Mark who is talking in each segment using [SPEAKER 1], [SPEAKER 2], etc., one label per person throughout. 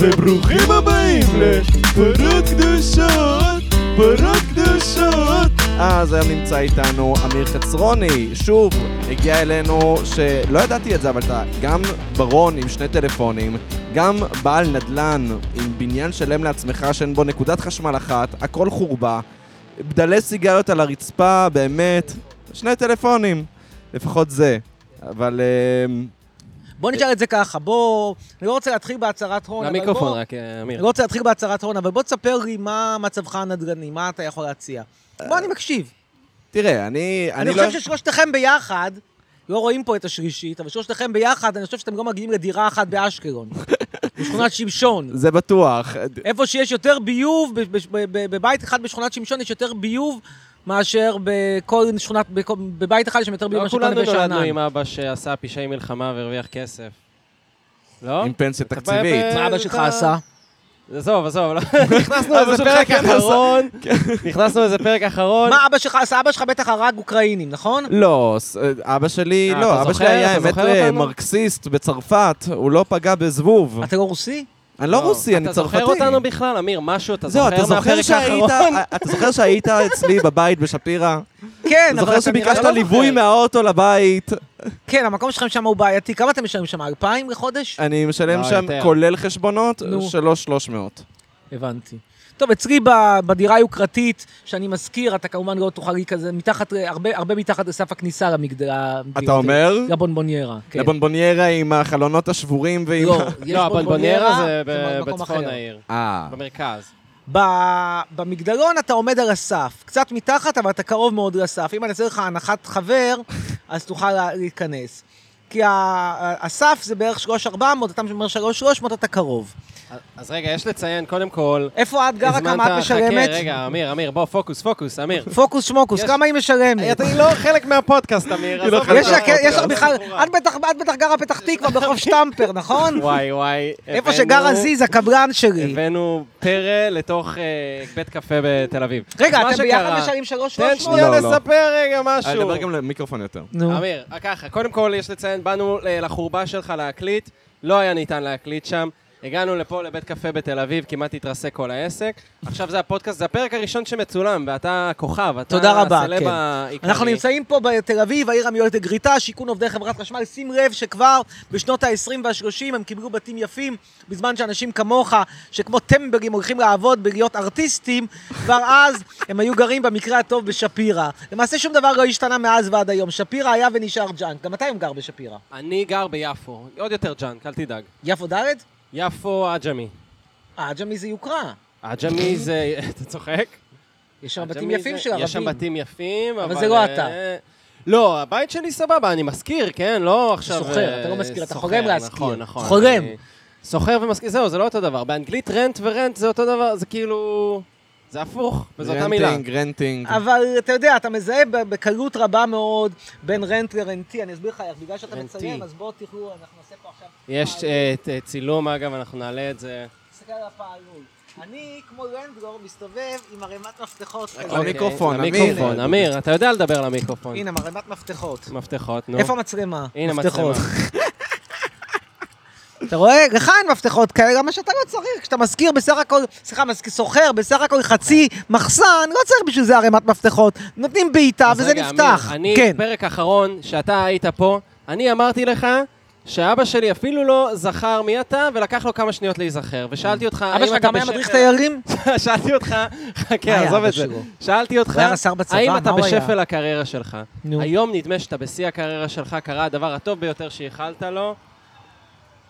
[SPEAKER 1] וברוכים הבאים לפרות קדושות, פרות קדושות. אז היום נמצא איתנו אמיר חצרוני, שוב, הגיע אלינו, שלא ידעתי את זה, אבל אתה גם ברון עם שני טלפונים, גם בעל נדל"ן עם בניין שלם לעצמך שאין בו נקודת חשמל אחת, הכל חורבה, בדלי סיגריות על הרצפה, באמת, שני טלפונים, לפחות זה. אבל... אמ,
[SPEAKER 2] בוא נשאל את זה ככה, בוא... אני לא רוצה להתחיל בהצהרת הון, אבל
[SPEAKER 3] למיקרופון
[SPEAKER 2] בוא...
[SPEAKER 3] רק, אה,
[SPEAKER 2] אני
[SPEAKER 3] אמיר.
[SPEAKER 2] לא רוצה להתחיל בהצהרת הון, אבל בוא תספר לי מה מצבך הנדל"ני, מה אתה יכול להציע. בוא, אני מקשיב.
[SPEAKER 1] תראה, אני...
[SPEAKER 2] אני
[SPEAKER 1] לא-
[SPEAKER 2] חושב ששלושתכם ביחד, לא רואים פה את השלישית, אבל שלושתכם ביחד, אני חושב שאתם לא מגיעים לדירה אחת באשקלון. בשכונת שמשון.
[SPEAKER 1] זה בטוח.
[SPEAKER 2] איפה שיש יותר ביוב, ב- ב- ב- ב- בבית אחד בשכונת שמשון יש יותר ביוב מאשר בכל שכונת, בכל- בבית אחד יש יותר ביוב
[SPEAKER 3] לא
[SPEAKER 2] מאשר כל
[SPEAKER 3] כולנו
[SPEAKER 2] נווה
[SPEAKER 3] נולדנו
[SPEAKER 2] שאנן.
[SPEAKER 3] עם אבא שעשה פשעי מלחמה והרוויח כסף. לא?
[SPEAKER 1] עם פנסיה
[SPEAKER 3] אתה בא
[SPEAKER 1] תקציבית.
[SPEAKER 3] ב-
[SPEAKER 2] מה אבא שלך עשה?
[SPEAKER 3] עזוב, עזוב, לא. נכנסנו
[SPEAKER 1] אבא
[SPEAKER 3] לאיזה
[SPEAKER 1] שלך
[SPEAKER 3] פרק
[SPEAKER 1] כן עשה.
[SPEAKER 3] אחרון, נכנסנו לאיזה פרק אחרון.
[SPEAKER 2] מה אבא שלך עשה? אבא שלך בטח הרג אוקראינים, נכון?
[SPEAKER 1] לא, ס- אבא שלי,
[SPEAKER 3] אה,
[SPEAKER 1] לא,
[SPEAKER 3] אתה
[SPEAKER 1] אבא
[SPEAKER 3] זוכר?
[SPEAKER 1] שלי היה
[SPEAKER 3] אתה
[SPEAKER 1] אמת
[SPEAKER 3] זוכר
[SPEAKER 1] אה,
[SPEAKER 3] אותנו?
[SPEAKER 1] מרקסיסט בצרפת, הוא לא פגע בזבוב.
[SPEAKER 2] אתה לא רוסי?
[SPEAKER 1] אני לא רוסי, אני צרפתי.
[SPEAKER 3] אתה זוכר אותנו בכלל, אמיר? משהו אתה
[SPEAKER 1] זהו, אתה
[SPEAKER 3] זוכר
[SPEAKER 1] זוכר
[SPEAKER 3] מהפרק
[SPEAKER 1] שהיית, אה,
[SPEAKER 3] האחרון? לא,
[SPEAKER 1] אתה זוכר שהיית אצלי בבית בשפירא?
[SPEAKER 2] כן,
[SPEAKER 1] אתה
[SPEAKER 2] אבל
[SPEAKER 1] זוכר
[SPEAKER 2] אתה נראה
[SPEAKER 1] שביקשת
[SPEAKER 2] לא
[SPEAKER 1] ליווי
[SPEAKER 2] זוכר.
[SPEAKER 1] מהאוטו לבית?
[SPEAKER 2] כן, המקום שלכם שם הוא בעייתי. כמה אתם משלמים שם? 2,000 לחודש?
[SPEAKER 1] אני משלם
[SPEAKER 3] לא,
[SPEAKER 1] שם
[SPEAKER 3] יותר.
[SPEAKER 1] כולל חשבונות,
[SPEAKER 2] נו.
[SPEAKER 1] שלוש שלוש מאות.
[SPEAKER 2] הבנתי. טוב, אצלי ב- בדירה היוקרתית, שאני משכיר, אתה כמובן לא תוכל להיכנס, מתחת, ל- הרבה הרבה מתחת לסף הכניסה למגדל.
[SPEAKER 1] אתה אומר?
[SPEAKER 2] לבונבוניירה. כן.
[SPEAKER 1] לבונבוניירה עם החלונות השבורים ועם...
[SPEAKER 2] לא, יש
[SPEAKER 3] לא, הבונבוניירה זה
[SPEAKER 2] זה
[SPEAKER 3] ב-
[SPEAKER 2] במקום
[SPEAKER 3] בצפון
[SPEAKER 2] אחר.
[SPEAKER 3] העיר,
[SPEAKER 1] אה,
[SPEAKER 3] במרכז.
[SPEAKER 2] ב- במגדלון אתה עומד על הסף, קצת מתחת, אבל אתה קרוב מאוד לסף. אם אני אעשה לך הנחת חבר, אז תוכל לה- להיכנס. כי ה- ה- הסף זה בערך 3,400, אתה אומר 3,300, אתה קרוב.
[SPEAKER 3] אז רגע, יש לציין, קודם כל,
[SPEAKER 2] איפה את גרה?
[SPEAKER 3] הזמנת-
[SPEAKER 2] כמה את משלמת?
[SPEAKER 3] חכה, רגע, אמיר, אמיר, בוא, פוקוס, פוקוס, אמיר.
[SPEAKER 2] פוקוס שמוקוס,
[SPEAKER 3] יש-
[SPEAKER 2] כמה היא משלמת?
[SPEAKER 3] היא לא חלק מהפודקאסט, אמיר.
[SPEAKER 1] לא
[SPEAKER 3] עזוב
[SPEAKER 1] חלק
[SPEAKER 2] יש
[SPEAKER 3] אותה.
[SPEAKER 2] לך- יש לך
[SPEAKER 3] לא
[SPEAKER 2] בכלל,
[SPEAKER 3] סיפורה.
[SPEAKER 2] את בטח- את בטח גרה פתח תקווה ברחוב שטמפר, נכון?
[SPEAKER 3] וואי, וואי.
[SPEAKER 2] איפה
[SPEAKER 3] הבאנו-
[SPEAKER 2] שגרה זיז, הקבלן שלי.
[SPEAKER 3] הבאנו פרא לתוך אה, בית קפה בתל אביב.
[SPEAKER 2] רגע,
[SPEAKER 3] מה
[SPEAKER 2] אתם
[SPEAKER 3] שקרה-
[SPEAKER 2] ביחד משלמים שלוש
[SPEAKER 3] תן
[SPEAKER 2] שלוש מאות?
[SPEAKER 3] שנייה
[SPEAKER 1] לא, לא.
[SPEAKER 3] לספר רגע
[SPEAKER 1] אני
[SPEAKER 3] משהו.
[SPEAKER 1] מדבר גם למיקרופון יותר.
[SPEAKER 2] נו,
[SPEAKER 3] אמיר, אה, ככה, קודם כל יש לציין, באנו אה, לחורבה שלך להקליט, לא היה ניתן להקליט שם. הגענו לפה לבית קפה בתל אביב, כמעט התרסק כל העסק. עכשיו זה הפודקאסט, זה הפרק הראשון שמצולם, ואתה הכוכב, אתה
[SPEAKER 2] תודה רבה,
[SPEAKER 3] הסלב
[SPEAKER 2] כן.
[SPEAKER 3] העיקרי.
[SPEAKER 2] אנחנו נמצאים פה בתל אביב, העיר המיועדת לגריטה, שיכון עובדי חברת חשמל. שים לב שכבר בשנות ה-20 וה-30 הם קיבלו בתים יפים, בזמן שאנשים כמוך, שכמו טמבלים הולכים לעבוד ולהיות ארטיסטים, כבר אז הם היו גרים במקרה הטוב בשפירא. למעשה שום דבר לא השתנה מאז ועד היום. שפירא היה ונשאר ג'אנק. גם אתה היום גר בשפירא.
[SPEAKER 3] אני גר ביפו, עוד יותר ג'אנק, אל תדאג.
[SPEAKER 2] יפו ד'?
[SPEAKER 3] יפו עג'מי.
[SPEAKER 2] אה, ג'מי זה יוקרה.
[SPEAKER 3] עג'מי זה... אתה צוחק?
[SPEAKER 2] יש שם בתים
[SPEAKER 3] ג'מי
[SPEAKER 2] יפים
[SPEAKER 3] זה-
[SPEAKER 2] של ערבים.
[SPEAKER 3] יש שם בתים יפים, אבל...
[SPEAKER 2] אבל זה לא
[SPEAKER 3] אה,
[SPEAKER 2] אתה.
[SPEAKER 3] לא, הבית שלי סבבה, אני משכיר, כן? לא עכשיו...
[SPEAKER 2] שוכר,
[SPEAKER 3] אה,
[SPEAKER 2] אתה לא משכיר, אתה
[SPEAKER 3] שוכר,
[SPEAKER 2] חולם להשכיר.
[SPEAKER 3] נכון, נכון.
[SPEAKER 2] חולם.
[SPEAKER 3] אני- שוכר ומשכיר, זהו, זה לא אותו דבר. באנגלית רנט ורנט זה אותו דבר, זה כאילו... זה הפוך, וזו אותה מילה.
[SPEAKER 1] רנטינג, רנטינג.
[SPEAKER 3] אוקיי. אה.
[SPEAKER 2] אבל אתה יודע, אתה מזהה ב- בקלות רבה מאוד בין רנט לרנטי, אני אסביר לך איך, בגלל שאתה
[SPEAKER 3] רנטי.
[SPEAKER 2] מציין, אז בואו תראו, אנחנו נעשה פה עכשיו...
[SPEAKER 3] יש
[SPEAKER 2] פעלול.
[SPEAKER 3] אה, ת- צילום, אגב, אנחנו נעלה את זה.
[SPEAKER 2] תסתכל על הפעלול. אני, כמו רנדלור, מסתובב עם ערימת מפתחות. כזאת.
[SPEAKER 3] אוקיי,
[SPEAKER 1] למיקרופון, אמיר.
[SPEAKER 3] למיקרופון, אמיר, אתה יודע לדבר למיקרופון.
[SPEAKER 2] הנה, ערימת מפתחות.
[SPEAKER 3] מפתחות, נו.
[SPEAKER 2] איפה המצלמה?
[SPEAKER 3] הנה
[SPEAKER 2] מפתחות.
[SPEAKER 3] מצלמה.
[SPEAKER 2] אתה רואה? לך אין מפתחות כאלה, גם מה שאתה לא צריך, כשאתה משכיר בסך הכל, סליחה, משכיר- סוחר בסך הכל חצי מחסן, לא צריך בשביל זה ערימת מפתחות. נותנים בעיטה
[SPEAKER 3] אז
[SPEAKER 2] וזה
[SPEAKER 3] רגע,
[SPEAKER 2] נפתח.
[SPEAKER 3] אמיר, אני,
[SPEAKER 2] כן.
[SPEAKER 3] פרק אחרון, שאתה היית פה, אני אמרתי לך שאבא שלי אפילו לא זכר מי אתה, ולקח לו כמה שניות להיזכר. ושאלתי אותך,
[SPEAKER 2] אבא
[SPEAKER 3] האם
[SPEAKER 2] שלך
[SPEAKER 3] אתה
[SPEAKER 2] גם היה מדריך
[SPEAKER 3] בשפל...
[SPEAKER 2] תיירים?
[SPEAKER 3] שאלתי אותך, חכה,
[SPEAKER 2] היה
[SPEAKER 3] עזוב
[SPEAKER 2] אבא
[SPEAKER 3] את זה.
[SPEAKER 2] שלו?
[SPEAKER 3] שאלתי אותך,
[SPEAKER 2] הוא היה רס"ר בצבא,
[SPEAKER 3] האם אתה
[SPEAKER 2] מה הוא היה?
[SPEAKER 3] בשפל הקריירה שלך?
[SPEAKER 2] נו.
[SPEAKER 3] היום נדמה שאתה בשיא הקריירה שלך, קרה הדבר הטוב ביותר שייחלת לו.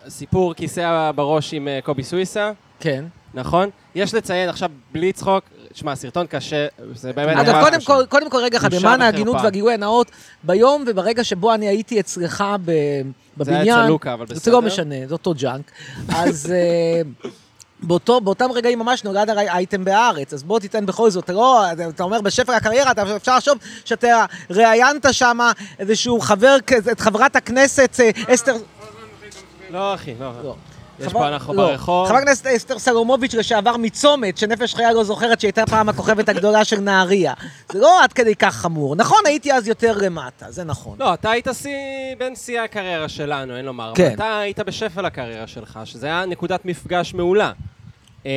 [SPEAKER 3] סיפור כיסא בראש עם אה, קובי סויסה,
[SPEAKER 2] כן.
[SPEAKER 3] נכון? יש לציין עכשיו, בלי צחוק, שמע, סרטון קשה, זה באמת...
[SPEAKER 2] אגב,
[SPEAKER 3] ממש
[SPEAKER 2] קודם
[SPEAKER 3] קשה.
[SPEAKER 2] כל, קודם כל, רגע אחד,
[SPEAKER 3] בושה
[SPEAKER 2] למען
[SPEAKER 3] וחרפה.
[SPEAKER 2] ההגינות והגילוי הנאות, ביום וברגע שבו אני הייתי אצלך ב- בבניין...
[SPEAKER 3] זה היה אצל לוקה, אבל
[SPEAKER 2] זה
[SPEAKER 3] בסדר.
[SPEAKER 2] לא משנה, זה אותו ג'אנק. אז אה, באותו, באותם רגעים ממש נולד הרי אייטם בהארץ, אז בוא תיתן בכל זאת, אתה לא, אתה- אתה אומר בשפר הקריירה, אתה אפשר לחשוב שאתה ראיינת שם איזשהו חבר, כזה- את חברת הכנסת אה, אסתר...
[SPEAKER 3] לא, אחי, לא.
[SPEAKER 2] לא.
[SPEAKER 3] יש
[SPEAKER 2] חבר-
[SPEAKER 3] פה אנחנו
[SPEAKER 2] לא.
[SPEAKER 3] ברחוב.
[SPEAKER 2] חברת הכנסת אסתר סלומוביץ' לשעבר מצומת, שנפש חיה לא זוכרת שהייתה פעם הכוכבת הגדולה של נהריה. זה לא עד כדי כך חמור. נכון, הייתי אז יותר למטה, זה נכון.
[SPEAKER 3] לא, אתה היית שיא, בין שיאי הקריירה שלנו, אין לומר.
[SPEAKER 2] כן.
[SPEAKER 3] אבל אתה היית בשפל הקריירה שלך, שזה היה נקודת מפגש מעולה. אמ,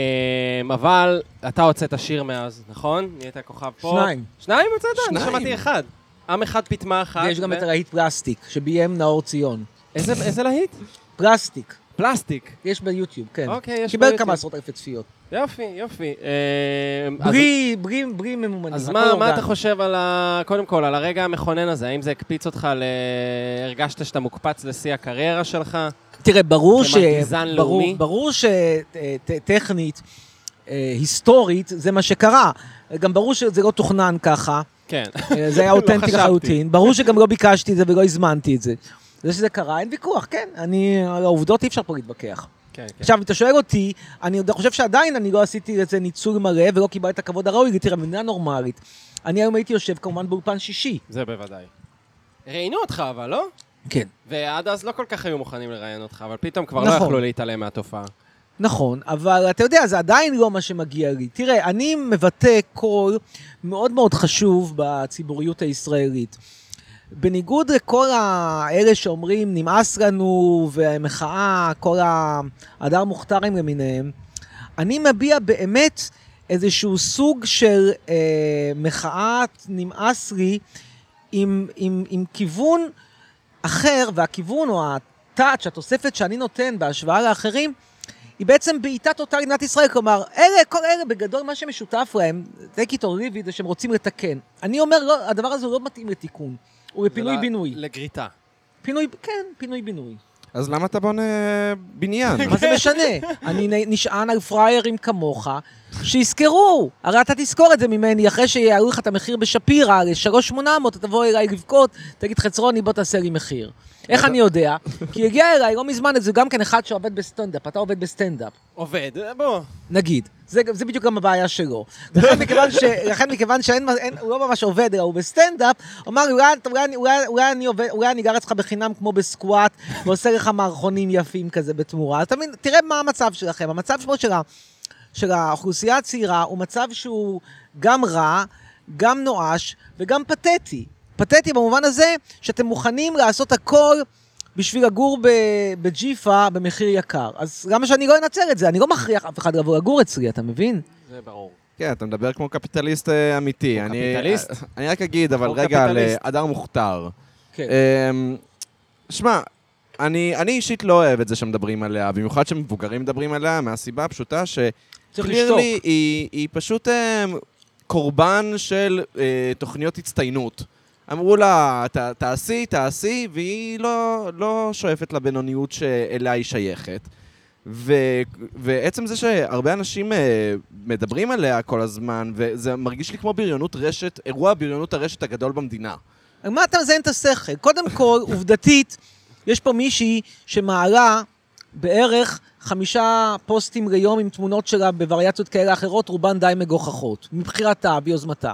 [SPEAKER 3] אבל אתה הוצאת שיר מאז, נכון? נהיית כוכב פה.
[SPEAKER 2] שניים.
[SPEAKER 3] שניים הוצאת? אני
[SPEAKER 1] שניים.
[SPEAKER 3] שמעתי אחד. עם אחד פיטמה אחת.
[SPEAKER 2] ויש גם
[SPEAKER 3] אה, ו-
[SPEAKER 2] את הלהיט פלסטיק, שביים נאור ציון.
[SPEAKER 3] איזה איזה להיט?
[SPEAKER 2] פלסטיק,
[SPEAKER 3] פלסטיק.
[SPEAKER 2] יש ביוטיוב, כן.
[SPEAKER 3] אוקיי, יש
[SPEAKER 2] קיבל
[SPEAKER 3] ביוטיוב.
[SPEAKER 2] כמה עשרות אלפי צפיות.
[SPEAKER 3] יופי, יופי. אמ, אז-
[SPEAKER 2] בלי, בלי, בלי ממומנים.
[SPEAKER 3] אז
[SPEAKER 2] הכל
[SPEAKER 3] מה, מה
[SPEAKER 2] אורגני.
[SPEAKER 3] אתה חושב על ה... קודם כל, על הרגע המכונן הזה? האם זה הקפיץ אותך ל... הרגשת שאתה מוקפץ לשיא הקריירה שלך? כן.
[SPEAKER 2] תראה, ברור ש...
[SPEAKER 3] כמרטיזן
[SPEAKER 2] ברור,
[SPEAKER 3] לאומי?
[SPEAKER 2] ברור שטכנית, אה, היסטורית, זה מה שקרה. גם ברור שזה לא תוכנן ככה,
[SPEAKER 3] כן.
[SPEAKER 2] אה, זה היה
[SPEAKER 3] לא
[SPEAKER 2] אותנטי
[SPEAKER 3] חשבתי.
[SPEAKER 2] לחלוטין. ברור שגם לא ביקשתי את זה ולא הזמנתי את זה. זה שזה קרה, אין ויכוח, כן. אני, על העובדות אי אפשר פה להתווכח.
[SPEAKER 3] כן, כן.
[SPEAKER 2] עכשיו, אם אתה שואל אותי, אני עוד חושב שעדיין אני לא עשיתי לזה ניצול מלא ולא קיבלתי את הכבוד הראוי, לי, תראה, מדינה נורמלית. אני היום הייתי יושב כמובן באולפן שישי.
[SPEAKER 3] זה בוודאי. ראיינו אותך אבל, לא?
[SPEAKER 2] כן.
[SPEAKER 3] ועד אז לא כל כך היו מוכנים לראיין אותך, אבל פתאום כבר
[SPEAKER 2] נכון.
[SPEAKER 3] לא יכלו להתעלם מהתופעה.
[SPEAKER 2] נכון, אבל אתה יודע, זה עדיין לא מה שמגיע לי. תראה, אני מבטא קול מאוד מאוד חשוב בציבוריות הישראלית. בניגוד לכל האלה שאומרים, נמאס לנו, והמחאה, כל ההדר מוכתרים למיניהם, אני מביע באמת איזשהו סוג של אה, מחאת נמאס לי עם, עם, עם כיוון אחר, והכיוון או הטאץ', התוספת שאני נותן בהשוואה לאחרים, היא בעצם בעיטה טוטאלית למדינת ישראל. כלומר, אלה, כל אלה בגדול, מה שמשותף להם, take it or leave it, זה שהם רוצים לתקן. אני אומר, לא, הדבר הזה לא מתאים לתיקון. הוא לפינוי-בינוי.
[SPEAKER 3] זה לא- לגריטה.
[SPEAKER 2] פינוי, כן, פינוי-בינוי.
[SPEAKER 1] אז למה אתה בונה בניין?
[SPEAKER 2] מה זה משנה? אני נ- נשען על פראיירים כמוך, שיזכרו. הרי אתה תזכור את זה ממני, אחרי שיעלו לך את המחיר בשפירא ל-3,800, אתה תבוא אליי לבכות, תגיד חצרוני, בוא תעשה לי מחיר. איך אני יודע? כי הגיע אליי לא מזמן איזה גם כן אחד שעובד בסטנדאפ, אתה עובד בסטנדאפ.
[SPEAKER 3] עובד, אה, בוא.
[SPEAKER 2] נגיד. זה, זה בדיוק גם הבעיה שלו. לכן מכיוון, ש, לכן מכיוון שאין, מה- אין, הוא לא ממש עובד, אלא הוא בסטנדאפ, הוא אמר, אולי, אולי, אולי, אולי, אני עובד, אולי אני גר אצלך בחינם כמו בסקואט, ועושה לך מערכונים יפים כזה בתמורה. אז תמיד, תראה מה המצב שלכם. המצב שבו של, ה, של האוכלוסייה הצעירה הוא מצב שהוא גם רע, גם נואש וגם פתטי. פתטי במובן הזה שאתם מוכנים לעשות הכל בשביל לגור ב- בג'יפה במחיר יקר. אז למה שאני לא אנצל את זה? אני לא מכריח אף אחד לבוא לגור אצלי, אתה מבין?
[SPEAKER 3] זה ברור.
[SPEAKER 1] כן, אתה מדבר כמו קפיטליסט אה, אמיתי. אני- אה,
[SPEAKER 3] קפיטליסט?
[SPEAKER 1] אני רק אגיד, אבל
[SPEAKER 3] או
[SPEAKER 1] רגע, על אה,
[SPEAKER 3] קפיטליסט.
[SPEAKER 1] הדר מוכתר.
[SPEAKER 2] כן.
[SPEAKER 1] אמ, שמע, אני, אני אישית לא אוהב את זה שמדברים עליה, במיוחד שמבוגרים מדברים עליה, מהסיבה הפשוטה ש...
[SPEAKER 2] צריך
[SPEAKER 1] clearly
[SPEAKER 2] לשתוק.
[SPEAKER 1] היא, היא פשוט אמ, קורבן של אה, תוכניות הצטיינות. אמרו לה, "ת- תעשי, תעשי, והיא לא, לא שואפת לבינוניות שאליה היא שייכת. ו, ועצם זה שהרבה אנשים אה, מדברים עליה כל הזמן, וזה מרגיש לי כמו בריונות רשת, אירוע בריונות הרשת הגדול במדינה.
[SPEAKER 2] על מה אתה מזיין את השכל? קודם כל, עובדתית, יש פה מישהי שמעלה בערך חמישה פוסטים ליום עם תמונות שלה בווריאציות כאלה אחרות, רובן די מגוחכות, מבחירתה, ביוזמתה.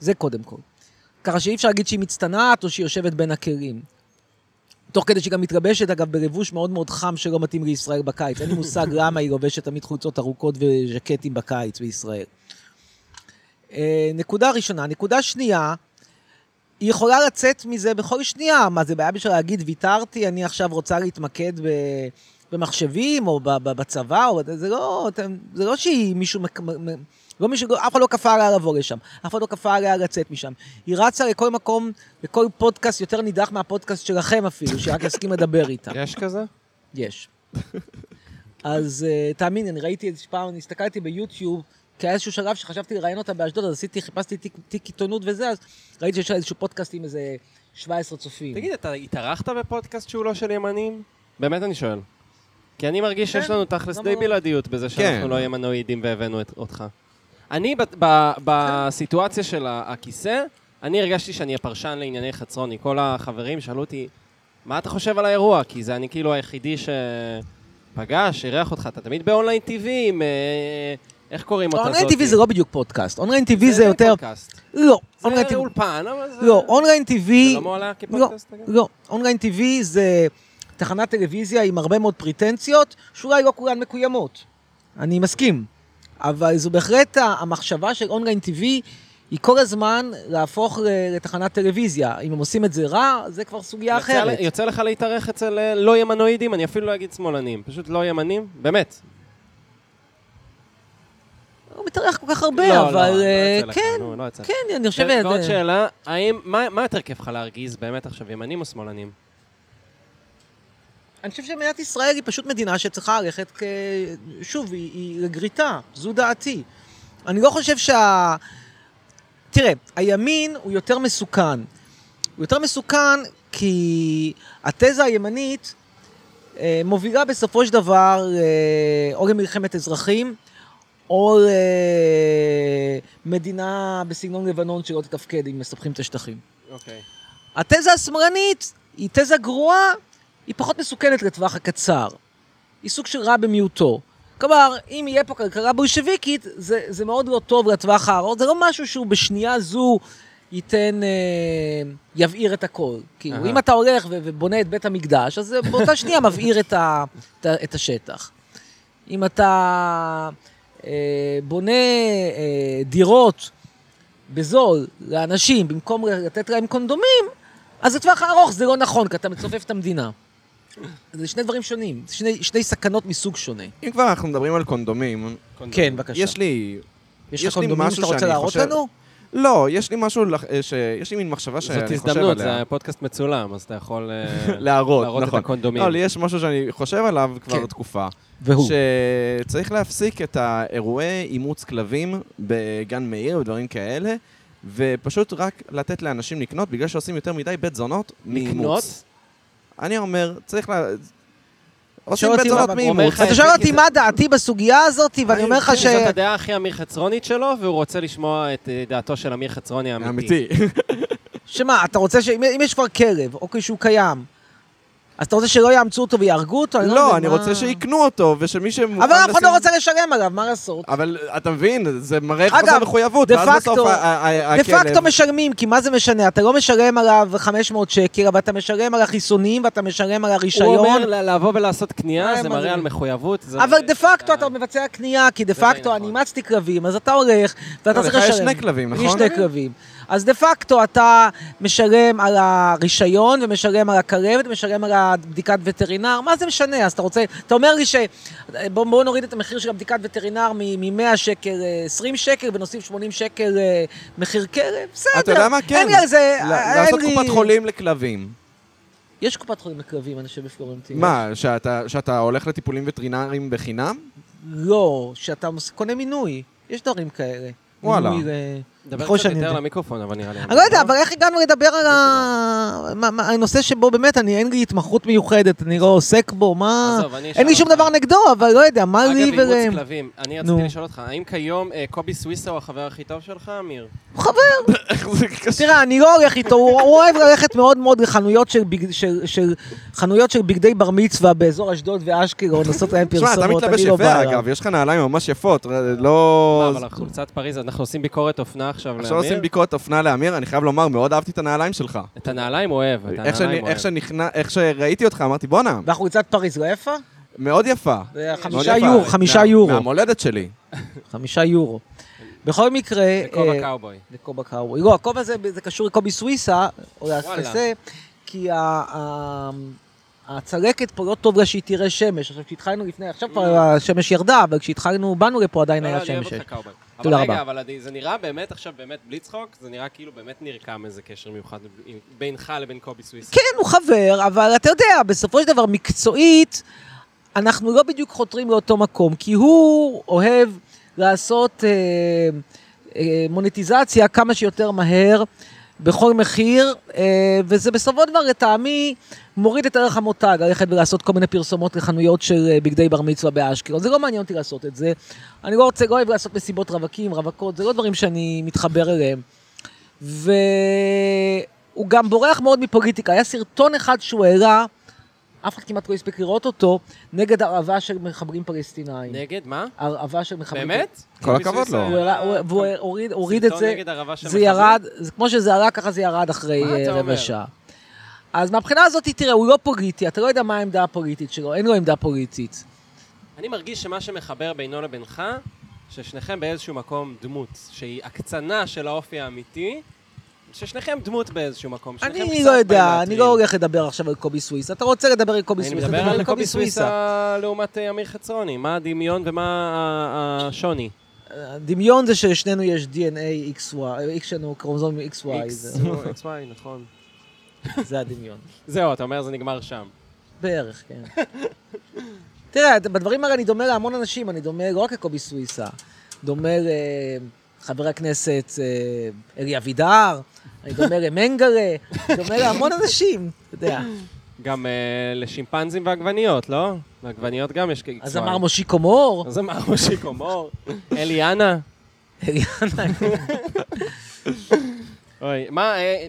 [SPEAKER 2] זה קודם כל. ככה שאי אפשר להגיד שהיא מצטנעת או שהיא יושבת בין הכלים. תוך כדי שהיא גם מתלבשת, אגב, בלבוש מאוד מאוד חם שלא מתאים לישראל בקיץ. אין לי מושג למה היא לובשת תמיד חולצות ארוכות וז'קטים בקיץ בישראל. אה, נקודה ראשונה. נקודה שנייה, היא יכולה לצאת מזה בכל שנייה. מה, זה בעיה בשביל להגיד, ויתרתי, אני עכשיו רוצה להתמקד ב... במחשבים, או ב- ב- בצבא, או... זה לא, אתם- זה לא שהיא מישהו... מק- מ- מ- לא מישהו, לא- אף אחד לא כפה עליה לבוא לשם, אף אחד לא כפה עליה לצאת משם. היא רצה לכל מקום, לכל פודקאסט יותר נידח מהפודקאסט שלכם אפילו, שרק יסכים לדבר איתה.
[SPEAKER 3] יש כזה?
[SPEAKER 2] יש. אז אה, תאמין לי, אני ראיתי איזה פעם, אני הסתכלתי ביוטיוב, כי היה איזשהו שלב שחשבתי לראיין אותה באשדוד, אז עשיתי, חיפשתי תיק- תיק עיתונות וזה, אז ראיתי שיש לה איזשהו פודקאסט עם איזה 17 צופים. לא,
[SPEAKER 3] תגיד, אתה התארחת בפודקאסט שהוא לא של ימנים? באמת אני שואל. כי אני מרגיש שיש
[SPEAKER 2] כן,
[SPEAKER 3] לנו תכלס
[SPEAKER 2] למה
[SPEAKER 3] די
[SPEAKER 2] לא?
[SPEAKER 3] בלעדיות בזה
[SPEAKER 1] כן.
[SPEAKER 3] שאנחנו לא ימנואידים והבאנו את- אותך. אני, ב- ב- בסיטואציה של ה- הכיסא, אני הרגשתי שאני הפרשן לענייני חצרוני. כל החברים שאלו אותי, מה אתה חושב על האירוע? כי זה אני כאילו היחידי שפגש, אירח אותך. אתה תמיד באונליין טיווי עם... אה, איך קוראים אותה?
[SPEAKER 2] אונליין
[SPEAKER 3] זאתי?
[SPEAKER 2] TV זה לא בדיוק פודקאסט, אונליין TV זה
[SPEAKER 3] די
[SPEAKER 2] יותר...
[SPEAKER 3] פודקאסט.
[SPEAKER 2] לא, אונליין
[SPEAKER 3] זה
[SPEAKER 2] TV...
[SPEAKER 3] אולפן, אבל זה...
[SPEAKER 2] לא, אונליין TV...
[SPEAKER 3] זה לא מועלה כפודקאסט?
[SPEAKER 2] לא,
[SPEAKER 3] אגב?
[SPEAKER 2] לא, אונליין TV זה תחנת טלוויזיה עם הרבה מאוד פריטנציות, שאולי לא כולן מקוימות. אני מסכים. אבל זו בהחלט ה- המחשבה של אונליין טיווי, היא כל הזמן להפוך ל- לתחנת טלוויזיה. אם הם עושים את זה רע, זה כבר סוגיה
[SPEAKER 3] יוצא
[SPEAKER 2] אחרת.
[SPEAKER 3] ל- יוצא לך להתארך אצל אה, לא ימנואידים, אני אפילו לא אגיד שמאלנים, פשוט לא ימנים, באמת.
[SPEAKER 2] הוא מתארח כל כך
[SPEAKER 3] לא,
[SPEAKER 2] הרבה,
[SPEAKER 3] לא, לא
[SPEAKER 2] אבל אה,
[SPEAKER 3] יוצא לך,
[SPEAKER 2] כן,
[SPEAKER 3] נו, לא יוצא לך.
[SPEAKER 2] כן, אני
[SPEAKER 3] ו-
[SPEAKER 2] חושבת...
[SPEAKER 3] ועוד
[SPEAKER 2] אה,
[SPEAKER 3] שאלה, האם, מה מה יותר כיף לך להרגיז באמת עכשיו, ימנים או שמאלנים?
[SPEAKER 2] אני חושב שמדינת ישראל היא פשוט מדינה שצריכה ללכת, כ... שוב, היא, היא לגריטה, זו דעתי. אני לא חושב שה... תראה, הימין הוא יותר מסוכן. הוא יותר מסוכן כי התזה הימנית אה, מובילה בסופו של דבר אה, או למלחמת אזרחים, או למדינה בסגנון לבנון שלא תתפקד אם מספחים את השטחים.
[SPEAKER 3] אוקיי.
[SPEAKER 2] התזה השמאלנית היא תזה גרועה, היא פחות מסוכנת לטווח הקצר. היא סוג של רע במיעוטו. כלומר, אם יהיה פה כלכלה בולשביקית, זה, זה מאוד לא טוב לטווח הארוך, זה לא משהו שהוא בשנייה זו ייתן, אה, יבעיר את הכל. כאילו,
[SPEAKER 3] אהה.
[SPEAKER 2] אם אתה הולך ו- ובונה את בית המקדש, אז זה באותה שנייה מבעיר את, ה, את, ה- את השטח. אם אתה אה, בונה אה, דירות בזול לאנשים, במקום לתת להם קונדומים, אז לטווח הארוך זה לא נכון, כי אתה מצופף את המדינה. זה שני דברים שונים, זה שני, שני סכנות מסוג שונה.
[SPEAKER 1] אם כבר אנחנו מדברים על קונדומים,
[SPEAKER 2] כן, בבקשה.
[SPEAKER 1] יש לי...
[SPEAKER 2] יש
[SPEAKER 1] יש
[SPEAKER 2] לך
[SPEAKER 1] לי
[SPEAKER 2] קונדומים
[SPEAKER 1] משהו
[SPEAKER 2] שאתה רוצה
[SPEAKER 1] שאני
[SPEAKER 2] להראות
[SPEAKER 1] חושב-
[SPEAKER 2] לנו?
[SPEAKER 1] לא, יש לי משהו, לח- אה, ש- יש לי מין מחשבה שאני
[SPEAKER 3] זאת
[SPEAKER 1] חושב עליה.
[SPEAKER 3] הזדמנות, זה פודקאסט מצולם, אז אתה יכול אה,
[SPEAKER 1] להראות, נכון.
[SPEAKER 3] להראות את הקונדומים.
[SPEAKER 1] לא, לי יש משהו שאני חושב עליו כבר
[SPEAKER 2] כן.
[SPEAKER 1] תקופה.
[SPEAKER 2] והוא.
[SPEAKER 1] שצריך להפסיק את האירועי אימוץ כלבים בגן מאיר ודברים כאלה, ופשוט רק לתת לאנשים לקנות, בגלל שעושים יותר מדי בית זונות מאימוץ.
[SPEAKER 3] לקנות?
[SPEAKER 1] אני אומר, צריך ל... עושים
[SPEAKER 2] אותי
[SPEAKER 1] בית
[SPEAKER 2] מה-
[SPEAKER 1] זונות
[SPEAKER 2] הוא
[SPEAKER 1] מאימוץ.
[SPEAKER 3] אומר
[SPEAKER 2] אתה שואל אותי
[SPEAKER 3] כי זה-
[SPEAKER 2] מה דעתי בסוגיה הזאת, ואני אומר לך
[SPEAKER 3] כן,
[SPEAKER 2] ש...
[SPEAKER 3] זאת הדעה הכי אמיר חצרונית שלו, והוא רוצה לשמוע את אה, דעתו של אמיר חצרוני האמיתי.
[SPEAKER 1] אמיתי.
[SPEAKER 2] שמה, אתה רוצה ש... אם אם יש כבר כלב, אוקיי, שהוא קיים, אז אתה רוצה שלא יאמצו אותו ויהרגו אותו? יודע
[SPEAKER 1] לא, אני
[SPEAKER 2] מה-
[SPEAKER 1] רוצה שיקנו אותו, ושמי שמוכן
[SPEAKER 2] אבל אף אחד לא
[SPEAKER 1] לשים-
[SPEAKER 2] רוצה לשלם עליו, מה לעשות?
[SPEAKER 1] אבל אתה מבין, זה מראה
[SPEAKER 2] אגב,
[SPEAKER 1] חוסר מחויבות,
[SPEAKER 2] דה
[SPEAKER 1] ואז בסוף
[SPEAKER 2] פקטו-
[SPEAKER 1] ה- ה- ה-
[SPEAKER 2] דה
[SPEAKER 1] הכלב...
[SPEAKER 2] פקטו משלמים, כי מה זה משנה? אתה לא משלם עליו 500 שקל, אבל אתה משלם על החיסונים, ואתה משלם על
[SPEAKER 3] הוא אומר
[SPEAKER 2] הרישיון.
[SPEAKER 3] ל- לבוא ולעשות
[SPEAKER 2] מה
[SPEAKER 3] קנייה, זה
[SPEAKER 2] הם אומרים?
[SPEAKER 3] מראה על מחויבות. זה-
[SPEAKER 2] אבל דה פקטו
[SPEAKER 3] אה,
[SPEAKER 2] אתה מבצע קנייה, כי דה
[SPEAKER 3] זה די
[SPEAKER 2] פקטו אני
[SPEAKER 3] נכון.
[SPEAKER 2] אימצתי כלבים, אז אתה הולך, ואתה
[SPEAKER 1] לא,
[SPEAKER 2] צריך
[SPEAKER 1] לך
[SPEAKER 2] לשלם.
[SPEAKER 1] יש שני כלבים,
[SPEAKER 2] יש
[SPEAKER 1] נכון?
[SPEAKER 2] שני כלבים. אז דה פקטו אתה משלם על הרישיון, ומשלם על הכלבת, ומשלם על הבדיקת וטרינר, מה זה משנה? אז אתה רוצה, אתה אומר לי ש... בוא, בוא נוריד את המחיר של הבדיקת וטרינר מ-100 שקל, אה, 20 שקל, ונוסיף 80 שקל אה, מחיר כלב, בסדר.
[SPEAKER 1] אתה יודע מה? כן.
[SPEAKER 2] אין לי על זה, אה,
[SPEAKER 1] ל-
[SPEAKER 2] אין
[SPEAKER 1] לעשות
[SPEAKER 2] לי-
[SPEAKER 1] קופת חולים לכלבים.
[SPEAKER 2] יש קופת חולים לכלבים, אני חושב בפלורנטין.
[SPEAKER 1] מה, שאתה, שאתה הולך לטיפולים וטרינריים בחינם?
[SPEAKER 2] לא, שאתה מוס- קונה מינוי. יש דברים כאלה.
[SPEAKER 1] וואלה.
[SPEAKER 2] מינוי ל- ככל
[SPEAKER 3] דבר קצת
[SPEAKER 2] נכון שאני
[SPEAKER 3] יותר
[SPEAKER 2] יודע.
[SPEAKER 3] למיקרופון, אבל נראה לי.
[SPEAKER 2] אני לא יודע, אבל איך הגענו לדבר על
[SPEAKER 3] לא
[SPEAKER 2] ה- מה- מה- הנושא שבו באמת, אני אין לי התמחות מיוחדת, אני לא עוסק בו, מה...
[SPEAKER 3] עזוב, אני אשאל
[SPEAKER 2] אין לי שום
[SPEAKER 3] אותך.
[SPEAKER 2] דבר נגדו, אבל לא יודע, מה לי
[SPEAKER 3] אגב,
[SPEAKER 2] ול...
[SPEAKER 3] אימוץ כלבים, אני
[SPEAKER 2] נו.
[SPEAKER 3] רציתי לשאול אותך, האם כיום אה, קובי סוויסה הוא החבר הכי טוב שלך, אמיר?
[SPEAKER 2] הוא חבר. תראה, אני לא הולך איתו, הוא הוא אוהב ללכת מאוד מאוד לחנויות של בג- של- של- חנויות של בגדי בר מצווה באזור אשדוד ואשקלון, לעשות להם
[SPEAKER 1] תשמע,
[SPEAKER 2] פרסומות,
[SPEAKER 1] אתה
[SPEAKER 2] אני לא בא
[SPEAKER 1] מתלבש יפה,
[SPEAKER 2] אליו.
[SPEAKER 1] אגב, יש לך נעליים ממש יפות, ר- לא...
[SPEAKER 3] אה, מה, אבל חולצת פריז, אנחנו עושים ביקורת אופנה עכשיו לאמיר?
[SPEAKER 1] עכשיו עושים ביקורת אופנה לאמיר, אני חייב לומר, מאוד אהבתי את הנעליים שלך.
[SPEAKER 3] את הנעליים הוא אוהב, את
[SPEAKER 1] איך שאני-
[SPEAKER 3] הנעליים הוא
[SPEAKER 1] איך
[SPEAKER 3] אוהב.
[SPEAKER 1] שנכנע- איך שראיתי אותך, אמרתי, בואנה,
[SPEAKER 2] והחולצת פריז לא יפה?
[SPEAKER 1] מאוד יפה.
[SPEAKER 2] זה
[SPEAKER 1] מאוד
[SPEAKER 2] חמישה
[SPEAKER 1] לא, יפה.
[SPEAKER 2] יורו, חמישה
[SPEAKER 1] מה-
[SPEAKER 2] יורו.
[SPEAKER 1] מהמולדת שלי.
[SPEAKER 2] חמישה יורו. בכל מקרה...
[SPEAKER 3] קובה
[SPEAKER 2] אה,
[SPEAKER 3] קאובוי.
[SPEAKER 2] לקובה קאווי. לא, הכובע הזה זה קשור לקובי סוויסה, או
[SPEAKER 3] וואלה.
[SPEAKER 2] לזה, כי ה- ה- הצלקת פה לא טוב לה שהיא תראה שמש. עכשיו, כשהתחלנו לפני, עכשיו כבר השמש ירדה, אבל כשהתחלנו, באנו לפה עדיין
[SPEAKER 3] לא, לא,
[SPEAKER 2] היה
[SPEAKER 3] אני אוהב
[SPEAKER 2] שמש.
[SPEAKER 3] אותך קאובוי. אבל
[SPEAKER 2] תודה
[SPEAKER 3] רגע,
[SPEAKER 2] רבה.
[SPEAKER 3] אבל אני- זה נראה באמת עכשיו, באמת, בלי צחוק, זה נראה כאילו באמת נרקם איזה קשר מיוחד עם- בינך לבין קובי סוויסה.
[SPEAKER 2] כן, הוא חבר, אבל אתה יודע, בסופו של דבר, מקצועית, אנחנו לא בדיוק חותרים לאותו מקום, כי הוא אוהב לעשות אה, אה, מוניטיזציה כמה שיותר מהר, בכל מחיר, אה, וזה בסופו של דבר, לטעמי, מוריד את ערך המותג, ללכת ולעשות כל מיני פרסומות לחנויות של אה, בגדי בר מצווה באשקלון. זה לא מעניין אותי לעשות את זה. אני לא רוצה, לא אוהב לעשות מסיבות רווקים, רווקות, זה לא דברים שאני מתחבר אליהם. והוא גם בורח מאוד מפוליטיקה. היה סרטון אחד שהוא העלה, אף אחד כמעט לא הספיק לראות אותו, נגד הרעבה של מחברים פלסטינאים.
[SPEAKER 3] נגד, מה?
[SPEAKER 2] הרעבה של מחברים.
[SPEAKER 3] באמת?
[SPEAKER 1] כן. כל הכבוד לו.
[SPEAKER 2] הוא העלה- הוא- והוא הוריד- הוריד את זה.
[SPEAKER 3] סרטון נגד הרעבה של
[SPEAKER 2] זה ירד, זה, כמו שזה עלה, ככה זה ירד אחרי
[SPEAKER 3] מה
[SPEAKER 2] אה,
[SPEAKER 3] אתה אומר?
[SPEAKER 2] רבע שעה. אז מהבחינה הזאת, תראה, הוא לא פוליטי, אתה לא יודע מה העמדה הפוליטית שלו, אין לו עמדה פוליטית.
[SPEAKER 3] אני מרגיש שמה שמחבר בינו לבינך, ששניכם באיזשהו מקום דמות, שהיא הקצנה של האופי האמיתי, ששניכם דמות באיזשהו מקום. שניכם
[SPEAKER 2] אני
[SPEAKER 3] קצת
[SPEAKER 2] לא
[SPEAKER 3] באים
[SPEAKER 2] יודע, אני
[SPEAKER 3] להתריס.
[SPEAKER 2] לא הולך לדבר עכשיו על קובי סוויסה. אתה רוצה לדבר על קובי
[SPEAKER 3] אני
[SPEAKER 2] סוויסה,
[SPEAKER 3] מדבר
[SPEAKER 2] תדבר
[SPEAKER 3] על קובי סוויסה לעומת אה, אמיר חצרוני, מה הדמיון ומה ה- השוני.
[SPEAKER 2] דמיון זה שלשנינו יש DNA XY, X שלנו קרומוזום XY,
[SPEAKER 3] איקס,
[SPEAKER 2] זה-
[SPEAKER 3] נו, איקס וואי, נכון.
[SPEAKER 2] זה הדמיון.
[SPEAKER 3] זהו, אתה אומר זה נגמר שם.
[SPEAKER 2] בערך, כן. תראה, אתה- בדברים האלה אני דומה להמון אנשים, אני דומה לא רק לקובי סוויסה, דומה לחבר הכנסת אה, אלי אבידר, אני דומה למנגלה, דומה להמון אנשים, אתה יודע.
[SPEAKER 3] גם אה, לשימפנזים ועגבניות, לא? לעגבניות גם יש איקס וואי.
[SPEAKER 2] אז אמר מושיקו מור,
[SPEAKER 3] אז אמר מושיקו מור, אליאנה.
[SPEAKER 2] אליאנה,
[SPEAKER 3] אוי, מה, אה,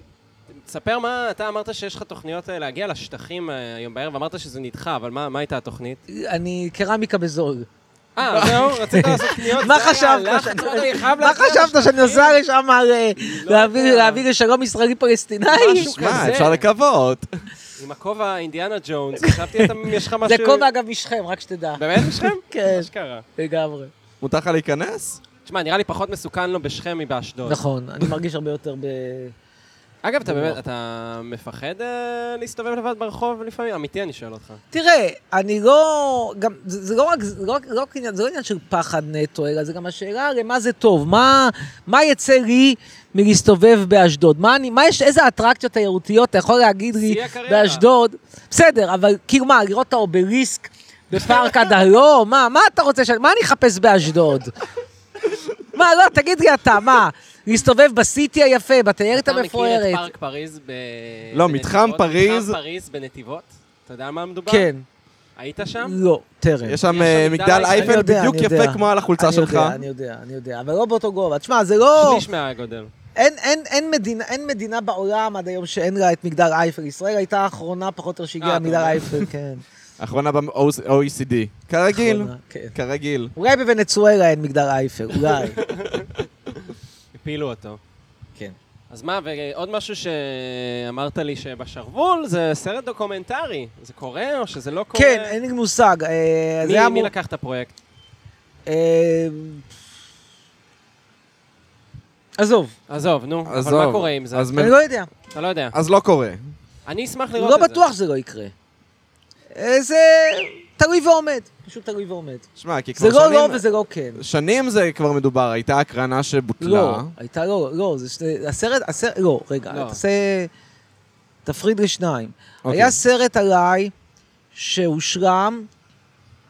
[SPEAKER 3] תספר מה, אתה אמרת שיש לך תוכניות אה, להגיע לשטחים אה, היום בערב, אמרת שזה נדחה, אבל מה מה הייתה התוכנית?
[SPEAKER 2] אני קרמיקה בזול.
[SPEAKER 3] אה, זהו, רצית לעשות קניות?
[SPEAKER 2] לא. מה
[SPEAKER 3] זה היה
[SPEAKER 2] חשבת?
[SPEAKER 3] הלחץ,
[SPEAKER 2] שאני-
[SPEAKER 3] אמרתי, אני חייב
[SPEAKER 2] מה
[SPEAKER 3] להגיע
[SPEAKER 2] חשבת, שאני נוסע לשם אה, להביא-
[SPEAKER 3] יודע.
[SPEAKER 2] להביא לשלום ישראלי-פלסטיני?
[SPEAKER 3] משהו
[SPEAKER 1] מה,
[SPEAKER 3] כאילו כזה.
[SPEAKER 1] אפשר לקוות.
[SPEAKER 3] עם הכובע אינדיאנה ג'ונס, חשבתי אתה, יש לך
[SPEAKER 2] זה
[SPEAKER 3] משהו...
[SPEAKER 2] כובע, אגב, משכם, רק שתדע.
[SPEAKER 3] באמת בשכם?
[SPEAKER 2] כן.
[SPEAKER 3] מה שקרה.
[SPEAKER 2] לגמרי.
[SPEAKER 1] מותר לך להיכנס?
[SPEAKER 2] כן.
[SPEAKER 3] תשמע, נראה לי פחות מסוכן לו בשכם מבאשדוד.
[SPEAKER 2] נכון, לא. אני מרגיש הרבה יותר ב...
[SPEAKER 3] אגב, אתה באמת, אתה מפחד אה, להסתובב לבד ברחוב לפעמים? אמיתי, אני שואל אותך.
[SPEAKER 2] תראה, אני לא... גם, זה, זה לא רק... זה לא, רק- לא, רק עניין- זה לא עניין של פחד נטו, אלא זה גם השאלה למה זה טוב. מה, מה יצא לי מלהסתובב באשדוד? מה אני... מה יש... איזה אטרקציות תיירותיות אתה יכול להגיד לי
[SPEAKER 3] שיא הקריירה.
[SPEAKER 2] באשדוד? בסדר, אבל כאילו מה, לראות את האובריסק בפארק הדרום? מה, מה אתה רוצה ש... מה אני אחפש באשדוד? מה, לא, תגיד לי אתה, מה? להסתובב בסיטי היפה, בתיירת
[SPEAKER 3] אתה מכיר
[SPEAKER 2] המפוארת.
[SPEAKER 3] את פארק פריז ב...
[SPEAKER 1] לא,
[SPEAKER 3] בנתיבות?
[SPEAKER 1] מתחם פריז.
[SPEAKER 3] מתחם פריז בנתיבות? אתה יודע על מה מדובר?
[SPEAKER 2] כן.
[SPEAKER 3] היית שם?
[SPEAKER 2] לא, טרם.
[SPEAKER 1] יש שם
[SPEAKER 3] יש
[SPEAKER 1] אה,
[SPEAKER 3] שם
[SPEAKER 1] מגדל
[SPEAKER 2] אני
[SPEAKER 3] מגדל
[SPEAKER 1] אייפל
[SPEAKER 2] יודע,
[SPEAKER 1] בדיוק
[SPEAKER 2] אני יודע.
[SPEAKER 1] יפה כמו על החולצה
[SPEAKER 2] אני
[SPEAKER 1] שלך.
[SPEAKER 2] יודע, אני יודע, אני יודע, אבל לא באותו גובה. תשמע, זה לא...
[SPEAKER 3] שליש מהגודל.
[SPEAKER 2] אין, אין, אין, מדינה, אין מדינה בעולם עד היום שאין לה את מגדל אייפל. ישראל הייתה האחרונה פחות או יותר
[SPEAKER 3] אה,
[SPEAKER 2] שהגיעה
[SPEAKER 3] אתה
[SPEAKER 2] למגדל
[SPEAKER 3] אומר.
[SPEAKER 2] אייפל, כן.
[SPEAKER 1] אחרונה ב-OECD. כרגיל,
[SPEAKER 2] אחרונה, כן.
[SPEAKER 1] כרגיל.
[SPEAKER 2] אולי בוונצואלה אין מגדל אייפל, אולי.
[SPEAKER 3] הפילו אותו.
[SPEAKER 2] כן.
[SPEAKER 3] אז מה, ועוד משהו שאמרת לי שבשרוול זה סרט דוקומנטרי. זה קורה או שזה לא קורה?
[SPEAKER 2] כן, אין לי מושג. אה, זה
[SPEAKER 3] מי,
[SPEAKER 2] היה
[SPEAKER 3] מי
[SPEAKER 2] אמור-
[SPEAKER 3] לקח את הפרויקט?
[SPEAKER 2] אה, עזוב,
[SPEAKER 3] עזוב, נו.
[SPEAKER 1] עזוב.
[SPEAKER 3] אבל מה קורה עם זה?
[SPEAKER 1] אז מ-
[SPEAKER 2] אני לא יודע.
[SPEAKER 3] אתה לא יודע.
[SPEAKER 1] אז לא קורה.
[SPEAKER 3] אני אשמח לראות
[SPEAKER 2] לא
[SPEAKER 3] את זה.
[SPEAKER 2] בטוח שזה לא יקרה. אה, זה תלוי ועומד, פשוט תלוי ועומד.
[SPEAKER 1] שמע, כי כבר
[SPEAKER 2] זה לא לא
[SPEAKER 1] שנים...
[SPEAKER 2] וזה לא כן.
[SPEAKER 1] שנים זה כבר מדובר, הייתה הקרנה
[SPEAKER 2] לא,
[SPEAKER 1] שבוטלה.
[SPEAKER 2] הייתה לא, לא, זה שני, הסרט, הסרט, לא, רגע,
[SPEAKER 3] לא.
[SPEAKER 2] תעשה, תפריד לשניים.
[SPEAKER 1] אוקיי.
[SPEAKER 2] היה סרט עליי שהושלם,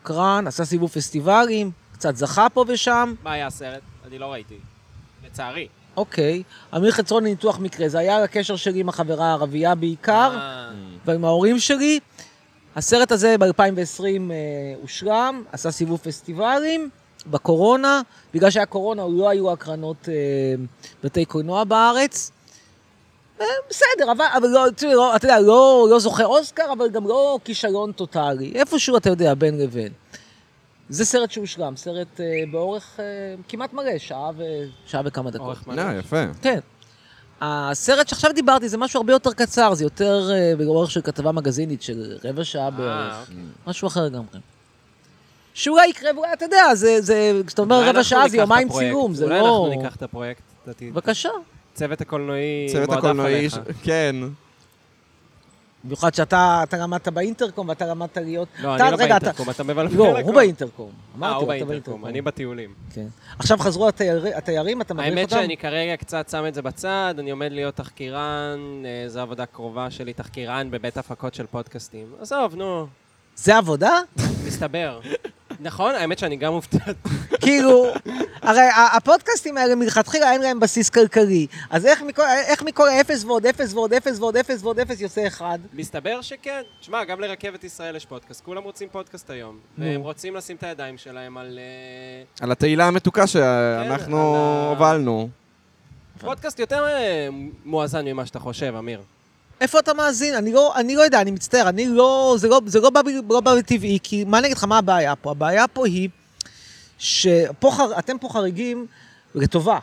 [SPEAKER 2] קרן, עשה סיבוב פסטיבלים, קצת זכה פה ושם,
[SPEAKER 3] מה היה הסרט? אני לא ראיתי. לצערי.
[SPEAKER 2] אוקיי. אמיר חצרון לניתוח מקרה, זה היה על הקשר שלי עם החברה הערבייה בעיקר,
[SPEAKER 3] אה,
[SPEAKER 2] ועם ההורים שלי. הסרט הזה ב-2020 אה, הושלם, עשה סיבוב פסטיבלים, בקורונה, בגלל שהיה קורונה לא היו הקרנות אה, בתי קולנוע בארץ. אה, בסדר, אבל, אבל לא, תראי, לא, אתה יודע, לא, לא זוכה אוסקר, אבל גם לא כישלון טוטאלי. איפשהו, אתה יודע, בין לבין. זה סרט שהושלם, סרט אה, באורך אה, כמעט מלא, שעה, ו... שעה וכמה דקות.
[SPEAKER 3] אורך מלא.
[SPEAKER 1] לא, יפה.
[SPEAKER 2] כן. הסרט שעכשיו דיברתי זה משהו הרבה יותר קצר, זה יותר אה, באורך של כתבה מגזינית של רבע שעה
[SPEAKER 3] אה,
[SPEAKER 2] בערך,
[SPEAKER 3] אוקיי.
[SPEAKER 2] משהו אחר לגמרי. שאולי יקרה, ואולי, אתה יודע, זה, זה, כשאתה אומר
[SPEAKER 3] אולי
[SPEAKER 2] רבע
[SPEAKER 3] אנחנו
[SPEAKER 2] שעה זה
[SPEAKER 3] ניקח את
[SPEAKER 2] יומיים
[SPEAKER 3] הפרויקט.
[SPEAKER 2] צילום, זה
[SPEAKER 3] אולי אנחנו
[SPEAKER 2] לא...
[SPEAKER 3] ניקח את הפרויקט. אתה ת-
[SPEAKER 2] בבקשה.
[SPEAKER 3] צוות הקולנועי
[SPEAKER 1] צוות
[SPEAKER 3] מועדף
[SPEAKER 1] הקולנועי,
[SPEAKER 3] עליך. אה,
[SPEAKER 1] ש- כן.
[SPEAKER 2] במיוחד שאתה אתה למדת באינטרקום ואתה למדת להיות...
[SPEAKER 3] לא,
[SPEAKER 2] אתה-
[SPEAKER 3] אני לא
[SPEAKER 2] רגע, אתה-
[SPEAKER 3] באינטרקום, אתה מבלבל
[SPEAKER 2] לא,
[SPEAKER 3] הכל.
[SPEAKER 2] הוא באינטרקום.
[SPEAKER 3] אה,
[SPEAKER 2] אמרתי,
[SPEAKER 3] הוא
[SPEAKER 2] לו, אתה
[SPEAKER 3] באינטרקום, אני בטיולים.
[SPEAKER 2] כן. עכשיו חזרו התייר- התיירים, אתה מדריך
[SPEAKER 3] האמת
[SPEAKER 2] אותם?
[SPEAKER 3] שאני כרגע קצת שם את זה בצד, אני עומד להיות תחקירן, אה, זו עבודה קרובה שלי, תחקירן בבית הפקות של פודקאסטים. עזוב, נו,
[SPEAKER 2] זה עבודה?
[SPEAKER 3] מסתבר. נכון, האמת שאני גם מופתעת.
[SPEAKER 2] כאילו, הרי ה- הפודקאסטים האלה מלכתחילה אין להם בסיס כלכלי. אז איך מכל, איך מכל אפס ועוד אפס ועוד אפס ועוד אפס ועוד אפס יוצא אחד?
[SPEAKER 3] מסתבר שכן. תשמע, גם לרכבת ישראל יש פודקאסט, כולם רוצים פודקאסט היום.
[SPEAKER 2] נו.
[SPEAKER 3] והם רוצים לשים את הידיים שלהם על אה,
[SPEAKER 1] על התהילה המתוקה שאנחנו
[SPEAKER 3] על ה-
[SPEAKER 1] הובלנו.
[SPEAKER 3] פודקאסט יותר אה, מואזן ממה שאתה חושב, אמיר.
[SPEAKER 2] איפה אתה מאזין? אני לא, אני לא יודע, אני מצטער, אני לא, זה לא, זה לא בא, ב- לא בא בטבעי, כי מה אני אגיד לך, מה הבעיה פה? הבעיה פה היא שאתם פה חריגים לטובה.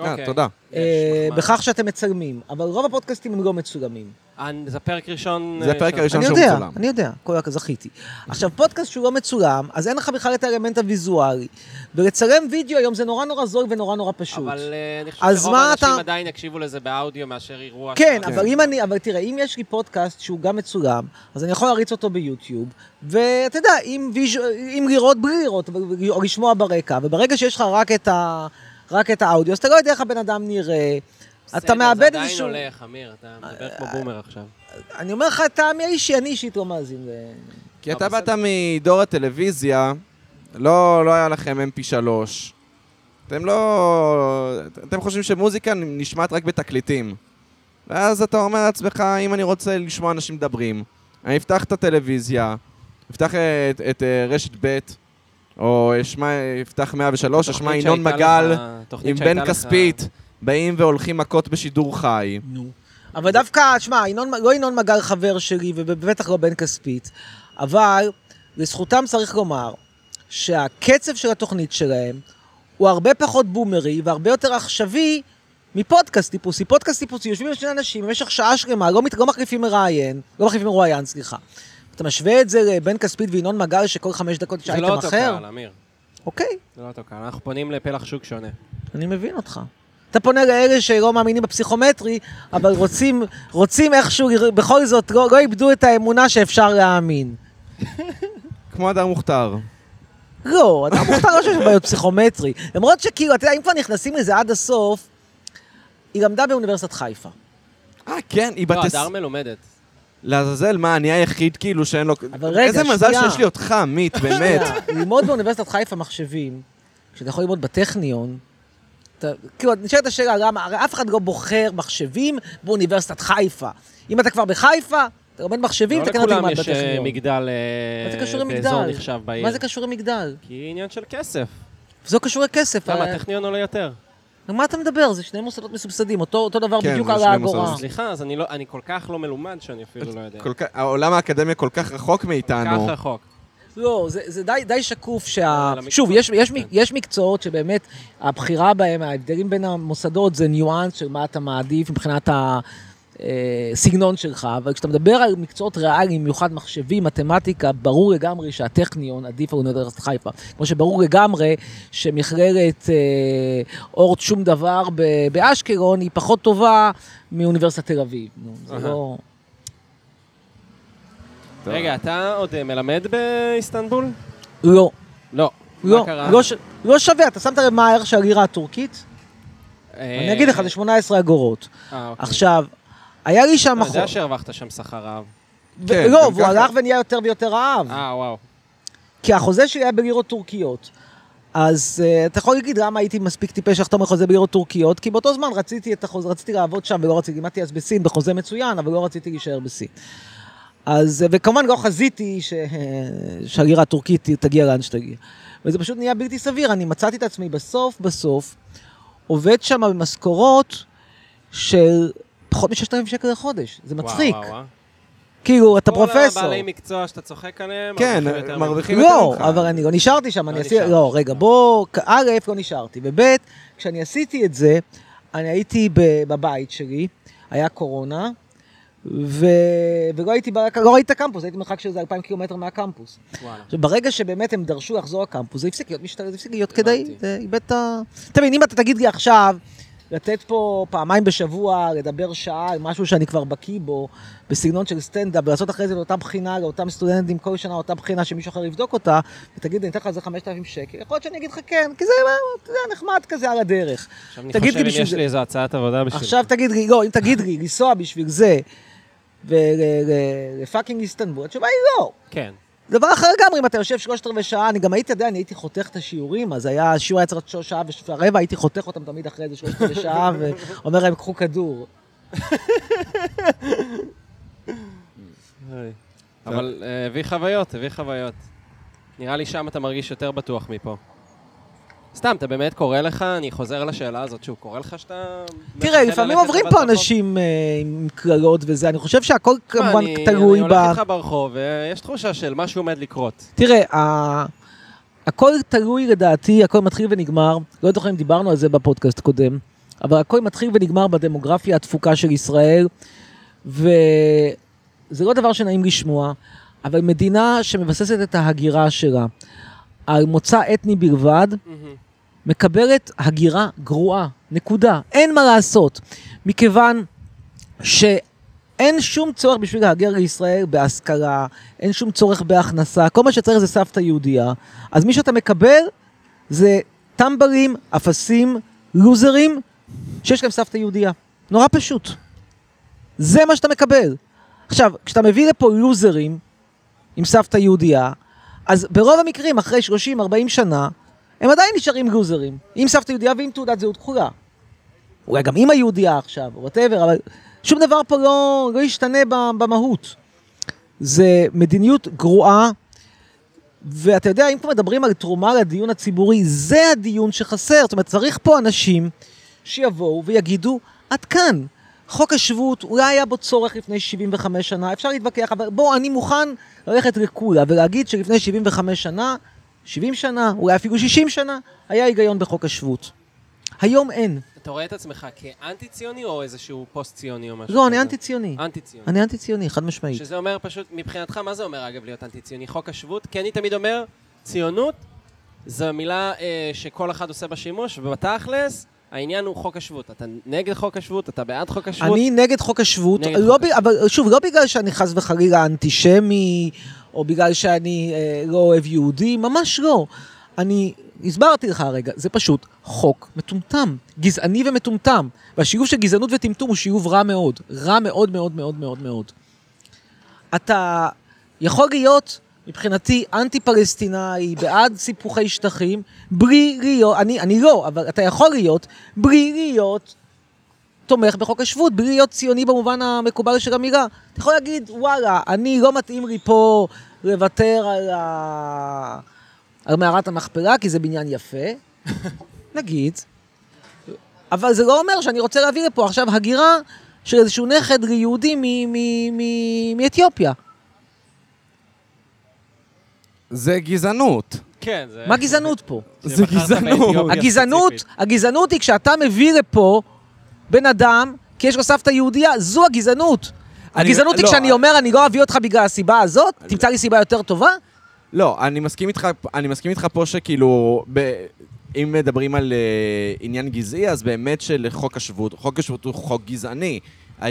[SPEAKER 1] אה,
[SPEAKER 3] אוקיי.
[SPEAKER 1] תודה.
[SPEAKER 3] יש,
[SPEAKER 2] אה,
[SPEAKER 3] נחמד.
[SPEAKER 2] בכך שאתם מצלמים, אבל רוב הפודקאסטים הם לא מצולמים.
[SPEAKER 3] אה, זה פרק ראשון...
[SPEAKER 1] זה
[SPEAKER 3] אה,
[SPEAKER 1] הפרק
[SPEAKER 3] של-
[SPEAKER 1] הראשון.
[SPEAKER 2] אני
[SPEAKER 1] שהוא
[SPEAKER 2] יודע,
[SPEAKER 1] מצולם.
[SPEAKER 2] אני יודע, כל הכ- זכיתי. עכשיו, פודקאסט שהוא לא מצולם, אז אין לך בכלל את האלמנט הוויזואלי. ולצלם וידאו היום זה נורא נורא זול ונורא נורא פשוט.
[SPEAKER 3] אבל אה, אני חושב
[SPEAKER 2] אז
[SPEAKER 3] שרוב
[SPEAKER 2] מה
[SPEAKER 3] האנשים
[SPEAKER 2] אתה-
[SPEAKER 3] עדיין יקשיבו לזה באודיו מאשר אירוע.
[SPEAKER 2] כן,
[SPEAKER 3] שלנו.
[SPEAKER 2] אבל אם אני, אבל תראה, אם יש לי פודקאסט שהוא גם מצולם, אז אני יכול להריץ אותו ביוטיוב, ואתה יודע, אם, ויז... אם לראות בלי לראות, אבל- או לשמוע ברקע, וברגע שיש לך רק את, ה... רק את האודיו, אז אתה לא יודע איך הבן אדם נראה, אתה מאבד
[SPEAKER 3] בסדר, זה
[SPEAKER 2] איזשהו... אה,
[SPEAKER 3] עדיין הולך, אמיר, אתה מדבר כמו בומר עכשיו.
[SPEAKER 2] אני אומר לך, טעמי האישי, אני אישית לא מאזין. ל-
[SPEAKER 1] כי אתה באת מדור הטלוויזיה, לא, לא היה לכם MP3. אתם לא... אתם חושבים שמוזיקה נשמעת רק בתקליטים. ואז אתה אומר לעצמך, אם אני רוצה לשמוע אנשים מדברים, אני אפתח את הטלוויזיה, אפתח את, את אה, רשת ב', או אשמע, אפתח 103, אשמע
[SPEAKER 3] תוכנית
[SPEAKER 1] ינון
[SPEAKER 3] שהייתה
[SPEAKER 1] מגל
[SPEAKER 3] לך- תוכנית
[SPEAKER 1] עם
[SPEAKER 3] שהייתה
[SPEAKER 1] בן
[SPEAKER 3] לך-
[SPEAKER 1] כספית, באים והולכים מכות בשידור חי.
[SPEAKER 2] נו. אבל דווקא, תשמע, ינון, לא ינון מגל חבר שלי, ובטח לא בן כספית, אבל לזכותם צריך לומר שהקצב של התוכנית שלהם הוא הרבה פחות בומרי והרבה יותר עכשווי מפודקאסט טיפוסי. פודקאסט טיפוסי, יושבים שני אנשים במשך שעה שלמה, לא, מת- לא מחליפים מראיין, לא מחליפים מרואיין, סליחה. אתה משווה את זה לבן כספית וינון מגל שכל חמש דקות יש
[SPEAKER 3] זה לא
[SPEAKER 2] אייטם
[SPEAKER 3] אותו
[SPEAKER 2] אחר?
[SPEAKER 3] קהל, אמיר.
[SPEAKER 2] אוקיי,
[SPEAKER 3] זה לא אותו קהל, אנחנו פונים לפלח שוק שונה.
[SPEAKER 2] אני מבין אותך. אתה פונה לאלה שלא מאמינים בפסיכומטרי, אבל רוצים, רוצים איכשהו, לר- בכל זאת, לא, לא איבדו את האמונה שאפשר להאמין.
[SPEAKER 1] כמו אדר מוכתר.
[SPEAKER 2] לא, אתה מוכתר לא שיש לו בעיות פסיכומטרי. למרות שכאילו, אתה יודע, אם כבר נכנסים לזה עד הסוף, היא למדה באוניברסיטת חיפה.
[SPEAKER 1] אה, כן, היא בת...
[SPEAKER 3] לא,
[SPEAKER 1] עש-
[SPEAKER 3] הדר מלומדת.
[SPEAKER 1] לעזאזל, מה, אני היחיד כאילו שאין לו...
[SPEAKER 2] אבל רגע,
[SPEAKER 1] איזה מזל
[SPEAKER 2] שנייה.
[SPEAKER 1] שיש לי אותך, עמית, באמת.
[SPEAKER 2] אתה יודע, ללמוד באוניברסיטת חיפה מחשבים, כשאתה יכול ללמוד בטכניון, אתה, כאילו, נשאלת השאלה למה, הרי אף אחד לא בוחר מחשבים באוניברסיטת חיפה. אם אתה כבר בחיפה, אתה לומד מחשבים,
[SPEAKER 3] לא
[SPEAKER 2] אתה כן תלמד
[SPEAKER 3] לכולם
[SPEAKER 2] בטכניון.
[SPEAKER 3] יש אה, מגדל אה,
[SPEAKER 2] מה זה קשור
[SPEAKER 3] באזור
[SPEAKER 2] למגדל?
[SPEAKER 3] נחשב בעיר.
[SPEAKER 2] מה זה קשור למגדל?
[SPEAKER 3] כי עניין של כסף.
[SPEAKER 2] זה לא קשור לכסף.
[SPEAKER 3] למה
[SPEAKER 2] אה,
[SPEAKER 3] הטכניון עולה יותר?
[SPEAKER 2] על מה אתה מדבר? זה שני מוסדות מסובסדים, אותו אותו דבר
[SPEAKER 1] כן,
[SPEAKER 2] בדיוק
[SPEAKER 1] זה
[SPEAKER 2] על
[SPEAKER 1] שני
[SPEAKER 2] האגורה.
[SPEAKER 1] מוסדות.
[SPEAKER 3] סליחה, אז אני לא- אני כל כך לא מלומד שאני אפילו לא יודע.
[SPEAKER 1] כל כך- העולם האקדמיה כל כך רחוק
[SPEAKER 3] כל
[SPEAKER 1] מאיתנו.
[SPEAKER 3] כך רחוק.
[SPEAKER 2] לא, זה- זה די- די שקוף שה...
[SPEAKER 3] לא, על המקצוע.
[SPEAKER 2] שוב, יש- יש מ-
[SPEAKER 3] כן.
[SPEAKER 2] יש מקצועות שבאמת הבחירה בהם, ההבדלים בין המוסדות זה ניואנס של מה אתה מעדיף מבחינת ה... אה, סגנון שלך, אבל כשאתה מדבר על מקצועות ריאליים, במיוחד מחשבים, מתמטיקה, ברור לגמרי שהטכניון עדיף על אוניברסיטת חיפה. כמו שברור לגמרי שמכללת אה, אורט שום דבר ב- באשקלון היא פחות טובה מאוניברסיטת תל אביב. נו, זה
[SPEAKER 3] אהה.
[SPEAKER 2] לא...
[SPEAKER 1] טוב.
[SPEAKER 3] רגע, אתה עוד אה, מלמד באיסטנבול?
[SPEAKER 2] לא.
[SPEAKER 3] לא.
[SPEAKER 2] לא,
[SPEAKER 3] מה קרה?
[SPEAKER 2] לא, ש... לא שווה, אתה שמת לב מה הערך של הלירה הטורקית?
[SPEAKER 3] אה,
[SPEAKER 2] אני אגיד לך, זה 18 אגורות.
[SPEAKER 3] אה, אוקיי. לא,
[SPEAKER 2] עכשיו, היה לי שם...
[SPEAKER 3] אתה יודע
[SPEAKER 2] אחות-
[SPEAKER 3] שהרווחת שם שכר רעב.
[SPEAKER 2] ו-
[SPEAKER 1] כן,
[SPEAKER 2] לא,
[SPEAKER 1] גם
[SPEAKER 2] והוא
[SPEAKER 1] ככה.
[SPEAKER 2] הלך ונהיה יותר ויותר רעב.
[SPEAKER 3] אה, וואו.
[SPEAKER 2] כי החוזה שלי היה בלירות טורקיות. אז uh, אתה יכול להגיד למה הייתי מספיק טיפש לחתום על חוזה בלירות טורקיות, כי באותו זמן רציתי, את החוז... רציתי לעבוד שם ולא רציתי, לימדתי אז בסין בחוזה מצוין, אבל לא רציתי להישאר בסין. אז, אה, וכמובן לא חזיתי ש... שהגירה הטורקית תגיע לאן שתגיע. וזה פשוט נהיה בלתי סביר, אני מצאתי את עצמי בסוף בסוף עובד שם במשכורות של פחות מ-6,000 שקל לחודש, זה מצחיק.
[SPEAKER 3] וואו, וואו, וואו.
[SPEAKER 2] כאילו, אתה פרופסור.
[SPEAKER 3] כל הבעלי מקצוע שאתה צוחק עליהם,
[SPEAKER 1] כן,
[SPEAKER 3] מרוויחים יותר
[SPEAKER 1] מרוויחים
[SPEAKER 2] לא,
[SPEAKER 1] יותר ממך.
[SPEAKER 2] אבל אני לא נשארתי שם, אני
[SPEAKER 3] לא
[SPEAKER 2] עשיתי,
[SPEAKER 3] נשארת
[SPEAKER 2] לא,
[SPEAKER 3] שם.
[SPEAKER 2] רגע, בוא, א', לא נשארתי, וב', כשאני עשיתי את זה, אני הייתי ב- בבית שלי, היה קורונה, ו... ולא הייתי, ב- לא ראיתי את הקמפוס, הייתי מרחק של איזה 2,000 קילומטר מהקמפוס.
[SPEAKER 3] ממך. וואלה.
[SPEAKER 2] עכשיו, ברגע שבאמת הם דרשו לחזור לקמפוס, זה הפסיק להיות משתלם, זה הפסיק להיות
[SPEAKER 3] הבנתי.
[SPEAKER 2] כדאי, זה איבד את ה... אתה מבין, אם אתה תגיד לי עכשיו, לתת פה פעמיים בשבוע, לדבר שעה על משהו שאני כבר בקיא בו, בסגנון של סטנדאפ, ולעשות אחרי זה לאותה בחינה, לאותם סטודנטים כל שנה, אותה בחינה שמישהו אחר יבדוק אותה, ותגיד, אני אתן לך על זה 5,000 שקל, יכול להיות שאני אגיד לך כן, כי זה, אתה יודע, נחמד כזה על הדרך.
[SPEAKER 3] עכשיו אני
[SPEAKER 2] תגיד
[SPEAKER 3] חושב
[SPEAKER 2] לי
[SPEAKER 3] אם
[SPEAKER 2] בשביל
[SPEAKER 3] יש
[SPEAKER 2] זה-
[SPEAKER 3] לי איזו הצעת עבודה בשביל...
[SPEAKER 2] עכשיו תגיד לי, לא, אם תגיד לי, לנסוע בשביל זה, ולפאקינג איסטנבול, התשובה היא לא.
[SPEAKER 3] כן.
[SPEAKER 2] דבר אחר לגמרי, אם אתה יושב שלושת רבעי שעה, אני גם הייתי, אתה יודע, אני הייתי חותך את השיעורים, אז היה, השיעור היה צריך להיות שעה ורבע, הייתי חותך אותם תמיד אחרי איזה שלושת רבעי שעה, ואומר להם, קחו כדור.
[SPEAKER 3] אבל אה, הביא חוויות, הביא חוויות. נראה לי שם אתה מרגיש יותר בטוח מפה. סתם, אתה באמת קורא לך, אני חוזר לשאלה הזאת שוב, קורא לך שאתה...
[SPEAKER 2] תראה,
[SPEAKER 3] מתחיל
[SPEAKER 2] לפעמים
[SPEAKER 3] ללכת
[SPEAKER 2] עוברים
[SPEAKER 3] לבד
[SPEAKER 2] פה
[SPEAKER 3] ברחוב?
[SPEAKER 2] אנשים אה, עם קללות וזה, אני חושב שהכל
[SPEAKER 3] תשמע,
[SPEAKER 2] כמובן
[SPEAKER 3] אני-
[SPEAKER 2] תלוי
[SPEAKER 3] אני
[SPEAKER 2] ב...
[SPEAKER 3] הולך איתך ברחוב, ויש תחושה של משהו עומד לקרות.
[SPEAKER 2] תראה, ה- הכל תלוי לדעתי, הכל מתחיל ונגמר, לא זוכר אם דיברנו על זה בפודקאסט קודם, אבל הכל מתחיל ונגמר בדמוגרפיה התפוקה של ישראל, וזה לא דבר שנעים לשמוע, אבל מדינה שמבססת את ההגירה שלה על מוצא אתני בלבד, מקבלת הגירה גרועה, נקודה. אין מה לעשות, מכיוון שאין שום צורך בשביל להגר לישראל בהשכלה, אין שום צורך בהכנסה, כל מה שצריך זה סבתא יהודייה. אז מי שאתה מקבל זה טמבלים, אפסים, לוזרים, שיש להם סבתא יהודייה. נורא פשוט. זה מה שאתה מקבל. עכשיו, כשאתה מביא לפה לוזרים עם סבתא יהודייה, אז ברוב המקרים, אחרי 30-40 שנה, הם עדיין נשארים לוזרים. עם סבתא יהודייה ועם תעודת זהות כחולה. אולי גם אימא יהודייה עכשיו, או וואטאבר, אבל שום דבר פה לא, לא ישתנה ב- במהות. זה מדיניות גרועה, ואתה יודע, אם כבר מדברים על תרומה לדיון הציבורי, זה הדיון שחסר. זאת אומרת, צריך פה אנשים שיבואו ויגידו, עד כאן. חוק השבות, אולי היה בו צורך לפני 75 שנה, אפשר להתווכח, אבל בוא, אני מוכן ללכת לקולה ולהגיד שלפני 75 שנה, 70 שנה, אולי אפילו 60 שנה, היה היגיון בחוק השבות. היום אין.
[SPEAKER 3] אתה רואה את עצמך כאנטי-ציוני או איזשהו פוסט-ציוני או משהו?
[SPEAKER 2] לא, אני
[SPEAKER 3] כזה?
[SPEAKER 2] אנטי-ציוני.
[SPEAKER 3] אנטי-ציוני.
[SPEAKER 2] אני אנטי-ציוני, חד משמעית.
[SPEAKER 3] שזה אומר פשוט, מבחינתך, מה זה אומר אגב להיות אנטי-ציוני? חוק השבות? כי אני תמיד אומר, ציונות זו מילה אה, שכל אחד עושה בה שימוש, ובתכלס, העניין הוא חוק השבות. אתה נגד חוק השבות, אתה בעד חוק השבות.
[SPEAKER 2] אני נגד חוק השבות,
[SPEAKER 3] נגד
[SPEAKER 2] לא
[SPEAKER 3] חוק
[SPEAKER 2] ב... אבל שוב, לא בגלל שאני חס וחלילה אנטישמי, או בגלל שאני אה, לא אוהב יהודים, ממש לא. אני הסברתי לך הרגע, זה פשוט חוק מטומטם, גזעני ומטומטם. והשילוב של גזענות וטמטום הוא שילוב רע מאוד, רע מאוד מאוד מאוד מאוד מאוד. אתה יכול להיות, מבחינתי, אנטי פלסטינאי, בעד סיפוחי שטחים, בלי להיות, אני, אני לא, אבל אתה יכול להיות, בלי להיות תומך בחוק השבות, בלי להיות ציוני במובן המקובל של המילה. אתה יכול להגיד, וואלה, אני לא מתאים לי פה לוותר על, ה... על מערת המכפלה, כי זה בניין יפה, נגיד, אבל זה לא אומר שאני רוצה להביא לפה עכשיו הגירה של איזשהו נכד ליהודי מ- מ- מ- מאתיופיה.
[SPEAKER 1] זה גזענות.
[SPEAKER 3] כן, זה...
[SPEAKER 2] מה גזענות פה?
[SPEAKER 1] זה
[SPEAKER 3] שבחרת
[SPEAKER 1] גזענות.
[SPEAKER 3] באתיופיה
[SPEAKER 2] הגזענות,
[SPEAKER 3] ספציפית.
[SPEAKER 2] הגזענות היא כשאתה מביא לפה בן אדם, כי יש לו סבתא יהודייה, זו הגזענות.
[SPEAKER 1] אני-
[SPEAKER 2] הגזענות היא
[SPEAKER 1] לא,
[SPEAKER 2] כשאני
[SPEAKER 1] אה,
[SPEAKER 2] אומר, אני לא אביא אותך בגלל הסיבה הזאת, תמצא לי סיבה יותר טובה?
[SPEAKER 1] לא, אני מסכים איתך, אני מסכים איתך פה שכאילו, ב, אם מדברים על uh, עניין גזעי, אז באמת שלחוק השבות, חוק השבות הוא חוק גזעני. ה,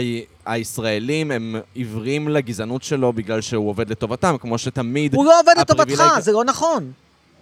[SPEAKER 1] הישראלים הם עיוורים לגזענות שלו בגלל שהוא עובד לטובתם, כמו שתמיד...
[SPEAKER 2] הוא לא עובד לטובתך,
[SPEAKER 1] הפריבילגיה-
[SPEAKER 2] זה לא נכון.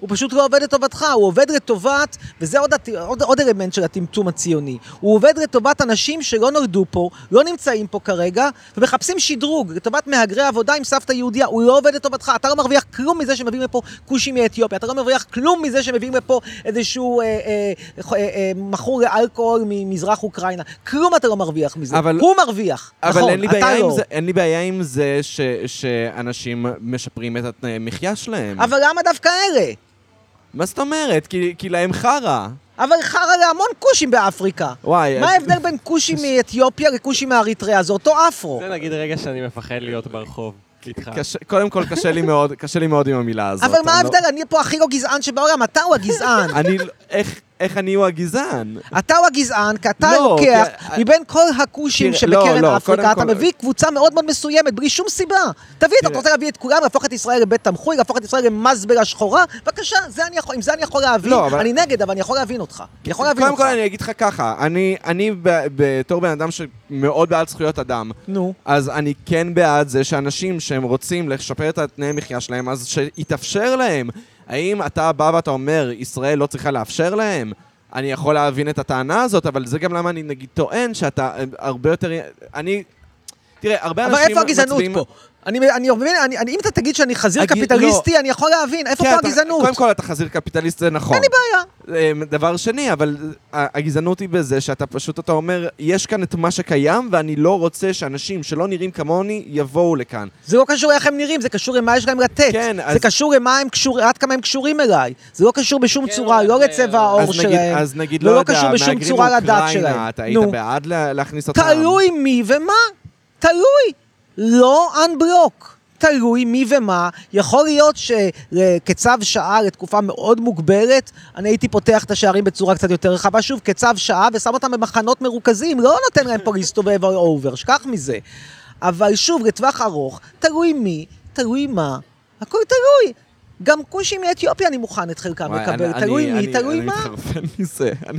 [SPEAKER 2] הוא פשוט לא עובד לטובתך, הוא עובד לטובת, וזה עוד, הט- עוד, עוד אלמנט של הטמטום הציוני, הוא עובד לטובת אנשים שלא נולדו פה, לא נמצאים פה כרגע, ומחפשים שדרוג לטובת מהגרי עבודה עם סבתא יהודייה, הוא לא עובד לטובתך, אתה לא מרוויח כלום מזה שמביאים לפה כושים מאתיופיה, אתה לא מרוויח כלום מזה שמביאים לפה איזשהו אה, אה, אה, אה, מכור לאלכוהול ממזרח אוקראינה, כלום אתה לא מרוויח מזה,
[SPEAKER 1] אבל-
[SPEAKER 2] הוא מרוויח,
[SPEAKER 1] אבל
[SPEAKER 2] נכון,
[SPEAKER 1] אין, לי
[SPEAKER 2] אתה
[SPEAKER 1] בעיה
[SPEAKER 2] לא.
[SPEAKER 1] עם זה, אין לי בעיה עם זה ש, שאנשים משפרים את התנאי המחיה שלהם.
[SPEAKER 2] אבל למה דווקא אלה?
[SPEAKER 1] מה זאת אומרת? כי, כי להם חרא.
[SPEAKER 2] אבל חרא להמון כושים באפריקה.
[SPEAKER 1] וואי,
[SPEAKER 2] מה
[SPEAKER 1] אה,
[SPEAKER 2] ההבדל בין כושים מאתיופיה לכושים מאריתריאה? זה אותו אפרו.
[SPEAKER 3] זה נגיד רגע שאני מפחד להיות ברחוב. איתך.
[SPEAKER 2] כן,
[SPEAKER 1] קשה, קודם כל, קשה לי, מאוד, קשה לי מאוד עם המילה הזאת.
[SPEAKER 2] אה. אבל מה
[SPEAKER 1] אני לא-
[SPEAKER 2] ההבדל? אני פה הכי לא גזען שבעולם, אתה הוא הגזען.
[SPEAKER 1] אני, לא- איך, איך אני הוא הגזען?
[SPEAKER 2] אתה הוא הגזען, כי אתה
[SPEAKER 1] לא,
[SPEAKER 2] לוקח
[SPEAKER 1] כי-
[SPEAKER 2] מבין כל הכושים
[SPEAKER 1] תראה, לא,
[SPEAKER 2] שבקרן
[SPEAKER 1] לא,
[SPEAKER 2] אפריקה,
[SPEAKER 1] קודם
[SPEAKER 2] אתה
[SPEAKER 1] כל-
[SPEAKER 2] מביא קבוצה מאוד מאוד מסוימת, בלי שום סיבה. תביא את, אתה רוצה להביא את כולם, להפוך את ישראל לבית תמחוי, להפוך את ישראל למזבלה שחורה? בבקשה, זה אני יכול- עם זה אני יכול להבין.
[SPEAKER 1] לא, אבל-
[SPEAKER 2] אני נגד, אבל אני יכול להבין אותך. אני יכול להבין
[SPEAKER 1] קודם
[SPEAKER 2] אותך.
[SPEAKER 1] כל אני אגיד לך ככה, אני, אני ב- בתור בן אדם שמאוד בעד זכויות אדם,
[SPEAKER 2] נו.
[SPEAKER 1] אז אני כן בעד זה שאנשים שהם רוצים לשפר את התנאי מחיה שלהם, אז שיתאפשר להם. האם אתה בא ואתה אומר, ישראל לא צריכה לאפשר להם? אני יכול להבין את הטענה הזאת, אבל זה גם למה אני נגיד טוען שאתה אה, הרבה יותר... אני... תראה, הרבה
[SPEAKER 2] אבל
[SPEAKER 1] אנשים
[SPEAKER 2] איפה הגזענות
[SPEAKER 1] מצביעים-
[SPEAKER 2] פה? אני, אני מבין, אני, אני, אם אתה תגיד שאני חזיר
[SPEAKER 1] הגי-
[SPEAKER 2] קפיטליסטי, אני יכול להבין, איפה
[SPEAKER 1] כן,
[SPEAKER 2] פה
[SPEAKER 1] אתה-
[SPEAKER 2] הגזענות?
[SPEAKER 1] קודם כל אתה חזיר קפיטליסט, זה נכון.
[SPEAKER 2] אין לי בעיה.
[SPEAKER 1] אמ, דבר שני, אבל ה- הגזענות היא בזה שאתה פשוט, אתה אומר, יש כאן את מה שקיים, ואני לא רוצה שאנשים שלא נראים כמוני יבואו לכאן.
[SPEAKER 2] זה לא קשור לאיך הם נראים, זה קשור למה יש להם לתת.
[SPEAKER 1] כן,
[SPEAKER 2] זה
[SPEAKER 1] אז-
[SPEAKER 2] קשור למה הם קשורים, עד כמה הם קשורים אליי. זה לא קשור בשום
[SPEAKER 3] כן,
[SPEAKER 2] צורה,
[SPEAKER 3] אולי
[SPEAKER 2] לא
[SPEAKER 3] זה-
[SPEAKER 2] לצבע העור
[SPEAKER 1] אז נגיד,
[SPEAKER 2] שלהם.
[SPEAKER 1] אז נגיד,
[SPEAKER 2] ולא
[SPEAKER 1] לא יודע,
[SPEAKER 2] קשור בשום
[SPEAKER 1] מהגרים
[SPEAKER 2] צורה לדת שלהם.
[SPEAKER 1] מאוקראינה, אתה היית
[SPEAKER 2] נו.
[SPEAKER 1] בעד לה- להכניס אותם?
[SPEAKER 2] תלוי מי ומה. תלוי. לא unblock. תלוי מי ומה. יכול להיות שכצו שעה לתקופה מאוד מוגברת, אני הייתי פותח את השערים בצורה קצת יותר רחבה, שוב, כצו שעה, ושם אותם במחנות מרוכזים, לא נותן להם פה להסתובב אובר, שכח מזה. אבל שוב, לטווח ארוך, תלוי מי, תלוי מה, הכל תלוי. גם כושים מאתיופיה אני מוכן את חלקם
[SPEAKER 1] וואי,
[SPEAKER 2] לקבל,
[SPEAKER 1] אני-
[SPEAKER 2] תלוי
[SPEAKER 1] אני-
[SPEAKER 2] מי,
[SPEAKER 1] אני-
[SPEAKER 2] תלוי
[SPEAKER 1] אני
[SPEAKER 2] מה,
[SPEAKER 1] מתחרפן מזה, אני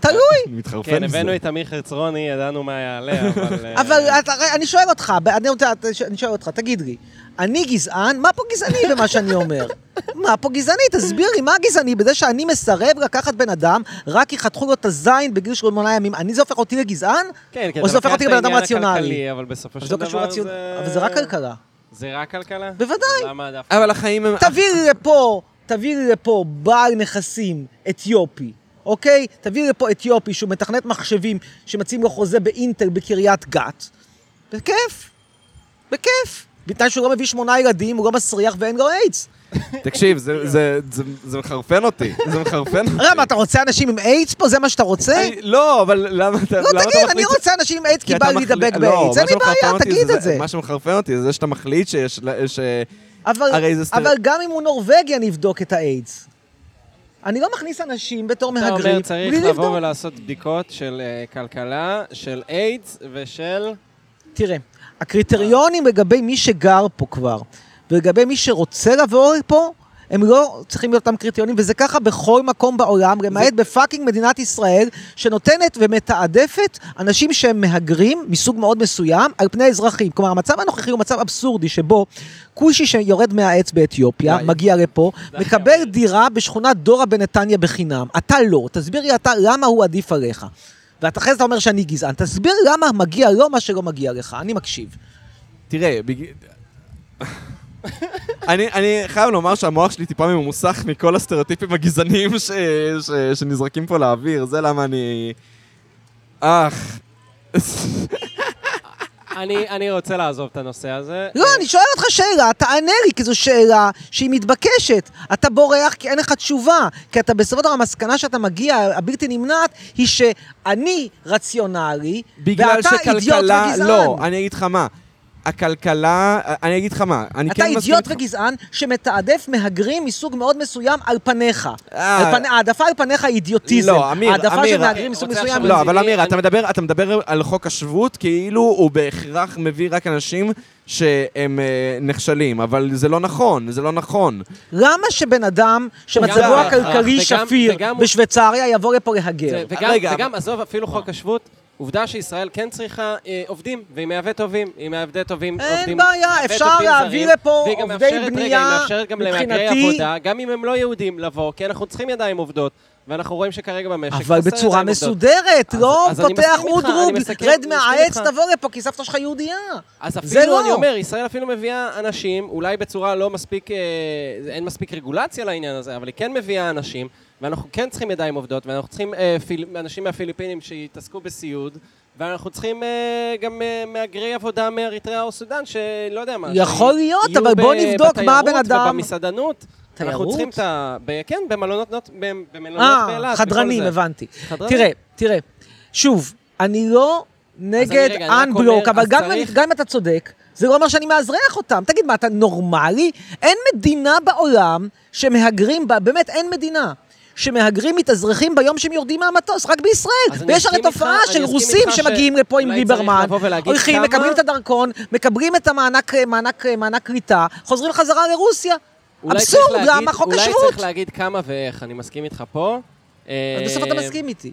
[SPEAKER 2] תלוי.
[SPEAKER 1] אני מתחרפן
[SPEAKER 3] כן,
[SPEAKER 1] מזה.
[SPEAKER 3] הבאנו את אמיר חרצרוני, ידענו מה יעלה, אבל... אה,
[SPEAKER 2] אבל אתה- אני שואל אותך, אני רוצה- אני שואל אותך, תגיד לי, אני גזען? מה פה גזעני במה שאני אומר? מה פה גזעני? תסביר לי, מה גזעני בזה שאני מסרב לקחת בן אדם רק כי חתכו לו את הזין בגיל שמונה ימים? אני זה הופך אותי לגזען?
[SPEAKER 3] כן, כן,
[SPEAKER 2] או זה
[SPEAKER 3] אתה
[SPEAKER 2] הופך אותי
[SPEAKER 3] לוקח
[SPEAKER 2] לבן אדם
[SPEAKER 3] את העניין
[SPEAKER 2] רציונלי.
[SPEAKER 3] הכלכלי, אבל בסופו
[SPEAKER 2] אבל
[SPEAKER 3] של
[SPEAKER 2] זה
[SPEAKER 3] דבר
[SPEAKER 2] לא קשור לציון,
[SPEAKER 3] זה-
[SPEAKER 2] אבל זה רק כלכלה.
[SPEAKER 3] זה רק כלכלה?
[SPEAKER 2] בוודאי.
[SPEAKER 3] למה דווקא?
[SPEAKER 1] אבל החיים הם...
[SPEAKER 2] תביא לי לפה, תביא לי לפה בעל נכסים אתיופי, אוקיי? תביא לי לפה אתיופי שהוא מתכנת מחשבים, שמציעים לו חוזה באינטל בקריית גת. בכיף, בכיף. בתנאי שהוא לא מביא שמונה ילדים, הוא לא מסריח ואין לו איידס.
[SPEAKER 1] תקשיב, זה- זה- זה- זה מחרפן אותי, זה מחרפן אותי.
[SPEAKER 2] למה, אתה רוצה אנשים עם איידס פה? זה מה שאתה רוצה?
[SPEAKER 1] אני- לא, אבל למה אתה...
[SPEAKER 2] לא,
[SPEAKER 1] למה אתה
[SPEAKER 2] תגיד, אני
[SPEAKER 1] מחליט-
[SPEAKER 2] רוצה אנשים עם איידס
[SPEAKER 1] כי
[SPEAKER 2] כי
[SPEAKER 1] אתה
[SPEAKER 2] בא לי
[SPEAKER 1] מחליט-
[SPEAKER 2] להידבק
[SPEAKER 1] לא,
[SPEAKER 2] באיידס.
[SPEAKER 1] מה
[SPEAKER 2] אין לי
[SPEAKER 1] שמחרפן
[SPEAKER 2] בעיה,
[SPEAKER 1] אותי
[SPEAKER 2] תגיד את זה.
[SPEAKER 1] מה שמחרפן אותי זה שאתה מחליט שיש... ש-
[SPEAKER 2] אבל,
[SPEAKER 1] הרי זה סטר-
[SPEAKER 2] אבל גם אם הוא נורבגי, אני אבדוק את האיידס. אני לא מכניס אנשים בתור
[SPEAKER 3] אתה
[SPEAKER 2] מהגרים.
[SPEAKER 3] אומר
[SPEAKER 2] בלי
[SPEAKER 3] צריך
[SPEAKER 2] לבדוק.
[SPEAKER 3] לבוא ולעשות בדיקות של אה, כלכלה, של איידס ושל...
[SPEAKER 2] תראה, הקריטריונים לגבי מי שגר פה כבר, ולגבי מי שרוצה לבוא פה, הם לא צריכים להיות אותם קריטריונים, וזה ככה בכל מקום בעולם, למעט בפאקינג מדינת ישראל, שנותנת ומתעדפת אנשים שהם מהגרים מסוג מאוד מסוים על פני אזרחים. כלומר, המצב הנוכחי הוא מצב אבסורדי, שבו כושי שיורד מהעץ באתיופיה,
[SPEAKER 1] וואי.
[SPEAKER 2] מגיע לפה,
[SPEAKER 3] זה הכי
[SPEAKER 2] מקבל
[SPEAKER 3] אבסורדי.
[SPEAKER 2] דירה בשכונת דורה בנתניה בחינם. אתה לא, תסביר לי אתה למה הוא עדיף עליך. ואתה אחרי זה אתה אומר שאני גזען, תסביר למה מגיע לו מה שלא מגיע לך, אני מקשיב.
[SPEAKER 1] תראה, בג... אני, אני חייב לומר שהמוח שלי טיפה ממוסך מכל הסטריאוטיפים הגזעניים ש, ש, שנזרקים פה לאוויר, זה למה אני... אך.
[SPEAKER 3] אני אני רוצה לעזוב את הנושא הזה.
[SPEAKER 2] לא, אני שואל אותך שאלה, תענה לי, כי זו שאלה שהיא מתבקשת. אתה בורח כי אין לך תשובה, כי אתה בסופו של דבר, המסקנה שאתה מגיע, הבלתי נמנעת, היא שאני רציונלי,
[SPEAKER 1] בגלל
[SPEAKER 2] ואתה אידיוט
[SPEAKER 1] שכלכלה...
[SPEAKER 2] וגזען.
[SPEAKER 1] לא, אני אגיד לך מה. הכלכלה... אני אגיד לך מה. אני
[SPEAKER 2] אתה
[SPEAKER 1] כן מסכים
[SPEAKER 2] אידיוט
[SPEAKER 1] איתך.
[SPEAKER 2] וגזען שמתעדף מהגרים מסוג מאוד מסוים על פניך.
[SPEAKER 1] אה.
[SPEAKER 2] על פני- העדפה על פניך היא אידיוטיזם.
[SPEAKER 1] לא, אמיר,
[SPEAKER 2] העדפה
[SPEAKER 1] אמיר,
[SPEAKER 2] של מהגרים
[SPEAKER 3] אה,
[SPEAKER 2] מסוג
[SPEAKER 3] רוצה
[SPEAKER 2] מסוים.
[SPEAKER 3] עכשיו
[SPEAKER 1] לא, אבל
[SPEAKER 3] רציני,
[SPEAKER 1] אמיר, אתה
[SPEAKER 3] אני-
[SPEAKER 1] מדבר, אתה מדבר על חוק השבות, כאילו הוא בהכרח מביא רק אנשים שהם אה, נכשלים, אבל זה לא נכון, זה לא נכון.
[SPEAKER 2] למה שבן אדם שמצבו
[SPEAKER 3] וגם-
[SPEAKER 2] הכלכלי
[SPEAKER 3] וגם-
[SPEAKER 2] שפיר
[SPEAKER 3] וגם-
[SPEAKER 2] בשוויצריה יבוא לפה להגר?
[SPEAKER 3] זה- וגם,
[SPEAKER 1] רגע,
[SPEAKER 3] וגם, עזוב, אפילו
[SPEAKER 2] אה.
[SPEAKER 3] חוק השבות, עובדה שישראל כן צריכה אה, עובדים, והיא מייבאת טובים, היא מייבאת טובים,
[SPEAKER 2] אין
[SPEAKER 3] עובדים.
[SPEAKER 2] בעיה,
[SPEAKER 3] מייבאת
[SPEAKER 2] אפשר
[SPEAKER 3] עובדים
[SPEAKER 2] להביא
[SPEAKER 3] זרים,
[SPEAKER 2] לפה
[SPEAKER 3] והיא גם
[SPEAKER 2] עובדי
[SPEAKER 3] מאפשרת- רגע,
[SPEAKER 2] בנייה,
[SPEAKER 3] היא מאפשרת גם למהגרי
[SPEAKER 2] מבחינתי-
[SPEAKER 3] עבודה, גם אם הם לא יהודים, לבוא, כי אנחנו צריכים ידיים עובדות, ואנחנו רואים שכרגע במשק
[SPEAKER 2] אבל
[SPEAKER 3] חסר
[SPEAKER 2] בצורה
[SPEAKER 3] ידיים עובדות.
[SPEAKER 2] מסודרת,
[SPEAKER 3] אז-
[SPEAKER 2] לא
[SPEAKER 3] אז אני
[SPEAKER 2] פותח
[SPEAKER 3] מסכים איתך,
[SPEAKER 2] אודרוב,
[SPEAKER 3] אני מסכים-
[SPEAKER 2] רד
[SPEAKER 3] מסכים
[SPEAKER 2] מהעץ,
[SPEAKER 3] איתך.
[SPEAKER 2] תבוא לפה, כי סבתא שלך יהודייה.
[SPEAKER 3] אז
[SPEAKER 2] זה
[SPEAKER 3] אפילו,
[SPEAKER 2] לא.
[SPEAKER 3] אני אומר, ישראל אפילו מביאה אנשים, אולי בצורה לא מספיק, אה, אין מספיק רגולציה לעניין הזה, אבל היא כן מביאה אנשים, ואנחנו כן צריכים ידיים עובדות, ואנחנו צריכים אה, פיל, אנשים מהפיליפינים שיתעסקו בסיעוד, ואנחנו צריכים אה, גם אה, מהגרי עבודה מאריתריאה או סודאן, שלא יודע מה.
[SPEAKER 2] יכול
[SPEAKER 3] שיהיו
[SPEAKER 2] להיות, אבל בוא
[SPEAKER 3] ב-
[SPEAKER 2] נבדוק מה הבן
[SPEAKER 3] בתיירות
[SPEAKER 2] אדם-
[SPEAKER 3] ובמסעדנות. אנחנו
[SPEAKER 2] תיירות?
[SPEAKER 3] צריכים את ה... ב, כן, במלונות נות- במ- במלונות באילת.
[SPEAKER 2] אה,
[SPEAKER 3] וכל
[SPEAKER 2] חדרנים,
[SPEAKER 3] לא זה.
[SPEAKER 2] הבנתי.
[SPEAKER 3] חדרנים.
[SPEAKER 2] תראה, תראה, שוב, אני לא נגד
[SPEAKER 3] רגע, אני רק
[SPEAKER 2] אנבלוק,
[SPEAKER 3] אומר,
[SPEAKER 2] אבל
[SPEAKER 3] אז
[SPEAKER 2] גם אם אני-
[SPEAKER 3] צריך-
[SPEAKER 2] גם אם אתה צודק, זה לא אומר שאני מאזרח אותם. תגיד, מה, אתה נורמלי? אין מדינה בעולם שמהגרים בה, באמת אין מדינה. שמהגרים מתאזרחים ביום שהם יורדים מהמטוס, רק
[SPEAKER 3] אז
[SPEAKER 2] בישראל.
[SPEAKER 3] אני
[SPEAKER 2] ויש הרי
[SPEAKER 3] מסכים איתך-
[SPEAKER 2] תופעה
[SPEAKER 3] אני
[SPEAKER 2] של
[SPEAKER 3] מסכים
[SPEAKER 2] רוסים
[SPEAKER 3] איתך
[SPEAKER 2] שמגיעים
[SPEAKER 3] ש-
[SPEAKER 2] לפה עם
[SPEAKER 3] אולי צריך
[SPEAKER 2] ליברמן,
[SPEAKER 3] לבוא ולהגיד
[SPEAKER 2] הולכים,
[SPEAKER 3] כמה-
[SPEAKER 2] מקבלים את הדרכון, מקבלים את המענק אה, מענק- מענק קליטה, חוזרים חזרה לרוסיה.
[SPEAKER 3] אולי צריך
[SPEAKER 2] אבסורד,
[SPEAKER 3] להגיד-
[SPEAKER 2] למה חוק
[SPEAKER 3] אולי צריך
[SPEAKER 2] השבות?
[SPEAKER 3] להגיד כמה ואיך, אני מסכים איתך פה.
[SPEAKER 2] אז
[SPEAKER 3] אה,
[SPEAKER 2] בסוף אתה מסכים איתי.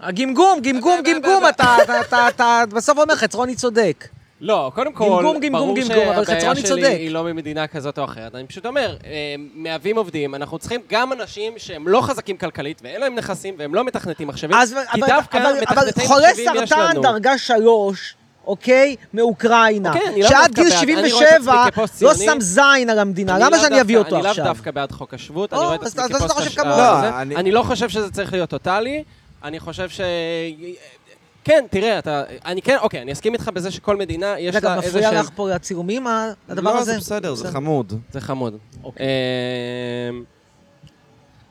[SPEAKER 2] הגמגום, אה, גמגום, גמגום, אתה, אתה, אתה, אתה בסוף אומר, חצרוני צודק.
[SPEAKER 3] לא, קודם כל,
[SPEAKER 2] גמגום, גמגום,
[SPEAKER 3] ברור
[SPEAKER 2] גמגום, אבל
[SPEAKER 3] שהבעיה
[SPEAKER 2] חצרוני
[SPEAKER 3] שלי
[SPEAKER 2] צודק.
[SPEAKER 3] היא לא ממדינה כזאת או אחרת. אני פשוט אומר, אה, מהווים עובדים, אנחנו צריכים גם אנשים שהם לא חזקים כלכלית, ואין להם נכסים, והם לא מתכנתים מחשבים,
[SPEAKER 2] אז,
[SPEAKER 3] כי
[SPEAKER 2] אבל,
[SPEAKER 3] דווקא
[SPEAKER 2] אבל, אבל
[SPEAKER 3] מתכנתי
[SPEAKER 2] חולה
[SPEAKER 3] מחשבים יש
[SPEAKER 2] סרטן
[SPEAKER 3] לנו.
[SPEAKER 2] דרגה שלוש, אוקיי? מאוקראינה.
[SPEAKER 3] אוקיי, אני לא
[SPEAKER 2] שעד
[SPEAKER 3] דווקא
[SPEAKER 2] גיל
[SPEAKER 3] בעד. אני רואה את
[SPEAKER 2] 77
[SPEAKER 3] עצמי
[SPEAKER 2] לא
[SPEAKER 3] כפוסט-ציוני.
[SPEAKER 2] שם זין על המדינה,
[SPEAKER 3] אני
[SPEAKER 2] למה
[SPEAKER 3] לאו
[SPEAKER 2] שאני אביא
[SPEAKER 3] דווקא-
[SPEAKER 2] אותו עכשיו?
[SPEAKER 3] אני לאו דווקא בעד חוק השבות,
[SPEAKER 2] או,
[SPEAKER 3] אני רואה את
[SPEAKER 2] אז
[SPEAKER 3] עצמי
[SPEAKER 2] אתה- אז אתה
[SPEAKER 3] כפוסט
[SPEAKER 2] חושב
[SPEAKER 3] הש-
[SPEAKER 2] כמוהו.
[SPEAKER 3] אה,
[SPEAKER 1] לא,
[SPEAKER 3] זה.
[SPEAKER 1] אני-
[SPEAKER 3] אני לא חושב שזה צריך להיות טוטאלי, אני חושב ש... כן, תראה, אתה... אני כן, אוקיי, אני אסכים איתך בזה שכל מדינה יש
[SPEAKER 2] זה גם
[SPEAKER 3] לה איזה שהם...
[SPEAKER 2] מפריע לך פה הצילומים, ה- הדבר
[SPEAKER 1] לא,
[SPEAKER 2] הזה?
[SPEAKER 1] זה בסדר, זה חמוד.
[SPEAKER 3] זה חמוד.
[SPEAKER 2] אוקיי.
[SPEAKER 3] אמ,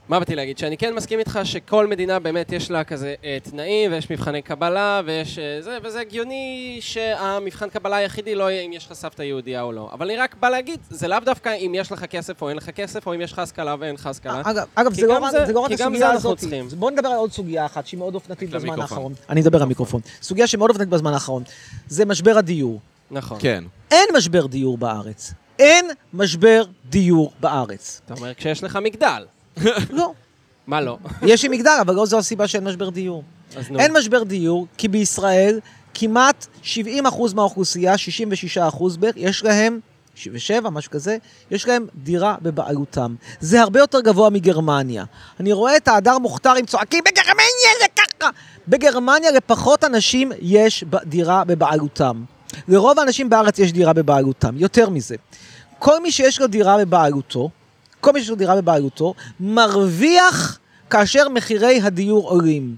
[SPEAKER 3] מה באתי להגיד? שאני כן מסכים איתך שכל מדינה באמת יש לה כזה אה, תנאים, ויש מבחני קבלה, ויש אה, זה, וזה הגיוני שהמבחן קבלה היחידי לא יהיה אם יש לך סבתא יהודייה או לא. אבל אני רק בא להגיד, זה לאו דווקא אם יש לך כסף או אין לך כסף, או אם יש לך השכלה ואין לך השכלה.
[SPEAKER 2] אגב, אגב
[SPEAKER 3] כי
[SPEAKER 2] זה, לא
[SPEAKER 3] גם
[SPEAKER 2] רק-
[SPEAKER 3] זה-
[SPEAKER 2] זה לא רק
[SPEAKER 3] כי גם
[SPEAKER 2] הסוגיה
[SPEAKER 3] זה אנחנו
[SPEAKER 2] הזאת.
[SPEAKER 3] צריכים.
[SPEAKER 2] אז בואו נדבר על עוד סוגיה אחת שהיא מאוד אופנתית בזמן
[SPEAKER 3] למיקרופון.
[SPEAKER 2] האחרון. אני אדבר למיקרופון. סוגיה שמאוד אופנתית בזמן האחרון, זה משבר הדיור.
[SPEAKER 3] נכון.
[SPEAKER 1] כן.
[SPEAKER 2] אין משבר דיור בארץ. אין משבר דיור בארץ.
[SPEAKER 3] אתה אומר כשיש לך מגדל.
[SPEAKER 2] לא.
[SPEAKER 3] מה לא?
[SPEAKER 2] יש לי מגדר, אבל לא זו הסיבה שאין משבר דיור.
[SPEAKER 3] אז נו.
[SPEAKER 2] אין משבר דיור, כי בישראל כמעט 70% מהאוכלוסייה, 66% בערך, יש להם, 77, משהו כזה, יש להם דירה בבעלותם. זה הרבה יותר גבוה מגרמניה. אני רואה את ההדר מוכתרים צועקים, בגרמניה זה ככה! בגרמניה לפחות אנשים יש ב- דירה בבעלותם. לרוב האנשים בארץ יש דירה בבעלותם, יותר מזה. כל מי שיש לו דירה בבעלותו, כל מי שיש לו דירה בבעלותו, מרוויח כאשר מחירי הדיור עולים.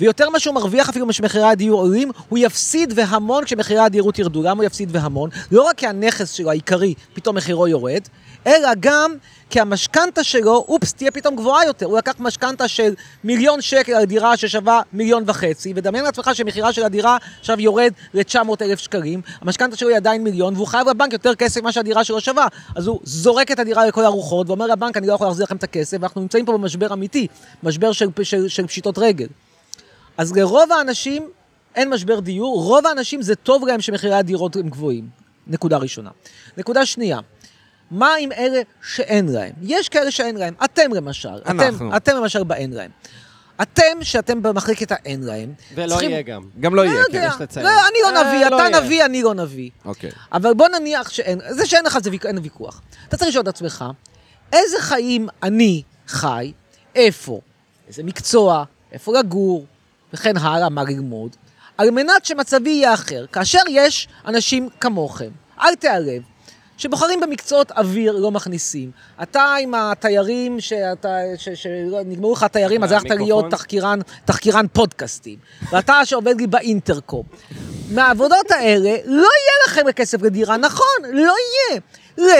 [SPEAKER 2] ויותר ממה שהוא מרוויח אפילו כשמחירי הדיור עולים, הוא יפסיד והמון כשמחירי הדירות ירדו. למה הוא יפסיד והמון? לא רק כי הנכס שלו העיקרי, פתאום מחירו יורד, אלא גם כי המשכנתה שלו, אופס, תהיה פתאום גבוהה יותר. הוא לקח משכנתה של מיליון שקל על דירה ששווה מיליון וחצי, ודמיין לעצמך שמחירה של הדירה עכשיו יורד ל-900,000 שקלים, המשכנתה שלו היא עדיין מיליון, והוא חייב לבנק יותר כסף ממה שהדירה שלו שווה. אז הוא זורק את הדירה לכל הרוחות, ואומר לבנק, אני לא יכול להחזיר לכם את הכסף, ואנחנו נמצאים פה במשבר אמיתי, משבר של, של, של פשיטות רגל. אז לרוב האנשים אין משבר דיור, רוב האנשים זה טוב להם שמחירי הדירות הם גבוהים. נקודה ראשונה. נקודה שנייה, מה עם אלה שאין להם? יש כאלה שאין להם, אתם למשל.
[SPEAKER 1] אנחנו.
[SPEAKER 2] אתם, אתם למשל באין להם. אתם, שאתם במחלקת האין להם,
[SPEAKER 3] ולא
[SPEAKER 2] צריכים...
[SPEAKER 3] יהיה גם.
[SPEAKER 1] גם לא
[SPEAKER 2] לא
[SPEAKER 1] יהיה,
[SPEAKER 2] יודע,
[SPEAKER 1] כן.
[SPEAKER 3] יש לציין.
[SPEAKER 2] לא, אני לא
[SPEAKER 3] אה,
[SPEAKER 2] נביא,
[SPEAKER 3] לא
[SPEAKER 2] אתה
[SPEAKER 3] יהיה.
[SPEAKER 2] נביא, אני לא נביא.
[SPEAKER 1] אוקיי.
[SPEAKER 2] אבל בוא נניח שאין, זה שאין לך זה ויכ- אין ויכוח. אתה צריך לשאול את עצמך, איזה חיים אני חי, איפה, איזה מקצוע, איפה לגור, וכן הלאה, מה ללמוד, על מנת שמצבי יהיה אחר, כאשר יש אנשים כמוכם, אל תיעלב. שבוחרים במקצועות אוויר לא מכניסים. אתה עם התיירים, שאתה, ש, ש, שנגמרו לך התיירים, אז הלכת להיות
[SPEAKER 3] אה, המיקרופון.
[SPEAKER 2] תחקירן, תחקירן פודקאסטים. ואתה שעובד לי באינטרקום. מהעבודות האלה, לא יהיה לכם כסף לדירה, נכון, לא יהיה.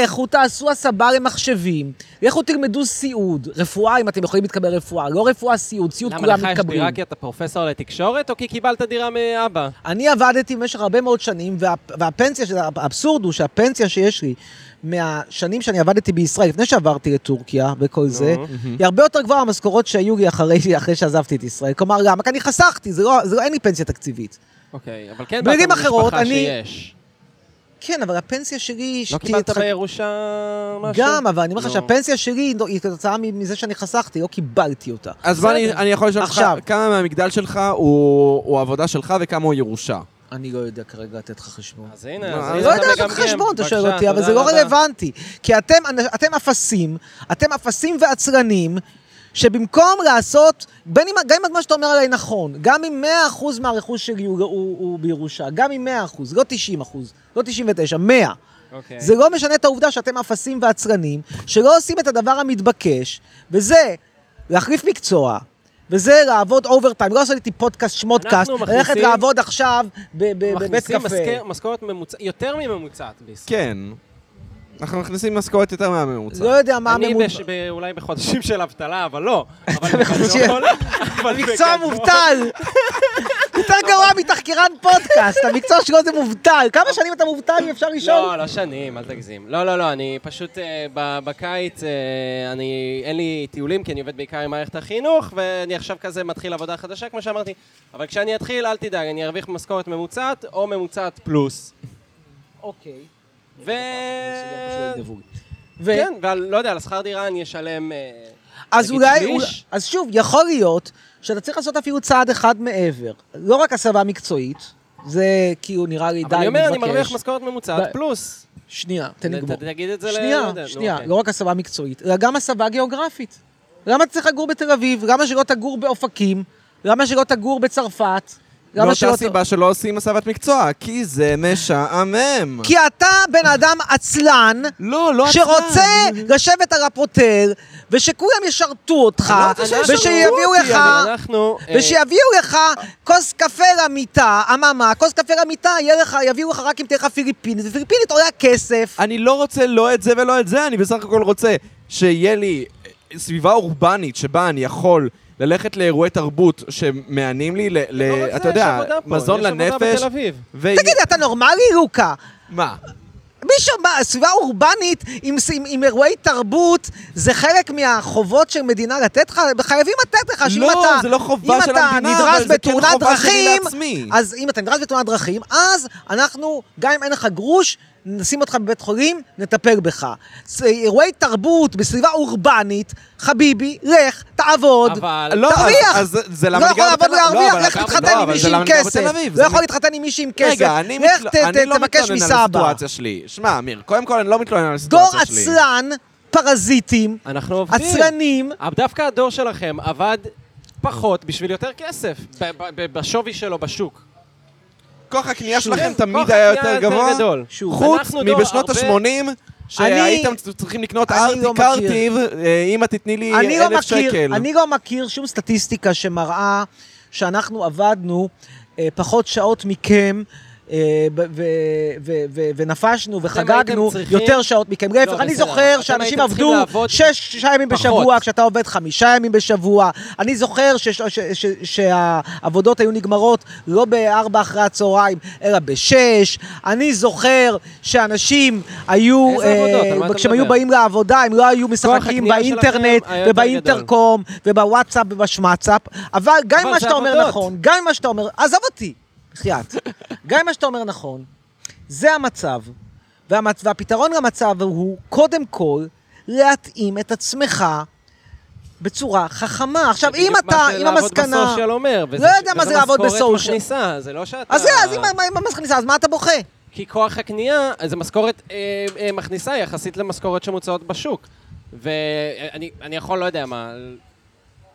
[SPEAKER 2] לכו תעשו הסבה למחשבים, לכו תלמדו סיעוד, רפואה אם אתם יכולים להתקבל רפואה, לא רפואה סיעוד, סיעוד
[SPEAKER 3] למה
[SPEAKER 2] כולם
[SPEAKER 3] לך יש
[SPEAKER 2] מתקבלים.
[SPEAKER 3] דירה כי אתה פרופסור לתקשורת, או כי קיבלת דירה מאבא?
[SPEAKER 2] אני עבדתי במשך הרבה מאוד שנים, וה, והפנסיה, של- האבסורד הוא שהפנסיה שיש לי מהשנים שאני עבדתי בישראל, לפני שעברתי לטורקיה וכל זה, היא הרבה יותר גבוהה מהמשכורות שהיו לי אחרי, אחרי שעזבתי את ישראל. כלומר, למה? כי אני חסכתי, זה לא, זה לא, אין לי פנסיה תקציבית.
[SPEAKER 3] אוקיי, אבל כן
[SPEAKER 2] במילים
[SPEAKER 3] באת
[SPEAKER 2] אחרות,
[SPEAKER 3] ממשפחה
[SPEAKER 2] אני-
[SPEAKER 3] שיש.
[SPEAKER 2] כן, אבל הפנסיה שלי...
[SPEAKER 3] לא
[SPEAKER 2] שתהיה
[SPEAKER 3] קיבלת
[SPEAKER 2] התחת-
[SPEAKER 3] בירושה משהו?
[SPEAKER 2] גם, אבל אני אומר לך
[SPEAKER 3] נו.
[SPEAKER 2] שהפנסיה שלי לא- היא כתוצאה מזה שאני חסכתי, לא קיבלתי אותה.
[SPEAKER 3] אה.
[SPEAKER 1] אז בוא, אני
[SPEAKER 2] בסדר.
[SPEAKER 1] אני יכול לשאול אותך,
[SPEAKER 2] עכשיו.
[SPEAKER 1] כמה מהמגדל שלך הוא הוא עבודה שלך וכמה הוא ירושה?
[SPEAKER 2] אני לא יודע כרגע לתת לך חשבון.
[SPEAKER 3] אז הנה,
[SPEAKER 1] לא,
[SPEAKER 3] אז
[SPEAKER 1] אני
[SPEAKER 2] אני
[SPEAKER 3] הנה
[SPEAKER 2] לא יודע
[SPEAKER 3] מגמגם.
[SPEAKER 2] לעשות חשבון, אתה שואל
[SPEAKER 3] בבקשה,
[SPEAKER 2] אותי, אבל
[SPEAKER 3] תודה
[SPEAKER 2] זה לא
[SPEAKER 3] רבה.
[SPEAKER 2] רלוונטי. כי אתם אנ- אתם אפסים, אתם אפסים ועצלנים, שבמקום לעשות, בין אם- גם אם מה שאתה אומר עליי נכון, גם אם 100% מהרכוש שלי הוא- הוא הוא בירושה, גם אם 100%, לא 90%, לא 99, 100.
[SPEAKER 3] אוקיי.
[SPEAKER 2] זה לא משנה את העובדה שאתם אפסים ועצלנים, שלא עושים את הדבר המתבקש, וזה להחליף מקצוע, וזה לעבוד אוברטיים, לא לעשות איתי פודקאסט שמוטקאסט,
[SPEAKER 3] מכניסים-
[SPEAKER 2] ללכת לעבוד עכשיו ב- ב- בבית
[SPEAKER 3] מכניסים
[SPEAKER 2] קפה.
[SPEAKER 3] משכר- משכורת ממוצעת, יותר מממוצעת בישראל.
[SPEAKER 1] כן. אנחנו מכניסים משכורת יותר מהממוצע.
[SPEAKER 2] לא יודע מה
[SPEAKER 3] אני
[SPEAKER 2] הממוצע.
[SPEAKER 3] בש- ב- אולי בחודשים של אבטלה, אבל לא. אבל
[SPEAKER 2] בחודשים-
[SPEAKER 3] בגדול- אבל
[SPEAKER 2] מקצוע
[SPEAKER 3] בגדול-
[SPEAKER 2] מובטל! יותר גרוע מתחקירן פודקאסט, המקצוע שלו זה מובטל. כמה שנים אתה מובטל אם אפשר לשאול?
[SPEAKER 3] לא, לא שנים, אל תגזים. לא, לא, לא, אני פשוט אה, ב- בקיץ, אה, אני, אין לי טיולים, כי אני עובד בעיקר עם מערכת החינוך, ואני עכשיו כזה מתחיל עבודה חדשה, כמו שאמרתי. אבל כשאני אתחיל, אל תדאג, אני ארוויח משכורת ממוצעת, או ממוצעת פלוס.
[SPEAKER 2] אוקיי.
[SPEAKER 3] ו...
[SPEAKER 2] ו-
[SPEAKER 3] כן, ועל, לא יודע, על השכר דירה אני אשלם... אה,
[SPEAKER 2] אז
[SPEAKER 3] נגיד
[SPEAKER 2] אולי,
[SPEAKER 3] שליש.
[SPEAKER 2] אולי- אז שוב, יכול להיות שאתה צריך לעשות אפילו צעד אחד מעבר. לא רק הסבה מקצועית, זה כאילו נראה לי די
[SPEAKER 3] אבל
[SPEAKER 2] מתבקש.
[SPEAKER 3] אני אומר, אני מרוויח משכורת
[SPEAKER 2] ב-
[SPEAKER 3] ממוצעת פלוס.
[SPEAKER 2] שנייה, תן
[SPEAKER 3] ת-
[SPEAKER 2] לגמור.
[SPEAKER 3] ת- תגיד את זה
[SPEAKER 2] שנייה,
[SPEAKER 3] ליהודה, נו,
[SPEAKER 2] שנייה,
[SPEAKER 3] אוקיי.
[SPEAKER 2] לא רק הסבה מקצועית, אלא גם הסבה גיאוגרפית. למה אתה צריך לגור בתל אביב? למה שלא תגור באופקים? למה שלא תגור בצרפת? למה
[SPEAKER 3] לא
[SPEAKER 1] מאותה
[SPEAKER 2] שלא ת-
[SPEAKER 1] לא סיבה שלא עושים הסבת מקצוע, כי זה משעמם.
[SPEAKER 2] כי אתה בן אדם עצלן,
[SPEAKER 1] לא, לא עצמם.
[SPEAKER 2] שרוצה לשבת על הפרוטל, ושכולם ישרתו אותך,
[SPEAKER 1] אני לא רוצה שישרתו
[SPEAKER 2] ושיביאו
[SPEAKER 1] אותי,
[SPEAKER 2] לך...
[SPEAKER 3] אבל אנחנו... אה,
[SPEAKER 2] ושיביאו לך כוס קפה למיטה, אממה, כוס קפה למיטה יהיה לך- יביאו לך רק אם תהיה לך פיליפינית, ופיליפינית עולה כסף.
[SPEAKER 1] אני לא רוצה לא את זה ולא את זה, אני בסך הכל רוצה שיהיה לי סביבה אורבנית שבה אני יכול ללכת לאירועי תרבות שמענים לי, ל, ל,
[SPEAKER 3] לא רק זה,
[SPEAKER 1] אתה
[SPEAKER 3] יש
[SPEAKER 1] יודע,
[SPEAKER 3] עבודה פה,
[SPEAKER 1] מזון
[SPEAKER 3] יש עבודה
[SPEAKER 1] לנפש.
[SPEAKER 3] בתל אביב.
[SPEAKER 1] ו...
[SPEAKER 2] תגיד, אתה נורמלי, לוקה?
[SPEAKER 1] מה?
[SPEAKER 2] מישהו, מה, סביבה אורבנית עם, ס- עם, עם אירועי תרבות, זה חלק מהחובות של מדינה לתת לך? חייבים לתת לך, שאם
[SPEAKER 1] לא,
[SPEAKER 2] אתה...
[SPEAKER 1] זה לא חובה של המדינה,
[SPEAKER 2] אם אתה
[SPEAKER 1] אבל זה
[SPEAKER 2] נדרס
[SPEAKER 1] כן
[SPEAKER 2] בתאונת
[SPEAKER 1] חובה שלי
[SPEAKER 2] דרכים,
[SPEAKER 1] לעצמי.
[SPEAKER 2] אז אם אתה נדרס בתאונת דרכים, אז אנחנו, גם אם אין לך גרוש, נשים אותך בבית חולים, נטפל בך. ס- אירועי תרבות בסביבה אורבנית, חביבי, לך, תעבוד.
[SPEAKER 3] אבל...
[SPEAKER 1] לא,
[SPEAKER 2] תרוויח.
[SPEAKER 1] אז, אז זה
[SPEAKER 2] לא
[SPEAKER 1] למה אני
[SPEAKER 2] יכול
[SPEAKER 1] גר
[SPEAKER 2] לעבוד
[SPEAKER 1] בתל אביב.
[SPEAKER 2] ולהרוויח,
[SPEAKER 1] אבל
[SPEAKER 2] לך
[SPEAKER 1] אתה-
[SPEAKER 2] תתחתן
[SPEAKER 1] לא,
[SPEAKER 2] עם
[SPEAKER 1] אבל זה
[SPEAKER 2] מישהי
[SPEAKER 1] למה
[SPEAKER 2] עם
[SPEAKER 1] אני גר
[SPEAKER 2] כסף.
[SPEAKER 1] בתל אביב,
[SPEAKER 2] לא
[SPEAKER 1] זה
[SPEAKER 2] יכול
[SPEAKER 1] מ-
[SPEAKER 2] להתחתן עם מישהי עם כסף.
[SPEAKER 1] רגע, אני
[SPEAKER 2] כן. לך
[SPEAKER 1] מתל-
[SPEAKER 2] ת-
[SPEAKER 1] אני לא
[SPEAKER 2] ת- תבקש
[SPEAKER 1] מתלונן על
[SPEAKER 2] מסבא.
[SPEAKER 1] הסיטואציה שלי. שמע, אמיר, קודם כל אני לא מתלונן על
[SPEAKER 2] דור
[SPEAKER 1] הסיטואציה שלי.
[SPEAKER 2] עצלן, פרזיטים,
[SPEAKER 3] אנחנו עובדים.
[SPEAKER 2] עצלנים.
[SPEAKER 3] אבל דווקא הדור שלכם עבד פחות בשביל יותר כסף, ב- ב- ב- בשווי שלו בשוק.
[SPEAKER 1] כוח הקנייה
[SPEAKER 3] שוב,
[SPEAKER 1] שלכם
[SPEAKER 3] כוח
[SPEAKER 1] תמיד היה
[SPEAKER 3] הקנייה
[SPEAKER 1] יותר
[SPEAKER 3] יותר
[SPEAKER 1] גבוה,
[SPEAKER 3] גדול. שוב,
[SPEAKER 1] חוץ
[SPEAKER 3] אנחנו דור
[SPEAKER 1] מבשנות
[SPEAKER 3] הרבה-
[SPEAKER 1] ה-80, שהייתם צריכים לקנות
[SPEAKER 2] לא אני
[SPEAKER 1] ארטי
[SPEAKER 2] לא מכיר.
[SPEAKER 1] קרטיב, אה, אמא תתני לי
[SPEAKER 2] אני לא,
[SPEAKER 1] אלף
[SPEAKER 2] מכיר,
[SPEAKER 1] שקל.
[SPEAKER 2] אני לא מכיר שום סטטיסטיקה שמראה שאנחנו עבדנו אה, פחות שעות מכם. אה, ב- ו- ו- ו- ונפשנו וחגגנו
[SPEAKER 3] הייתם צריכים-
[SPEAKER 2] יותר שעות מכם.
[SPEAKER 3] לא,
[SPEAKER 2] להפך, אני
[SPEAKER 3] בסדר,
[SPEAKER 2] זוכר
[SPEAKER 3] אתם
[SPEAKER 2] שאנשים
[SPEAKER 3] הייתם צריכים
[SPEAKER 2] עבדו
[SPEAKER 3] לעבוד
[SPEAKER 2] שש שישה ימים
[SPEAKER 3] פחות.
[SPEAKER 2] בשבוע, כשאתה עובד חמישה ימים בשבוע. אני זוכר ש- ש- ש- שהעבודות היו נגמרות לא בארבע אחרי הצהריים, אלא בשש. אני זוכר שאנשים היו, אה,
[SPEAKER 3] איזה עבודות? על מה אתה
[SPEAKER 2] כשהם היו
[SPEAKER 3] מדבר?
[SPEAKER 2] באים לעבודה, הם לא היו משחקים
[SPEAKER 3] הקנייה שלכם
[SPEAKER 2] באינטרנט
[SPEAKER 3] היה יותר
[SPEAKER 2] ובאינטרקום.
[SPEAKER 3] גדול.
[SPEAKER 2] בקום, ובוואטסאפ ובשמצאפ, אבל גם אם
[SPEAKER 3] אבל
[SPEAKER 2] מה
[SPEAKER 3] זה
[SPEAKER 2] שאתה אומר
[SPEAKER 3] עבודות.
[SPEAKER 2] נכון, גם אם מה שאתה אומר, עזוב אותי, בחייאת, גם אם מה שאתה אומר נכון, זה המצב, והמצ... והפתרון למצב הוא, קודם כל, להתאים את עצמך בצורה חכמה. עכשיו, אם
[SPEAKER 3] בדיוק
[SPEAKER 2] אתה,
[SPEAKER 3] מה
[SPEAKER 2] אם
[SPEAKER 3] שלעבוד
[SPEAKER 2] המסקנה...
[SPEAKER 3] בסושיאל אומר. וזה
[SPEAKER 2] לא יודע
[SPEAKER 3] ש-
[SPEAKER 2] מה זה לעבוד
[SPEAKER 3] וזה משכורת
[SPEAKER 2] בסושיאל.
[SPEAKER 3] מכניסה, זה לא שאתה...
[SPEAKER 2] אז זה, אז אם אם- אם המס הכניסה, אז מה אתה בוכה?
[SPEAKER 3] כי כוח הקנייה, אז זה משכורת אה, אה, מכניסה יחסית למשכורת שמוצעות בשוק. ואני אני יכול, לא יודע מה, ל-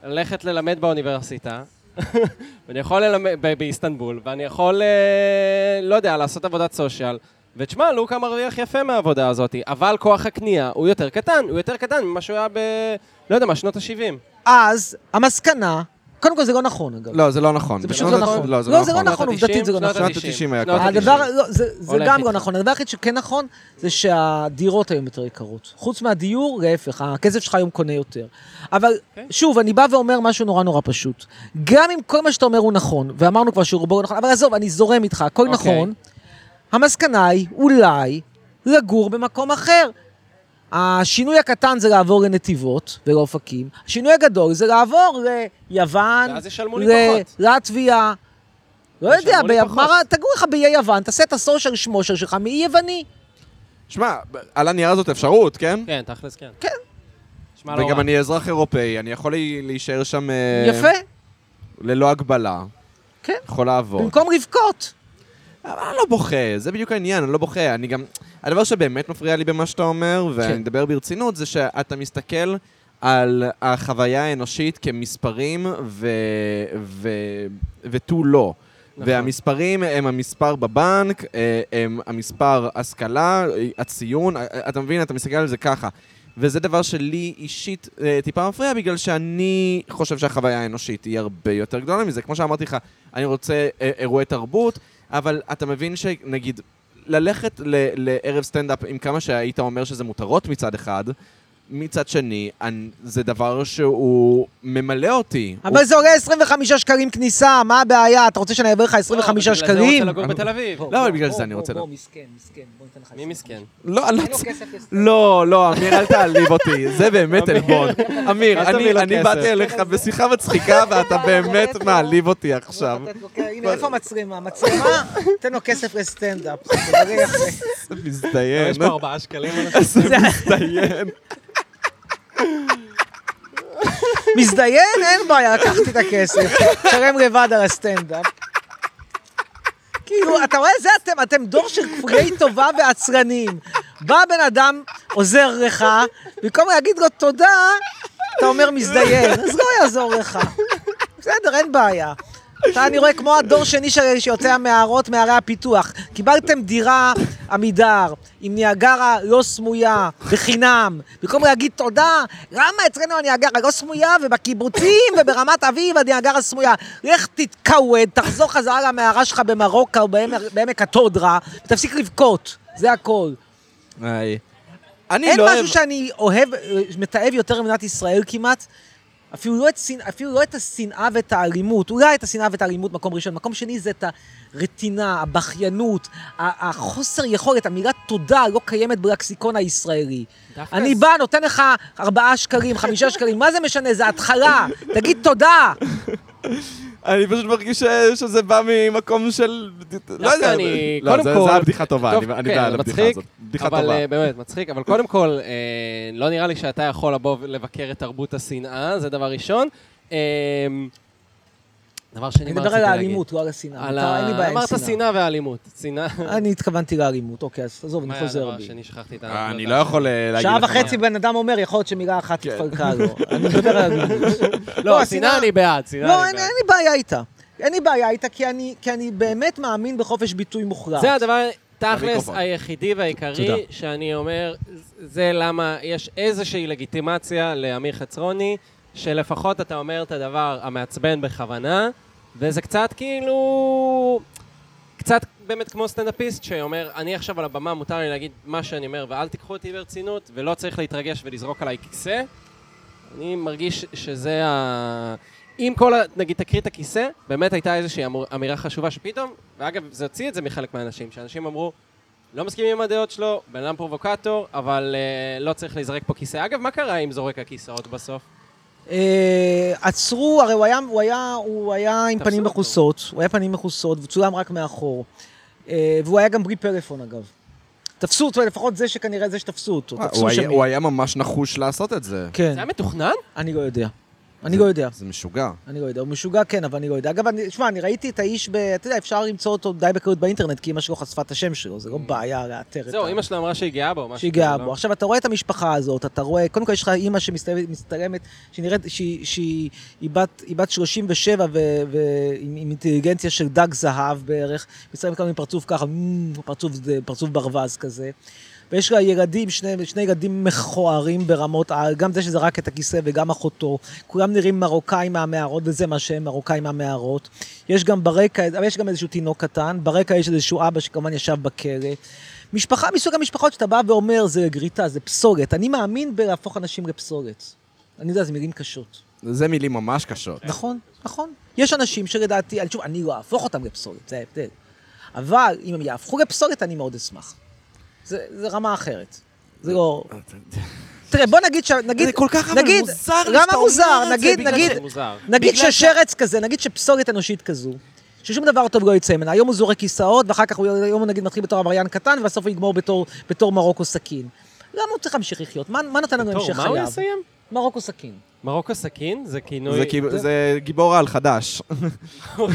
[SPEAKER 3] ללכת ללמד באוניברסיטה, ואני יכול ללמד ב- באיסטנבול, ואני יכול, אה, לא יודע, לעשות עבודת סושיאל. ותשמע, לוקה מרוויח יפה מהעבודה הזאת, אבל כוח הקנייה הוא יותר קטן, הוא יותר קטן ממה שהוא היה ב... לא יודע מה, שנות ה-70.
[SPEAKER 2] אז המסקנה, קודם כל זה לא נכון, אגב.
[SPEAKER 1] לא, זה לא נכון.
[SPEAKER 2] זה
[SPEAKER 1] בשנות
[SPEAKER 2] פשוט לא
[SPEAKER 1] ה-
[SPEAKER 2] נכון.
[SPEAKER 1] לא, זה
[SPEAKER 2] לא,
[SPEAKER 1] לא
[SPEAKER 2] זה לא
[SPEAKER 1] נכון.
[SPEAKER 2] נכון, עובדתית זה לא נכון.
[SPEAKER 1] שנות ה-תשעים היה
[SPEAKER 3] שנות
[SPEAKER 1] ככה.
[SPEAKER 3] ה-תשעים.
[SPEAKER 2] הדבר, לא, זה, זה
[SPEAKER 3] הולך
[SPEAKER 2] גם
[SPEAKER 3] איתך.
[SPEAKER 2] לא נכון. הדבר היחיד שכן נכון, זה שהדירות היום יותר יקרות. חוץ מהדיור, להפך, הכסף שלך היום קונה יותר. אבל
[SPEAKER 3] אוקיי.
[SPEAKER 2] שוב, אני בא ואומר משהו נורא נורא פשוט. גם אם כל מה שאתה אומר הוא נכון, ואמרנו כבר שרובו נכון, אבל עזוב, אני זורם איתך, הכל
[SPEAKER 3] אוקיי.
[SPEAKER 2] נכון, המסקנה היא אולי לגור במקום אחר. השינוי הקטן זה לעבור לנתיבות ולאופקים, השינוי הגדול זה לעבור ליוון,
[SPEAKER 3] ואז ישלמו לי פחות.
[SPEAKER 2] ללטביה, לא יודע,
[SPEAKER 3] ישלמו לי פחות.
[SPEAKER 2] ביוון, תגעו לך באיי יוון, תעשה את הסושר שמושר שלך מאי יווני.
[SPEAKER 1] שמע, על הנייר זאת אפשרות, כן?
[SPEAKER 3] כן, תכלס כן.
[SPEAKER 2] כן.
[SPEAKER 3] שמע, לא רע.
[SPEAKER 1] וגם אני אזרח אירופאי, אני יכול לי- להישאר שם אה,
[SPEAKER 2] יפה,
[SPEAKER 1] ללא הגבלה.
[SPEAKER 2] כן.
[SPEAKER 1] יכול לעבוד.
[SPEAKER 2] במקום לבכות.
[SPEAKER 1] אבל אני לא בוכה, זה בדיוק העניין, אני לא בוכה. אני גם... הדבר שבאמת מפריע לי במה שאתה אומר, ואני
[SPEAKER 2] כן.
[SPEAKER 1] מדבר ברצינות, זה שאתה מסתכל על החוויה האנושית כמספרים ו... ו... ותו לא.
[SPEAKER 3] נכון.
[SPEAKER 1] והמספרים הם המספר בבנק, אה, הם המספר השכלה, אה, הציון, אה, אתה מבין, אתה מסתכל על זה ככה. וזה דבר שלי אישית אה, טיפה מפריע, בגלל שאני חושב שהחוויה האנושית היא הרבה יותר גדולה מזה. כמו שאמרתי לך, אני רוצה אה, אירועי תרבות, אבל אתה מבין שנגיד, ללכת ל- לערב סטנדאפ עם כמה שהיית אומר שזה מותרות מצד אחד, מצד שני, אני, זה דבר שהוא ממלא אותי. הוא-
[SPEAKER 2] אבל זה עולה 25 שקלים כניסה, מה הבעיה? אתה רוצה שאני אעביר לך 25
[SPEAKER 3] לא, בגלל זה הוא רוצה
[SPEAKER 2] שקלים?
[SPEAKER 3] לגור בתל אביב.
[SPEAKER 1] לא, אבל בגלל זה אני רוצה
[SPEAKER 2] בוא,
[SPEAKER 1] לדעת.
[SPEAKER 2] מסכן, מסכן, בוא ניתן לך...
[SPEAKER 3] מי מסכן?
[SPEAKER 1] לא, אני לא
[SPEAKER 2] אין לו
[SPEAKER 1] צ-
[SPEAKER 2] כסף לסטנדאפ.
[SPEAKER 1] לא, לא, אמיר, אל תעליב אותי, זה באמת
[SPEAKER 3] אמיר.
[SPEAKER 1] עלבון. אמיר,
[SPEAKER 3] אל
[SPEAKER 1] אני-
[SPEAKER 3] תביא לו
[SPEAKER 1] אני
[SPEAKER 3] כסף.
[SPEAKER 1] באתי אליך בשיחה מצחיקה, ואתה באמת מעליב אותי עכשיו.
[SPEAKER 2] לא, הנה, איפה המצלמה? מצלמה, תן לו כסף לסטנדאפ. זה מראה יפה.
[SPEAKER 1] זה מזדיין.
[SPEAKER 3] יש פה ארבעה שקלים.
[SPEAKER 1] זה מזדיין.
[SPEAKER 2] מזדיין? אין בעיה, לקחתי את הכסף. תשלם לבד על הסטנדאפ. כאילו, אתה רואה, זה אתם, אתם דור של כפויי טובה ועצרנים. בא בן אדם, עוזר לך, במקום להגיד לו תודה, אתה אומר מזדיין, אז לא יעזור לך. בסדר, אין בעיה. אתה, אני רואה כמו הדור שני ש- שיוצא מהערות, מערי הפיתוח. קיבלתם דירה עמידר, עם ניאגרה לא סמויה, בחינם. במקום להגיד תודה, למה אצלנו הניאגרה לא סמויה, ובקיבוצים וברמת אביב הניאגרה סמויה? לך תתקווד, תחזור חזרה למערה שלך במרוקו, בעמק- בעמק התודרה, ותפסיק לבכות. זה הכל.
[SPEAKER 1] היי. אני
[SPEAKER 2] אין
[SPEAKER 1] לא אוהב...
[SPEAKER 2] משהו שאני אוהב, אה, מתעב יותר ממדינת ישראל כמעט. אפילו לא, את שנ... אפילו לא את השנאה ואת האלימות, אולי את השנאה ואת האלימות מקום ראשון, מקום שני זה את הרטינה, הבכיינות, ה- החוסר יכולת, המילה תודה לא קיימת בלקסיקון הישראלי.
[SPEAKER 3] דווקא
[SPEAKER 2] אני
[SPEAKER 3] הס-
[SPEAKER 2] בא, נותן לך ארבעה שקלים, חמישה שקלים, מה זה משנה, זה התחלה, תגיד תודה.
[SPEAKER 1] אני פשוט מרגיש ש- שזה בא ממקום של... לא
[SPEAKER 3] דווקא
[SPEAKER 1] יודע,
[SPEAKER 3] אני-
[SPEAKER 1] לא,
[SPEAKER 3] קודם
[SPEAKER 1] זה-
[SPEAKER 3] כל-
[SPEAKER 1] זה היה בדיחה טובה,
[SPEAKER 3] טוב,
[SPEAKER 1] אני אני
[SPEAKER 3] כן,
[SPEAKER 1] בעד
[SPEAKER 3] זה
[SPEAKER 1] הבדיחה
[SPEAKER 3] מצחיק,
[SPEAKER 1] הזאת. בדיחה
[SPEAKER 3] אבל
[SPEAKER 1] טובה.
[SPEAKER 3] אה, באמת, מצחיק. אבל קודם כל, אה, לא נראה לי שאתה יכול לבוא ולבקר את תרבות השנאה, זה דבר ראשון. אה, דבר שני,
[SPEAKER 2] אני
[SPEAKER 3] מה
[SPEAKER 2] מדבר
[SPEAKER 3] רציתי
[SPEAKER 2] על
[SPEAKER 3] להגיד?
[SPEAKER 2] האלימות, לא על השנאה.
[SPEAKER 3] על
[SPEAKER 2] אתה-
[SPEAKER 3] ה-
[SPEAKER 2] אין לי בעיה עם
[SPEAKER 3] אמרת שנאה והאלימות. שנאה...
[SPEAKER 2] אני התכוונתי לאלימות, אוקיי, אז עזוב, אני
[SPEAKER 3] מה היה
[SPEAKER 2] חוזר
[SPEAKER 3] הדבר
[SPEAKER 2] בי.
[SPEAKER 3] השני? שכחתי את
[SPEAKER 1] אה,
[SPEAKER 3] ה...
[SPEAKER 1] אני לא יכול אה, להגיד
[SPEAKER 2] שעה
[SPEAKER 1] לך מה.
[SPEAKER 2] וחצי בן אדם אומר, יכול להיות שמילה אחת
[SPEAKER 1] כן.
[SPEAKER 2] התפרקה לו. אני מדבר על אלימות.
[SPEAKER 3] לא, השנאה אני בעד, שנאה
[SPEAKER 2] לא,
[SPEAKER 3] אני
[SPEAKER 2] אין
[SPEAKER 3] בעד.
[SPEAKER 2] אין לי בעיה איתה. אין לי בעיה איתה, כי אני- כי אני באמת מאמין בחופש ביטוי מוחלט.
[SPEAKER 3] זה הדבר, תכלס,
[SPEAKER 1] למיקרופון.
[SPEAKER 3] היחידי
[SPEAKER 1] תודה.
[SPEAKER 3] והעיקרי שאני אומר, זה למה יש איזושהי לגיטימציה לאמיר חצרוני, שלפחות אתה אומר את הדבר המעצבן בכוונה, וזה קצת כאילו... קצת באמת כמו סטנדאפיסט שאומר, אני עכשיו על הבמה, מותר לי להגיד מה שאני אומר, ואל תיקחו אותי ברצינות, ולא צריך להתרגש ולזרוק עליי כיסא. אני מרגיש שזה ה... אם כל ה... נגיד תקרית הכיסא, באמת הייתה איזושהי אמור- אמירה חשובה שפתאום, ואגב, זה הוציא את זה מחלק מהאנשים, שאנשים אמרו, לא מסכימים עם הדעות שלו, בן אדם פרובוקטור, אבל אה, לא צריך להיזרק פה כיסא. אגב, מה קרה עם זורק הכיסאות בסוף?
[SPEAKER 2] כן. אה, עצרו, הרי הוא היה, הוא היה, הוא היה עם
[SPEAKER 3] תפסו
[SPEAKER 2] פנים
[SPEAKER 3] אותו.
[SPEAKER 2] מכוסות, הוא היה פנים מכוסות, והוא צולם רק מאחור. אה, והוא היה גם בלי פלאפון, אגב. תפסו אותו, לפחות זה שכנראה זה שתפסו אותו.
[SPEAKER 1] אה,
[SPEAKER 2] תפסו
[SPEAKER 1] הוא היה-
[SPEAKER 2] שם.
[SPEAKER 1] הוא היה ממש נחוש לעשות את זה.
[SPEAKER 2] כן,
[SPEAKER 3] זה היה מתוכנן?
[SPEAKER 2] אני לא יודע. אני לא יודע.
[SPEAKER 1] זה משוגע.
[SPEAKER 2] אני לא יודע, הוא משוגע כן, אבל אני לא יודע. אגב, אני- שמע, אני ראיתי את האיש, ב- אתה יודע, אפשר למצוא אותו די בקלות באינטרנט, כי אמא שלו חשפה את השם שלו, זה לא בעיה לאתר את
[SPEAKER 3] זהו, אמא שלו אמרה שהיא גאה בו. משהו
[SPEAKER 2] שהיא גאה
[SPEAKER 3] כזה, לא?
[SPEAKER 2] בו. עכשיו, אתה רואה את המשפחה הזאת, אתה רואה, קודם כל יש לך אימא שמצטלמת, שנראית, שהיא- שהיא היא בת- היא בת 37 ו- ועם עם אינטליגנציה של דג זהב בערך, מצטלמת כאן עם פרצוף ככה, מ, פרצוף פרצוף ברווז כזה. ויש לה ילדים, שני, שני ילדים מכוערים ברמות על, גם זה שזרק את הכיסא וגם אחותו. כולם נראים מרוקאים מהמערות, וזה מה שהם, מרוקאים מהמערות. יש גם ברקע, אבל יש גם איזשהו תינוק קטן, ברקע יש איזשהו אבא שכמובן ישב בכלא. משפחה מסוג המשפחות שאתה בא ואומר, זה גריטה, זה פסולת. אני מאמין בלהפוך אנשים לפסולת. אני יודע, זה מילים קשות.
[SPEAKER 1] זה מילים ממש קשות.
[SPEAKER 3] כן.
[SPEAKER 2] נכון, נכון. יש אנשים שלדעתי, אני- שוב, אני לא אהפוך אותם לפסולת, זה ההבדל. אבל אם הם יהפכו לפסולת, אני מאוד אשמח. זה, זה רמה אחרת. זה לא... תראה, בוא נגיד ש... נגיד,
[SPEAKER 1] זה כל כך אבל
[SPEAKER 2] נגיד,
[SPEAKER 1] מוזר שאתה
[SPEAKER 2] למה
[SPEAKER 1] אומר
[SPEAKER 2] מוזר?
[SPEAKER 1] את זה,
[SPEAKER 2] נגיד,
[SPEAKER 1] בגלל
[SPEAKER 2] נגיד,
[SPEAKER 3] זה מוזר.
[SPEAKER 2] נגיד
[SPEAKER 1] בגלל
[SPEAKER 2] ששרץ כזה, נגיד שפסולת אנושית כזו, ששום דבר טוב לא יצא ממנה. היום הוא זורק כיסאות, ואחר כך הוא, היום הוא נגיד מתחיל בתור עבריין קטן, ובסוף הוא יגמור בתור, בתור מרוקו סכין. למה הוא צריך להמשיך לחיות? מה, מה נתן לנו
[SPEAKER 3] לא? טוב,
[SPEAKER 2] המשך
[SPEAKER 3] מה הוא
[SPEAKER 2] חייו?
[SPEAKER 3] יסיים?
[SPEAKER 2] מרוקו סכין.
[SPEAKER 3] מרוקו סכין? זה כינוי...
[SPEAKER 1] זה כאילו- זה גיבור על חדש.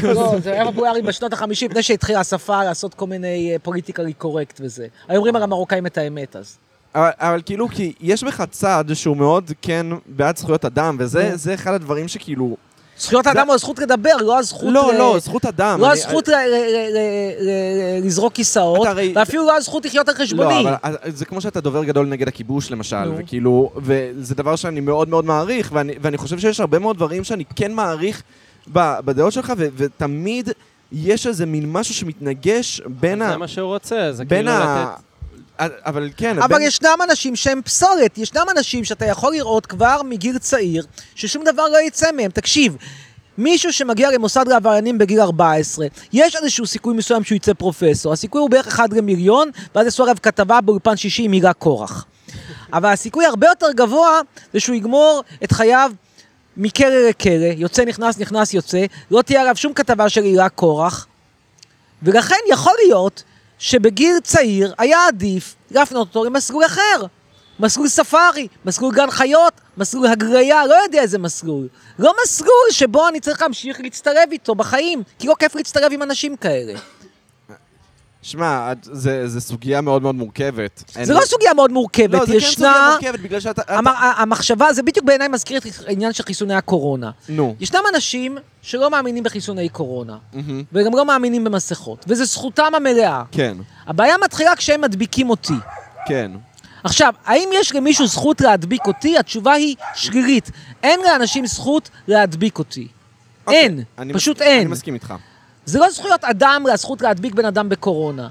[SPEAKER 2] לא, זה היה פופולרי בשנות החמישים, לפני שהתחילה השפה לעשות כל מיני אה, פוליטיקלי קורקט וזה. היו אומרים על המרוקאים את האמת אז.
[SPEAKER 1] אבל, אבל כאילו, כי יש בך צד שהוא מאוד כן בעד זכויות אדם, וזה
[SPEAKER 2] נו.
[SPEAKER 1] זה אחד הדברים שכאילו...
[SPEAKER 2] זכויות האדם הוא הזכות לדבר, לא הזכות...
[SPEAKER 1] לא,
[SPEAKER 2] ל-
[SPEAKER 1] לא, זכות אדם.
[SPEAKER 2] לא
[SPEAKER 1] אני-
[SPEAKER 2] הזכות ל- ל- ל- ל- ל- לזרוק כיסאות,
[SPEAKER 1] אתה הרי-
[SPEAKER 2] ואפילו לא הזכות לחיות על חשבוני.
[SPEAKER 1] לא, אבל אז- זה כמו שאתה דובר גדול נגד הכיבוש, למשל,
[SPEAKER 2] נו.
[SPEAKER 1] וכאילו, וזה דבר שאני מאוד מאוד מעריך, ואני, ואני חושב שיש הרבה מאוד דברים שאני כן מעריך ב, בדעות שלך, ו, ותמיד יש איזה מין משהו שמתנגש בין ה...
[SPEAKER 3] זה מה שהוא רוצה, זה
[SPEAKER 1] בין
[SPEAKER 3] כאילו
[SPEAKER 1] ה...
[SPEAKER 3] לתת...
[SPEAKER 1] אבל כן,
[SPEAKER 2] אבל
[SPEAKER 1] בין-
[SPEAKER 2] ישנם אנשים שהם פסולת, ישנם אנשים שאתה יכול לראות כבר מגיל צעיר, ששום דבר לא יצא מהם. תקשיב, מישהו שמגיע למוסד לעבריינים בגיל 14, יש איזשהו סיכוי מסוים שהוא יצא פרופסור, הסיכוי הוא בערך אחד למיליון, ואז יעשו עליו כתבה באולפן שישי עם הילה קורח. אבל הסיכוי הרבה יותר גבוה זה שהוא יגמור את חייו מכלא לכלא, יוצא, נכנס, נכנס, יוצא, לא תהיה עליו שום כתבה של הילה קורח, ולכן יכול להיות שבגיל צעיר היה עדיף להפנות אותו למסלול אחר. מסלול ספארי, מסלול גן חיות, מסלול הגריה, לא יודע איזה מסלול. לא מסלול שבו אני צריך להמשיך להצטרף איתו בחיים, כי לא כיף להצטרף עם אנשים כאלה.
[SPEAKER 1] שמע, את- זה זה סוגיה מאוד מאוד מורכבת.
[SPEAKER 2] זה לא סוגיה מאוד מורכבת,
[SPEAKER 1] לא, זה כן סוגיה
[SPEAKER 2] ישנה...
[SPEAKER 1] מורכבת, בגלל שאתה... אתה-
[SPEAKER 2] המ- המחשבה, זה בדיוק בעיניי מזכיר את העניין של חיסוני הקורונה.
[SPEAKER 1] נו.
[SPEAKER 2] ישנם אנשים שלא מאמינים בחיסוני קורונה,
[SPEAKER 1] מהמם.
[SPEAKER 2] וגם לא מאמינים במסכות, וזו זכותם המלאה.
[SPEAKER 1] כן,
[SPEAKER 2] הבעיה מתחילה כשהם מדביקים אותי.
[SPEAKER 1] כן.
[SPEAKER 2] עכשיו, האם יש למישהו זכות להדביק אותי? התשובה היא שלילית. אין לאנשים זכות להדביק אותי.
[SPEAKER 1] אוקיי,
[SPEAKER 2] אין,
[SPEAKER 1] אני
[SPEAKER 2] פשוט
[SPEAKER 1] מסכים-
[SPEAKER 2] אין.
[SPEAKER 1] אני מסכים איתך.
[SPEAKER 2] זה לא זכויות אדם, הזכות להדביק בן אדם בקורונה.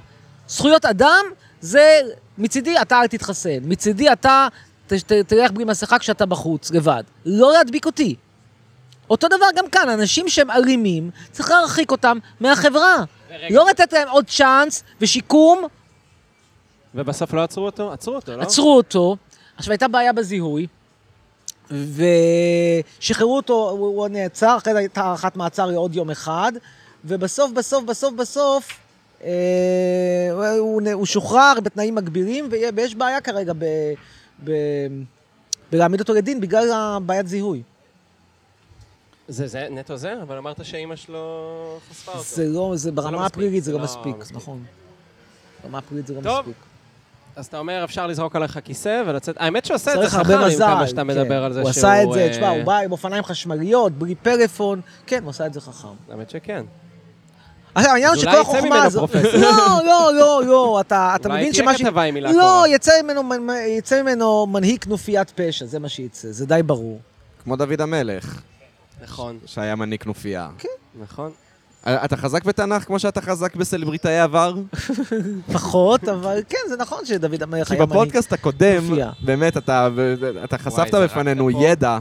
[SPEAKER 2] זכויות אדם זה, מצידי אתה אל תתחסן, מצידי אתה ת, ת, תלך בלי מסכה כשאתה בחוץ, לבד. לא להדביק אותי. אותו דבר גם כאן, אנשים שהם אלימים, צריך להרחיק אותם מהחברה. לא לתת להם עוד צ'אנס ושיקום,
[SPEAKER 3] ובסוף לא עצרו אותו? עצרו אותו, לא?
[SPEAKER 2] עצרו אותו. עכשיו, הייתה בעיה בזיהוי, ושחררו אותו, הוא, הוא נעצר, אחרי זה הייתה הארכת מעצר לעוד יום אחד, ובסוף, בסוף, בסוף, בסוף, אה, הוא, הוא, נ- הוא שוחרר בתנאים מגבילים, ויה- ויש בעיה כרגע ב, ב, בלהעמיד אותו לדין בגלל הבעיית זיהוי.
[SPEAKER 3] אה, זה, זה נטו זה? אבל אמרת שאימא שלו חשפה אותו.
[SPEAKER 2] זה לא, זה ברמה
[SPEAKER 3] מספיק,
[SPEAKER 2] הפלילית זה
[SPEAKER 3] אוקיי. זה
[SPEAKER 2] לא
[SPEAKER 3] לא
[SPEAKER 2] מספיק,
[SPEAKER 3] מספיק.
[SPEAKER 2] נכון. ברמה הפלילית זה לא
[SPEAKER 3] טוב,
[SPEAKER 2] מספיק.
[SPEAKER 3] אז אתה אומר, אפשר לזרוק עליך כיסא ולצאת... האמת שהוא עשה את זה
[SPEAKER 2] צריך
[SPEAKER 3] חכם,
[SPEAKER 2] הרבה
[SPEAKER 3] עם
[SPEAKER 2] מזל.
[SPEAKER 3] כמה שאתה
[SPEAKER 2] כן.
[SPEAKER 3] מדבר על זה
[SPEAKER 2] הוא
[SPEAKER 3] שהוא...
[SPEAKER 2] עשה את זה,
[SPEAKER 3] אה,
[SPEAKER 2] תשמע, הוא בא עם אופניים חשמליות, בלי פלאפון, כן, הוא עשה את זה חכם.
[SPEAKER 3] האמת שכן.
[SPEAKER 2] עכשיו, העניין הוא
[SPEAKER 3] אז
[SPEAKER 2] שכל
[SPEAKER 3] אולי יצא
[SPEAKER 2] החוכמה
[SPEAKER 3] ממנו
[SPEAKER 2] הזאת...
[SPEAKER 3] פרופסור.
[SPEAKER 2] לא, לא, לא, לא, אתה אתה
[SPEAKER 3] אולי
[SPEAKER 2] מבין
[SPEAKER 3] תהיה
[SPEAKER 2] שמה ש...
[SPEAKER 3] כתבה עם מילה
[SPEAKER 2] לא,
[SPEAKER 3] אחורה.
[SPEAKER 2] יצא ממנו מנ- יצא ממנו מנהיג כנופיית פשע, זה מה שיצא, זה די ברור.
[SPEAKER 1] כמו דוד המלך,
[SPEAKER 3] נכון,
[SPEAKER 1] שהיה מנהיג כנופיה. אה,
[SPEAKER 3] נכון.
[SPEAKER 1] אתה חזק בתנ"ך כמו שאתה חזק בסלבריטאי עבר?
[SPEAKER 2] פחות, אבל כן, זה נכון שדוד המלך
[SPEAKER 1] כי
[SPEAKER 2] היה מנהיג.
[SPEAKER 1] בפודקאסט הקודם,
[SPEAKER 2] כנופיה.
[SPEAKER 1] באמת, אתה אתה חשפת
[SPEAKER 3] זרקת
[SPEAKER 1] בפנינו
[SPEAKER 3] פה.
[SPEAKER 1] ידע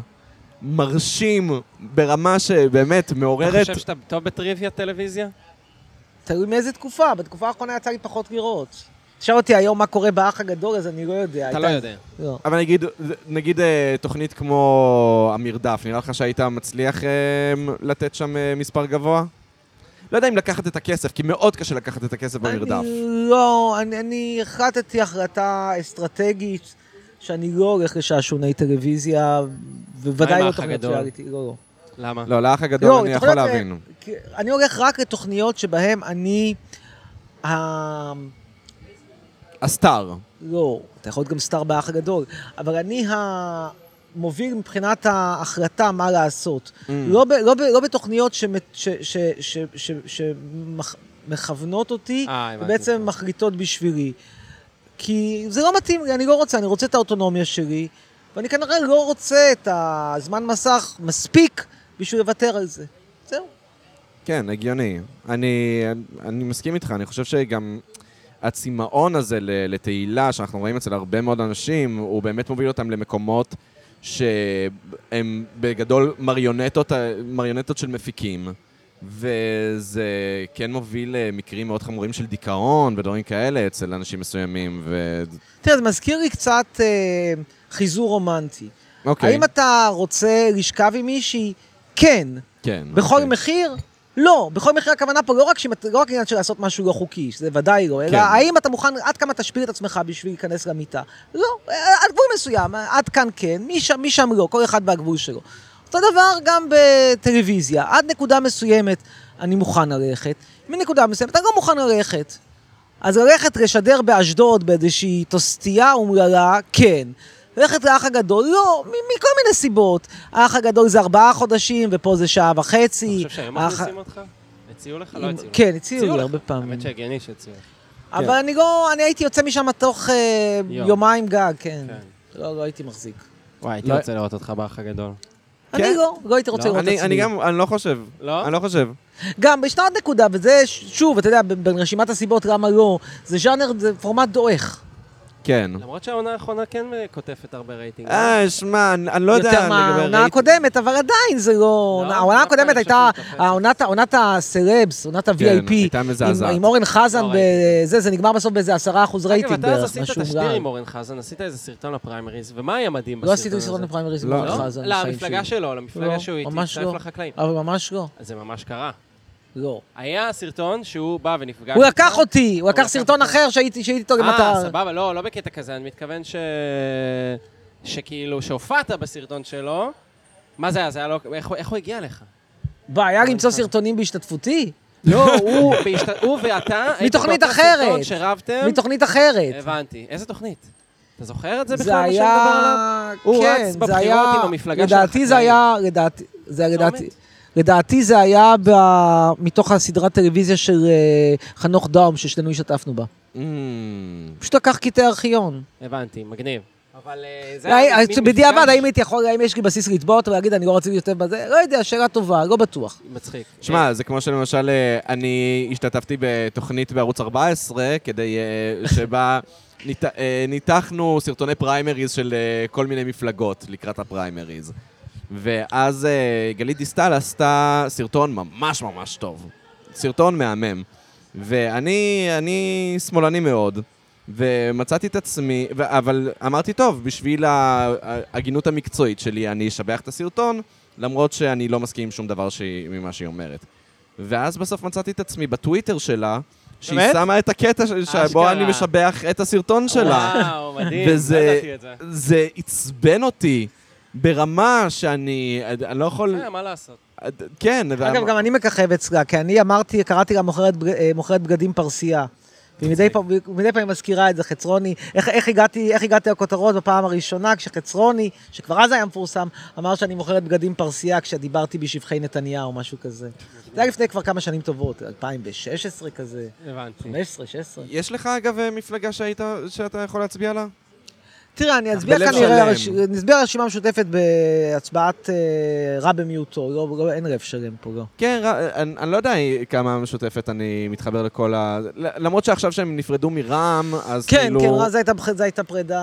[SPEAKER 1] מרשים ברמה שבאמת
[SPEAKER 3] אתה
[SPEAKER 1] מעוררת...
[SPEAKER 3] חושב שאתה טוב בטריוויה טלוויזיה?
[SPEAKER 2] תלוי מאיזה תקופה, בתקופה האחרונה יצא לי פחות לראות. תשאל אותי היום מה קורה באח הגדול, אז אני לא יודע.
[SPEAKER 3] אתה לא יודע.
[SPEAKER 2] לא.
[SPEAKER 1] אבל נגיד, נגיד אה, תוכנית כמו המרדף, נראה לך שהיית מצליח אה, לתת שם אה, מספר גבוה? לא יודע אם לקחת את הכסף, כי מאוד קשה לקחת את הכסף במרדף.
[SPEAKER 2] אני לא, אני, אני החלטתי החלטה אסטרטגית שאני לא הולך לשעשוני טלוויזיה,
[SPEAKER 3] מה
[SPEAKER 2] ובוודאי
[SPEAKER 3] עם
[SPEAKER 2] לא
[SPEAKER 3] האח
[SPEAKER 2] תוכניות
[SPEAKER 3] הגדול?
[SPEAKER 2] ריאליטי. לא, לא.
[SPEAKER 3] למה?
[SPEAKER 1] לא, לאח הגדול אני יכול
[SPEAKER 2] תוכניות,
[SPEAKER 1] להבין.
[SPEAKER 2] אה, כי- אני הולך רק לתוכניות שבהן אני... ה-
[SPEAKER 1] הסטאר.
[SPEAKER 2] לא, אתה יכול להיות גם סטאר באח הגדול, אבל אני המוביל מבחינת ההחלטה מה לעשות.
[SPEAKER 3] Mm.
[SPEAKER 2] לא, ב, לא, ב, לא בתוכניות שמכוונות אותי,
[SPEAKER 3] אה, הבנתי.
[SPEAKER 2] ובעצם מחליטות בשבילי. כי זה לא מתאים לי, אני לא רוצה, אני רוצה את האוטונומיה שלי, ואני כנראה לא רוצה את הזמן מסך מספיק בשביל לוותר על זה. זהו.
[SPEAKER 1] כן, הגיוני. אני, אני מסכים איתך, אני חושב שגם הצמאון הזה ל- לתהילה, שאנחנו רואים אצל הרבה מאוד אנשים, הוא באמת מוביל אותם למקומות שהם בגדול מריונטות, מריונטות של מפיקים. וזה כן מוביל למקרים מאוד חמורים של דיכאון ודברים כאלה אצל אנשים מסוימים, ו...
[SPEAKER 2] תראה, זה מזכיר לי קצת אה, חיזור רומנטי.
[SPEAKER 1] אוקיי.
[SPEAKER 2] האם אתה רוצה לשכב עם מישהי? כן.
[SPEAKER 1] כן.
[SPEAKER 2] בכל
[SPEAKER 1] אוקיי.
[SPEAKER 2] מחיר? לא, בכל מחיר הכוונה פה לא רק, שמת, לא רק עניין של לעשות משהו לא חוקי, שזה ודאי לא, אלא
[SPEAKER 1] כן.
[SPEAKER 2] האם אתה מוכן, עד כמה תשפיל את עצמך בשביל להיכנס למיטה? לא, אה, עד גבול מסוים, אה, עד כאן כן, משם, משם לא, כל אחד והגבול שלו. אותו דבר גם בטלוויזיה, עד נקודה מסוימת אני מוכן ללכת, מנקודה מסוימת אני לא מוכן ללכת. אז ללכת לשדר באשדוד באיזושהי תוסטייה אומללה, כן. ללכת לאח הגדול, לא, מ- מכל מיני סיבות. האח הגדול זה ארבעה חודשים, ופה זה שעה
[SPEAKER 3] אתה
[SPEAKER 2] וחצי.
[SPEAKER 3] חושב שהם
[SPEAKER 2] האח-
[SPEAKER 3] מכניסים אותך? הציעו לך? לא
[SPEAKER 2] אה, אם-
[SPEAKER 3] הציעו לך.
[SPEAKER 2] כן, הציעו לי
[SPEAKER 3] לך.
[SPEAKER 2] הרבה פעמים.
[SPEAKER 3] האמת שהגיוני שהציעו לך.
[SPEAKER 2] אבל אני לא, אני הייתי יוצא משם תוך אה,
[SPEAKER 3] יום.
[SPEAKER 2] יומיים גג, כן.
[SPEAKER 3] כן.
[SPEAKER 2] לא, לא הייתי מחזיק.
[SPEAKER 3] וואי, הייתי
[SPEAKER 1] לא-
[SPEAKER 3] רוצה לראות אותך באח הגדול.
[SPEAKER 2] אני לא, לא הייתי רוצה
[SPEAKER 3] לא,
[SPEAKER 2] לראות את
[SPEAKER 1] אני,
[SPEAKER 2] עצמי.
[SPEAKER 1] אני גם, אני לא חושב.
[SPEAKER 3] לא?
[SPEAKER 1] אני לא חושב.
[SPEAKER 2] גם ישנה עוד נקודה, וזה, ש- שוב, אתה יודע, בין בין רשימת הסיבות למה לא, זה ז'אנר, זה פורמט דועך.
[SPEAKER 1] כן.
[SPEAKER 3] למרות שהעונה האחרונה כן אה, קוטפת הרבה רייטינג.
[SPEAKER 1] אה, שמע, אני, אני לא יודע
[SPEAKER 2] יותר
[SPEAKER 1] לגבי
[SPEAKER 2] מהעונה
[SPEAKER 1] רייטינג.
[SPEAKER 2] הקודמת, אבל עדיין זה לא...
[SPEAKER 3] לא,
[SPEAKER 2] העונה
[SPEAKER 3] דווקא
[SPEAKER 2] הקודמת
[SPEAKER 3] אני
[SPEAKER 2] הייתה
[SPEAKER 3] חושב שהיא
[SPEAKER 2] העונת- עונת הסלבס, עונת ה-VIP,
[SPEAKER 1] הייתה מזעזעת.
[SPEAKER 2] עם אורן חזן,
[SPEAKER 3] כן, לא
[SPEAKER 2] ב- זה זה נגמר בסוף באיזה עשרה אחוז
[SPEAKER 3] אגב,
[SPEAKER 2] רייטינג
[SPEAKER 3] אתה אז
[SPEAKER 2] בערך,
[SPEAKER 3] עשית
[SPEAKER 2] משהו
[SPEAKER 3] תשדיר
[SPEAKER 2] רע.
[SPEAKER 3] עם אורן חזן, עשית איזה סרטון לפריימריז, ומה היה מדהים בסרטון
[SPEAKER 2] לא
[SPEAKER 3] הזה?
[SPEAKER 2] עשיתי סרטון לפריימריז עם
[SPEAKER 1] לא.
[SPEAKER 2] אורן
[SPEAKER 1] לא?
[SPEAKER 2] חזן,
[SPEAKER 3] לא,
[SPEAKER 2] בחיים
[SPEAKER 3] למפלגה
[SPEAKER 2] שלי.
[SPEAKER 3] שלו, למפלגה
[SPEAKER 2] לא,
[SPEAKER 3] שהוא איתי,
[SPEAKER 2] ממש
[SPEAKER 3] הצטרף
[SPEAKER 2] לא.
[SPEAKER 3] לחקלאים.
[SPEAKER 2] אבל ממש לא,
[SPEAKER 3] אז זה ממש קרה.
[SPEAKER 2] לא.
[SPEAKER 3] היה סרטון שהוא בא ונפגע...
[SPEAKER 2] הוא
[SPEAKER 3] איתך.
[SPEAKER 2] לקח אותי, הוא
[SPEAKER 3] הוא
[SPEAKER 2] לקח
[SPEAKER 3] לקח
[SPEAKER 2] סרטון
[SPEAKER 3] אותך.
[SPEAKER 2] אחר שהייתי שהייתי איתו גם
[SPEAKER 3] אה,
[SPEAKER 2] אתה...
[SPEAKER 3] סבבה, לא, לא בקטע כזה, אני מתכוון ש... שכאילו, שהופעת בסרטון שלו, מה זה היה? זה היה לא... איך, הוא- איך הוא הגיע לך?
[SPEAKER 2] בעיה למצוא
[SPEAKER 3] חזן.
[SPEAKER 2] סרטונים בהשתתפותי?
[SPEAKER 3] לא, הוא, בהשת... הוא ואתה... הייתם
[SPEAKER 2] מתוכנית
[SPEAKER 3] באותו
[SPEAKER 2] אחרת.
[SPEAKER 3] סרטון שרבתם?
[SPEAKER 2] מתוכנית אחרת.
[SPEAKER 3] כן. הבנתי. איזה תוכנית? אתה זוכר את זה בכלל,
[SPEAKER 2] זה
[SPEAKER 3] מה שאני
[SPEAKER 2] היה...
[SPEAKER 3] מדבר עליו? הוא רץ
[SPEAKER 2] כן, זה
[SPEAKER 3] בבחירות
[SPEAKER 2] היה...
[SPEAKER 3] עם המפלגה של
[SPEAKER 2] לדעתי זה
[SPEAKER 3] החקלאים.
[SPEAKER 2] היה... לדעתי... זה היה
[SPEAKER 3] אתה
[SPEAKER 2] לדעתי...
[SPEAKER 3] מת.
[SPEAKER 2] לדעתי זה היה ב... מתוך הסדרת טלוויזיה של אה, חנוך דאום, ששנינו השתתפנו בה.
[SPEAKER 1] Mm.
[SPEAKER 2] פשוט לקח קטעי ארכיון.
[SPEAKER 3] הבנתי, מגניב. אבל אה, זה היה
[SPEAKER 2] אולי,
[SPEAKER 3] מין מפגש
[SPEAKER 2] בדיעבד, האם הייתי יכול, האם יש לי בסיס לתבוע אותו ולהגיד, אני לא רציתי יותר בזה? לא יודע, שאלה טובה, לא בטוח.
[SPEAKER 3] מצחיק.
[SPEAKER 1] שמע, זה כמו שלמשל, אה, אני השתתפתי בתוכנית בערוץ 14, כדי אה, שבה ניט- אה, ניתחנו סרטוני פריימריז של אה, כל מיני מפלגות לקראת הפריימריז. ואז אה, גלית דיסטל עשתה סרטון ממש ממש טוב. סרטון מהמם. ואני אני שמאלני מאוד, ומצאתי את עצמי, ו- אבל אמרתי, טוב, בשביל ההגינות המקצועית שלי, אני אשבח את הסרטון, למרות שאני לא מסכים עם שום דבר שהיא, ממה שהיא אומרת. ואז בסוף מצאתי את עצמי בטוויטר שלה, שהיא
[SPEAKER 2] באמת?
[SPEAKER 1] שמה את הקטע ש- שבו
[SPEAKER 3] אשכרה.
[SPEAKER 1] אני משבח את הסרטון שלה.
[SPEAKER 3] וואו, מדהים, לא
[SPEAKER 1] וזה-
[SPEAKER 3] ידעתי את זה.
[SPEAKER 1] זה עצבן אותי ברמה שאני, אני לא יכול...
[SPEAKER 3] אה, מה לעשות?
[SPEAKER 1] כן,
[SPEAKER 2] אגב, גם אני מככב אצלה, כי אני אמרתי, קראתי לה מוכרת בג- אה, מוכרת בגדים פרסייה. ומדי פעם, מדי פעם היא מזכירה את זה, חצרוני, איך, איך, הגעתי, איך הגעתי לכותרות בפעם הראשונה, כשחצרוני, שכבר אז היה מפורסם, אמר שאני מוכרת בגדים פרסייה כשדיברתי בשבחי נתניהו, או משהו כזה. זה היה לפני כבר כמה שנים טובות, 2016 כזה,
[SPEAKER 3] הבנתי.
[SPEAKER 2] 15, 16.
[SPEAKER 1] יש לך, אגב, מפלגה שהיית, שאתה יכול להצביע לה?
[SPEAKER 2] תראה, אני אצביע
[SPEAKER 1] בלב
[SPEAKER 2] כנראה,
[SPEAKER 1] שלם.
[SPEAKER 2] הרש- נצביע הרשימה המשותפת בהצבעת אה, רע במיעוטו, לא, לא, אין רב שלם פה, לא.
[SPEAKER 1] כן, ר- אני, אני לא יודע כמה המשותפת אני מתחבר לכל ה... ל- למרות שעכשיו שהם נפרדו מרע"מ, אז
[SPEAKER 2] כן,
[SPEAKER 1] כאילו...
[SPEAKER 2] כן, רע, זו הייתה, זו הייתה פרידה.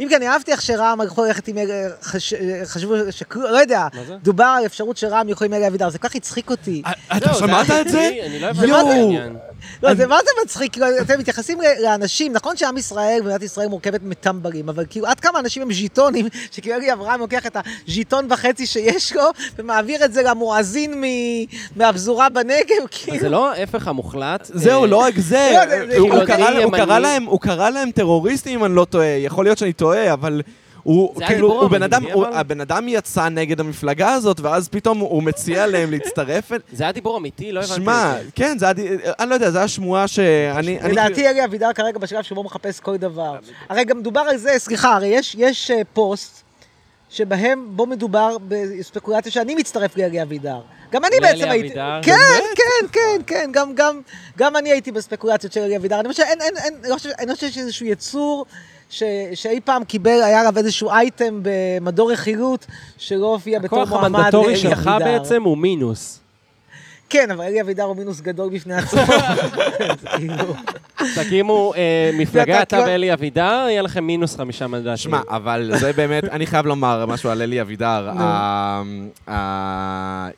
[SPEAKER 2] אם כן, אני אהבתי איך שרע"מ יכולו ללכת עם... אלי- חש- חשבו שכלום, לא יודע,
[SPEAKER 3] מה זה?
[SPEAKER 2] דובר על אפשרות שרע"מ יכולים אלי אבידר, זה כל כך הצחיק אותי.
[SPEAKER 1] אה, אתה
[SPEAKER 3] זהו, לא, זה
[SPEAKER 1] שמעת
[SPEAKER 3] היה
[SPEAKER 1] את זה?
[SPEAKER 3] טבעי, אני לא הבנתי את
[SPEAKER 2] יואו.
[SPEAKER 3] העניין.
[SPEAKER 2] לא, זה מה זה מצחיק, כאילו, אתם מתייחסים ל- לאנשים, נכון שעם ישראל, מדינת ישראל מורכבת מטמבלים, אבל כאילו עד כמה אנשים הם ז'יטונים, שכאילו אלי אברהם לוקח את הז'יטון וחצי שיש לו, ומעביר את זה למואזין מ- מהפזורה בנגב,
[SPEAKER 3] אבל זה
[SPEAKER 2] כאילו.
[SPEAKER 3] לא ההפך המוחלט.
[SPEAKER 1] זהו,
[SPEAKER 3] אה,
[SPEAKER 1] לא רק זה,
[SPEAKER 2] לא, זה- זה-
[SPEAKER 1] הוא- הוא
[SPEAKER 3] חילוני,
[SPEAKER 1] קרא להם- הוא
[SPEAKER 3] ימני.
[SPEAKER 1] קרא להם- הוא קרא להם טרוריסטים, אם אני לא טועה, יכול להיות שאני טועה, אבל... הוא
[SPEAKER 3] זה היה
[SPEAKER 1] כאילו,
[SPEAKER 3] דיבור
[SPEAKER 1] הוא בן
[SPEAKER 3] אמיתי,
[SPEAKER 1] אדם, הוא-
[SPEAKER 3] אבל-
[SPEAKER 1] הבן אדם יצא נגד המפלגה הזאת, ואז פתאום הוא מציע להם להצטרף. אל-
[SPEAKER 3] זה היה דיבור אמיתי, לא הבנתי את
[SPEAKER 1] שמע,
[SPEAKER 3] זה.
[SPEAKER 1] כן, זה היה, די- אני לא יודע, זו הייתה שמועה שאני... אני-
[SPEAKER 2] לדעתי
[SPEAKER 3] כאילו-
[SPEAKER 2] אלי אבידר כרגע בשלב שבו הוא מחפש כל
[SPEAKER 3] אה,
[SPEAKER 2] דבר. הרי גם דובר על זה, סליחה, הרי יש, יש אה, פוסט שבהם, בו מדובר בספקולציה שאני מצטרף לאלי אבידר. גם אני
[SPEAKER 3] לאלי
[SPEAKER 2] בעצם הייתי...
[SPEAKER 3] אבידר?
[SPEAKER 2] כן, כן, כן, כן, גם, גם, גם אני הייתי בספקולציות של אלי אבידר. אני חושב שאין, אין, אין, אני לא חושב- אני לא חושב שיש איזשהו יצור... ש... שאי פעם קיבל, היה עליו איזשהו אייטם במדור רכילות שלא הופיע בתור
[SPEAKER 3] הכוח
[SPEAKER 2] מועמד לאלי אבידר.
[SPEAKER 3] המנדטורי שלך בעצם הוא מינוס.
[SPEAKER 2] כן, אבל אלי אבידר הוא מינוס גדול בפני עצמו. זה כאילו-
[SPEAKER 3] תקימו אה, מפלגה,
[SPEAKER 2] ואתה
[SPEAKER 3] אתה
[SPEAKER 2] כבר-
[SPEAKER 3] ואלי אבידר, יהיה לכם מינוס חמישה מנדטים.
[SPEAKER 1] שמע, אבל זה באמת, אני חייב לומר משהו על אלי אבידר.
[SPEAKER 2] נו.
[SPEAKER 1] ה-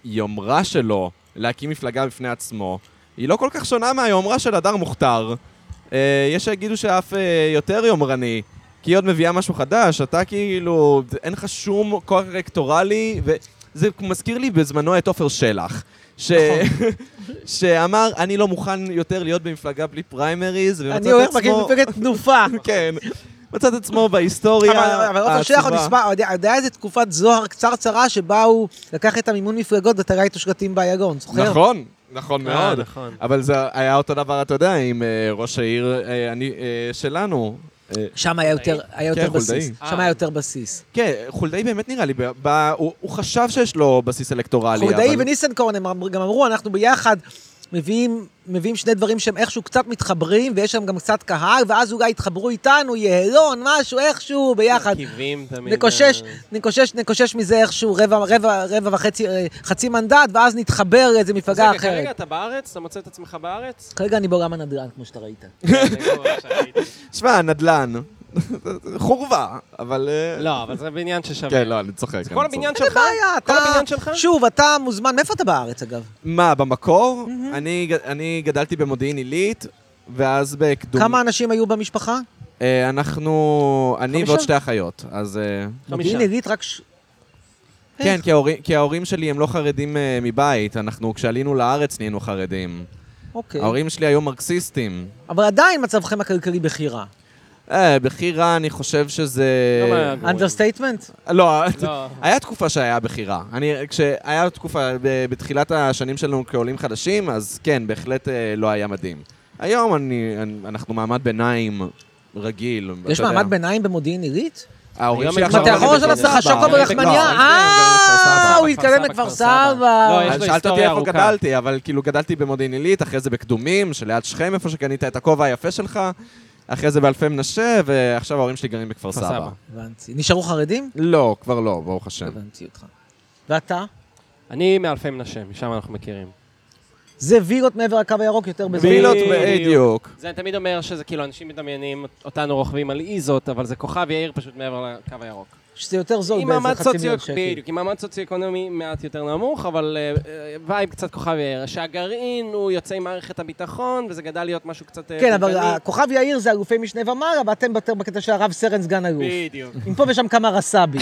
[SPEAKER 1] היומרה שלו להקים מפלגה בפני עצמו, היא לא כל כך שונה מהיומרה של הדר מוכתר. אה, יש שיגידו שאף אה, יותר יומרני, כי היא עוד מביאה משהו חדש, אתה כאילו, אין לך שום כוח רקטורלי, וזה מזכיר לי בזמנו את עופר שלח. ש...
[SPEAKER 2] נכון.
[SPEAKER 1] שאמר, אני לא מוכן יותר להיות במפלגה בלי פריימריז, ומצא את
[SPEAKER 2] אני
[SPEAKER 1] עצמו...
[SPEAKER 2] הולך להקים מפלגת תנופה.
[SPEAKER 1] כן. מצא את עצמו בהיסטוריה
[SPEAKER 2] אבל- אבל
[SPEAKER 1] אה,
[SPEAKER 2] עופר שלח עוד נספה, עוד עוד היה איזה תקופת זוהר קצרצרה שבה הוא לקח את המימון מפלגות ותלה איתו שלטים באיילון, זוכר?
[SPEAKER 1] נכון, נכון
[SPEAKER 3] אה,
[SPEAKER 1] מאוד.
[SPEAKER 3] נכון.
[SPEAKER 1] אבל זה היה אותו דבר, אתה יודע, עם אה, ראש העיר אה, אני- אה, שלנו. אה,
[SPEAKER 2] שם היה יותר, היה יותר
[SPEAKER 1] כן, חולדאי.
[SPEAKER 2] בסיס. שם היה יותר בסיס.
[SPEAKER 1] כן, חולדאי באמת נראה לי, ב- ב- הוא הוא חשב שיש לו בסיס אלקטורלי.
[SPEAKER 2] חולדאי
[SPEAKER 1] אבל-
[SPEAKER 2] וניסנקורן הם אמר- גם אמרו, אנחנו ביחד מביאים, מביאים שני דברים שהם איכשהו קצת מתחברים, ויש שם גם קצת קהל, ואז אולי יתחברו איתנו, יעלון, משהו, איכשהו, ביחד.
[SPEAKER 3] מרכיבים תמיד.
[SPEAKER 2] נקושש,
[SPEAKER 3] אה,
[SPEAKER 2] נקושש, נקושש מזה איכשהו רבע, רבע, רבע וחצי, אה, חצי מנדט, ואז נתחבר לאיזה
[SPEAKER 3] אז
[SPEAKER 2] מפלגה
[SPEAKER 3] רגע,
[SPEAKER 2] אחרת.
[SPEAKER 3] כרגע אתה בארץ? אתה מוצא את עצמך בארץ?
[SPEAKER 2] כרגע אני בעולם הנדל"ן, כמו שאתה ראית.
[SPEAKER 3] זה כבר שראיתי.
[SPEAKER 1] שמע, נדל"ן. חורבה, אבל... אה,
[SPEAKER 3] לא, אבל זה בניין ששווה.
[SPEAKER 1] כן, לא, אני צוחק. אני
[SPEAKER 3] כל
[SPEAKER 1] צוחק.
[SPEAKER 3] הבניין
[SPEAKER 2] אין
[SPEAKER 3] שלך?
[SPEAKER 2] בעיה, אתה...
[SPEAKER 3] כל הבניין שלך?
[SPEAKER 2] שוב, אתה מוזמן, מאיפה אתה בארץ אגב?
[SPEAKER 1] מה, במקור? אני ג- אני גדלתי במודיעין עילית, ואז בקדום...
[SPEAKER 2] כמה אנשים היו במשפחה?
[SPEAKER 1] אה, אנחנו... אני
[SPEAKER 3] חמישה?
[SPEAKER 1] ועוד שתי אחיות, אז... אה,
[SPEAKER 2] מודיעין עילית רק... ש-
[SPEAKER 1] כן, כי ההורים, כי ההורים שלי הם לא חרדים אה, מבית, אנחנו כשעלינו לארץ נהיינו חרדים.
[SPEAKER 2] אוקיי.
[SPEAKER 1] ההורים שלי היו מרקסיסטים.
[SPEAKER 2] אבל עדיין מצבכם הכלכלי בכי רע.
[SPEAKER 1] אה, בכי רע אני חושב שזה...
[SPEAKER 3] לא מה- גרועים.
[SPEAKER 2] אנדרסטייטמנט?
[SPEAKER 1] לא,
[SPEAKER 3] לא.
[SPEAKER 1] היה תקופה שהיה בכי רע. אני, כשהיה תקופה, ב- בתחילת השנים שלנו כעולים חדשים, אז כן, בהחלט אה, לא היה מדהים. היום אני, אני- אנחנו מעמד ביניים רגיל,
[SPEAKER 2] יש
[SPEAKER 1] אתה יודע.
[SPEAKER 2] מעמד ביניים במודיעין עילית?
[SPEAKER 1] ההורים
[SPEAKER 3] היום
[SPEAKER 1] שלי
[SPEAKER 3] הם-
[SPEAKER 1] עכשיו
[SPEAKER 2] אתה
[SPEAKER 1] גרים
[SPEAKER 2] יכול לעשות
[SPEAKER 1] בכפר
[SPEAKER 2] לעצמך
[SPEAKER 1] סבא.
[SPEAKER 2] שוקו
[SPEAKER 1] גרים בכפר-
[SPEAKER 2] ברחמניה?
[SPEAKER 3] כן,
[SPEAKER 1] גרים בכפר סבא.
[SPEAKER 2] אה, הוא התקדם
[SPEAKER 3] סבא,
[SPEAKER 2] לכפר
[SPEAKER 3] כפר סבא.
[SPEAKER 2] סבא.
[SPEAKER 3] לא, יש-
[SPEAKER 1] אה, שאלת
[SPEAKER 3] לו
[SPEAKER 1] אותי
[SPEAKER 3] היסטוריה
[SPEAKER 1] איפה
[SPEAKER 3] ארוכה.
[SPEAKER 1] גדלתי, אבל כאילו גדלתי במודיעין עילית, אחרי זה בקדומים, שליד שכם, איפה שקנית את הכובע היפה שלך. אחרי זה באלפי מנשה, ועכשיו ההורים שלי גרים בכפר
[SPEAKER 3] כפר
[SPEAKER 1] סבא.
[SPEAKER 3] סבא.
[SPEAKER 2] הבנתי. נשארו חרדים?
[SPEAKER 3] כן.
[SPEAKER 1] לא, כבר לא, ברוך השם.
[SPEAKER 2] הבנתי אותך. ואתה?
[SPEAKER 3] אני מאלפי מנשה, משם אנחנו מכירים.
[SPEAKER 2] זה וילות מעבר לקו הירוק יותר בזמן.
[SPEAKER 1] וילות
[SPEAKER 3] בדיוק.
[SPEAKER 1] בדיוק.
[SPEAKER 3] זה אני תמיד אומר שזה כאילו, אנשים מדמיינים אותנו רוכבים על איזות, אבל זה כוכב יאיר פשוט מעבר לקו הירוק.
[SPEAKER 2] שזה יותר זול
[SPEAKER 3] עם
[SPEAKER 2] באיזה
[SPEAKER 3] מעמד
[SPEAKER 2] חצי מיליון
[SPEAKER 3] סוציו...
[SPEAKER 2] שקל.
[SPEAKER 3] בדיוק, עם מעמד סוציו-אקונומי מעט יותר נמוך, אבל אה, אה, וייב קצת כוכב יאיר. שהגרעין הוא יוצא עם מערכת הביטחון, וזה גדל להיות משהו קצת... אה,
[SPEAKER 2] כן, אבל
[SPEAKER 3] פולקני.
[SPEAKER 2] כוכב יאיר זה אלופי משנה ומעלה, ואתם יותר בקטע של הרב סרן סגן אלוף.
[SPEAKER 3] בדיוק,
[SPEAKER 2] עם פה ושם כמה רס"בים.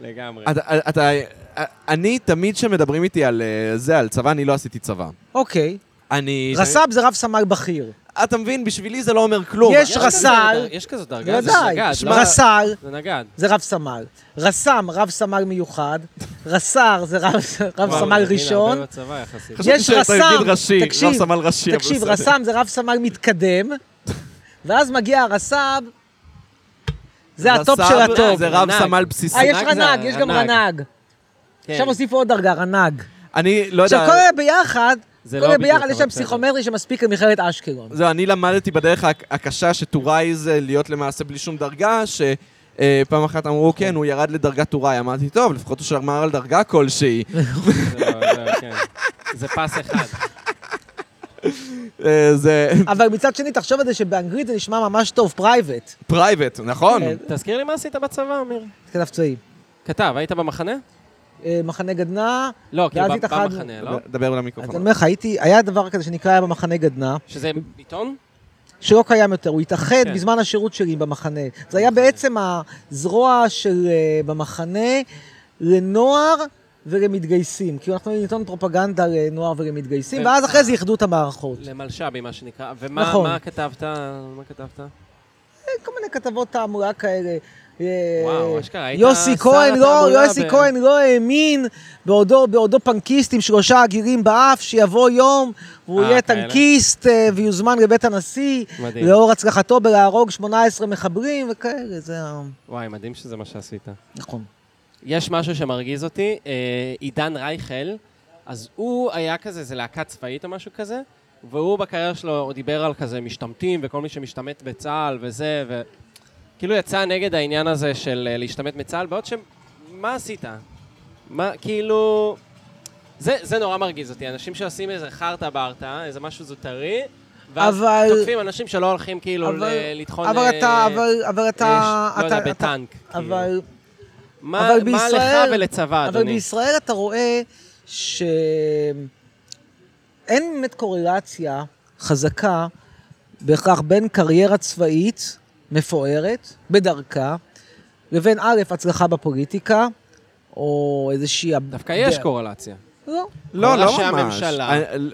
[SPEAKER 3] לגמרי.
[SPEAKER 1] אתה- אתה... אני תמיד כשמדברים איתי על אה, זה, על צבא, אני לא עשיתי צבא.
[SPEAKER 2] אוקיי.
[SPEAKER 1] אני...
[SPEAKER 2] רס"ב זה רב סמל בכיר.
[SPEAKER 1] אתה מבין, בשבילי זה לא אומר כלום.
[SPEAKER 2] יש
[SPEAKER 3] כזה
[SPEAKER 2] רס"ל.
[SPEAKER 3] דר- יש כזו דרגה, זה
[SPEAKER 2] בוודאי.
[SPEAKER 3] נגד. לא?
[SPEAKER 2] רס"ל
[SPEAKER 3] זה נגד.
[SPEAKER 2] זה רב סמל. רס"ם, רב סמל מיוחד. רס"ר זה רב- רב
[SPEAKER 3] וואו,
[SPEAKER 2] סמל
[SPEAKER 3] הנה,
[SPEAKER 2] ראשון.
[SPEAKER 3] הרבה בצבא יחסית.
[SPEAKER 1] חשבתי
[SPEAKER 2] יש
[SPEAKER 1] שאתה
[SPEAKER 2] רס"ם,
[SPEAKER 1] ידיד ראשי,
[SPEAKER 2] תקשיב,
[SPEAKER 1] לא סמל ראשי, אבל
[SPEAKER 2] תקשיב,
[SPEAKER 1] בסדר.
[SPEAKER 2] רס"ם זה רב סמל מתקדם, ואז מגיע הרס"ב, זה הטופ
[SPEAKER 1] רס"ב
[SPEAKER 2] של הטופ.
[SPEAKER 1] זה רב
[SPEAKER 3] ענק.
[SPEAKER 1] סמל בסיסי.
[SPEAKER 2] אה, יש
[SPEAKER 3] רנ"ג זה
[SPEAKER 2] רנ"ג, אה, יש גם
[SPEAKER 3] רנ"ג.
[SPEAKER 2] רנ"ג.
[SPEAKER 3] כן.
[SPEAKER 2] עכשיו הוסיפו עוד דרגה, רנ"ג.
[SPEAKER 1] אני לא יודע...
[SPEAKER 2] עכשיו, כל אלה ביחד,
[SPEAKER 3] זה
[SPEAKER 2] כל
[SPEAKER 3] לא
[SPEAKER 2] אלה
[SPEAKER 3] בדיוק,
[SPEAKER 2] ביחד יש להם
[SPEAKER 3] אבל בסדר.
[SPEAKER 2] פסיכומטרי שמספיק למכללת אשקלון.
[SPEAKER 1] זהו, אני למדתי בדרך הק- הקשה שטוראי זה להיות למעשה בלי שום דרגה, שפעם אחת אמרו,
[SPEAKER 2] נכון.
[SPEAKER 1] כן, הוא ירד לדרגת טוראי. אמרתי, טוב, לפחות הוא שמר על דרגה כלשהי.
[SPEAKER 3] זה לא- זה לא- כן. זה פס אחד.
[SPEAKER 1] אה, זה
[SPEAKER 2] אבל מצד שני, תחשוב על זה שבאנגלית זה נשמע ממש טוב, פרייבט.
[SPEAKER 1] פרייבט, נכון?
[SPEAKER 2] כן.
[SPEAKER 3] תזכיר לי מה עשית בצבא, אמיר.
[SPEAKER 2] כתב צבאי.
[SPEAKER 3] כתב, היית במחנה?
[SPEAKER 2] אה, מחנה גדנ"ע,
[SPEAKER 3] לא, כאילו
[SPEAKER 2] ואז
[SPEAKER 3] ב-
[SPEAKER 2] התאחדנו.
[SPEAKER 3] במחנה, לא?
[SPEAKER 1] דבר
[SPEAKER 2] אז
[SPEAKER 1] למיקרופון.
[SPEAKER 2] אני אומר לך, הייתי, היה דבר כזה שנקרא היה במחנה גדנ"ע,
[SPEAKER 3] שזה עיתון?
[SPEAKER 2] שלא קיים יותר, הוא התאחד
[SPEAKER 3] כן.
[SPEAKER 2] בזמן השירות שלי במחנה. זה היה בעצם הזרוע של אה, במחנה לנוער ולמתגייסים. כאילו אנחנו ניתן פרופגנדה לנוער ולמתגייסים,
[SPEAKER 3] ו-
[SPEAKER 2] ואז אחרי זה איחדו את המערכות.
[SPEAKER 3] למלש"בי, מה שנקרא. ומה
[SPEAKER 2] נכון.
[SPEAKER 3] מה כתבת? מה כתבת?
[SPEAKER 2] כל מיני כתבות תעמולה כאלה.
[SPEAKER 3] וואו,
[SPEAKER 2] אה,
[SPEAKER 3] אשכרה, היית
[SPEAKER 2] יוסי
[SPEAKER 3] שר
[SPEAKER 2] כהן לא,
[SPEAKER 3] התעמולה
[SPEAKER 2] יוסי
[SPEAKER 3] ב-
[SPEAKER 2] כהן לא האמין בעודו, בעודו פנקיסט עם שלושה עגילים באף, שיבוא יום והוא
[SPEAKER 3] אה,
[SPEAKER 2] יהיה
[SPEAKER 3] כאלה.
[SPEAKER 2] טנקיסט אה, ויוזמן לבית הנשיא,
[SPEAKER 3] מדהים.
[SPEAKER 2] לאור הצלחתו בלהרוג 18 מחברים וכאלה, זה ה...
[SPEAKER 3] וואי, מדהים שזה מה שעשית.
[SPEAKER 2] נכון.
[SPEAKER 3] יש משהו שמרגיז אותי, אה, עידן רייכל, אז הוא היה כזה, זה להקה צבאית או משהו כזה, והוא בקריירה שלו הוא דיבר על כזה משתמטים וכל מי שמשתמט בצה"ל וזה, וכאילו יצא נגד העניין הזה של אה, להשתמט מצה"ל, בעוד ש... מה עשית? מה, כאילו... זה, זה נורא מרגיז אותי, אנשים שעושים איזה חרטה ברטה, איזה משהו זוטרי, ואז
[SPEAKER 2] אבל-
[SPEAKER 3] תוקפים אנשים שלא הולכים כאילו
[SPEAKER 2] אבל-
[SPEAKER 3] ל- לטחון...
[SPEAKER 2] אבל
[SPEAKER 3] אה,
[SPEAKER 2] אתה, אבל, אבל אתה,
[SPEAKER 3] אש, לא
[SPEAKER 2] אתה, אתה-
[SPEAKER 3] יודע, בטנק. כאילו.
[SPEAKER 2] אבל,
[SPEAKER 3] מה,
[SPEAKER 2] אבל
[SPEAKER 3] מה
[SPEAKER 2] בישראל-
[SPEAKER 3] לך ולצבא,
[SPEAKER 2] אבל
[SPEAKER 3] אדוני?
[SPEAKER 2] בישראל אתה רואה שאין באמת קורלציה חזקה בהכרח בין קריירה צבאית מפוארת בדרכה לבין א', הצלחה בפוליטיקה, או איזושהי...
[SPEAKER 3] דווקא יש קורלציה.
[SPEAKER 2] לא.
[SPEAKER 1] לא,
[SPEAKER 3] ראשי
[SPEAKER 1] לא ממש.
[SPEAKER 3] הממשלה.
[SPEAKER 1] אני-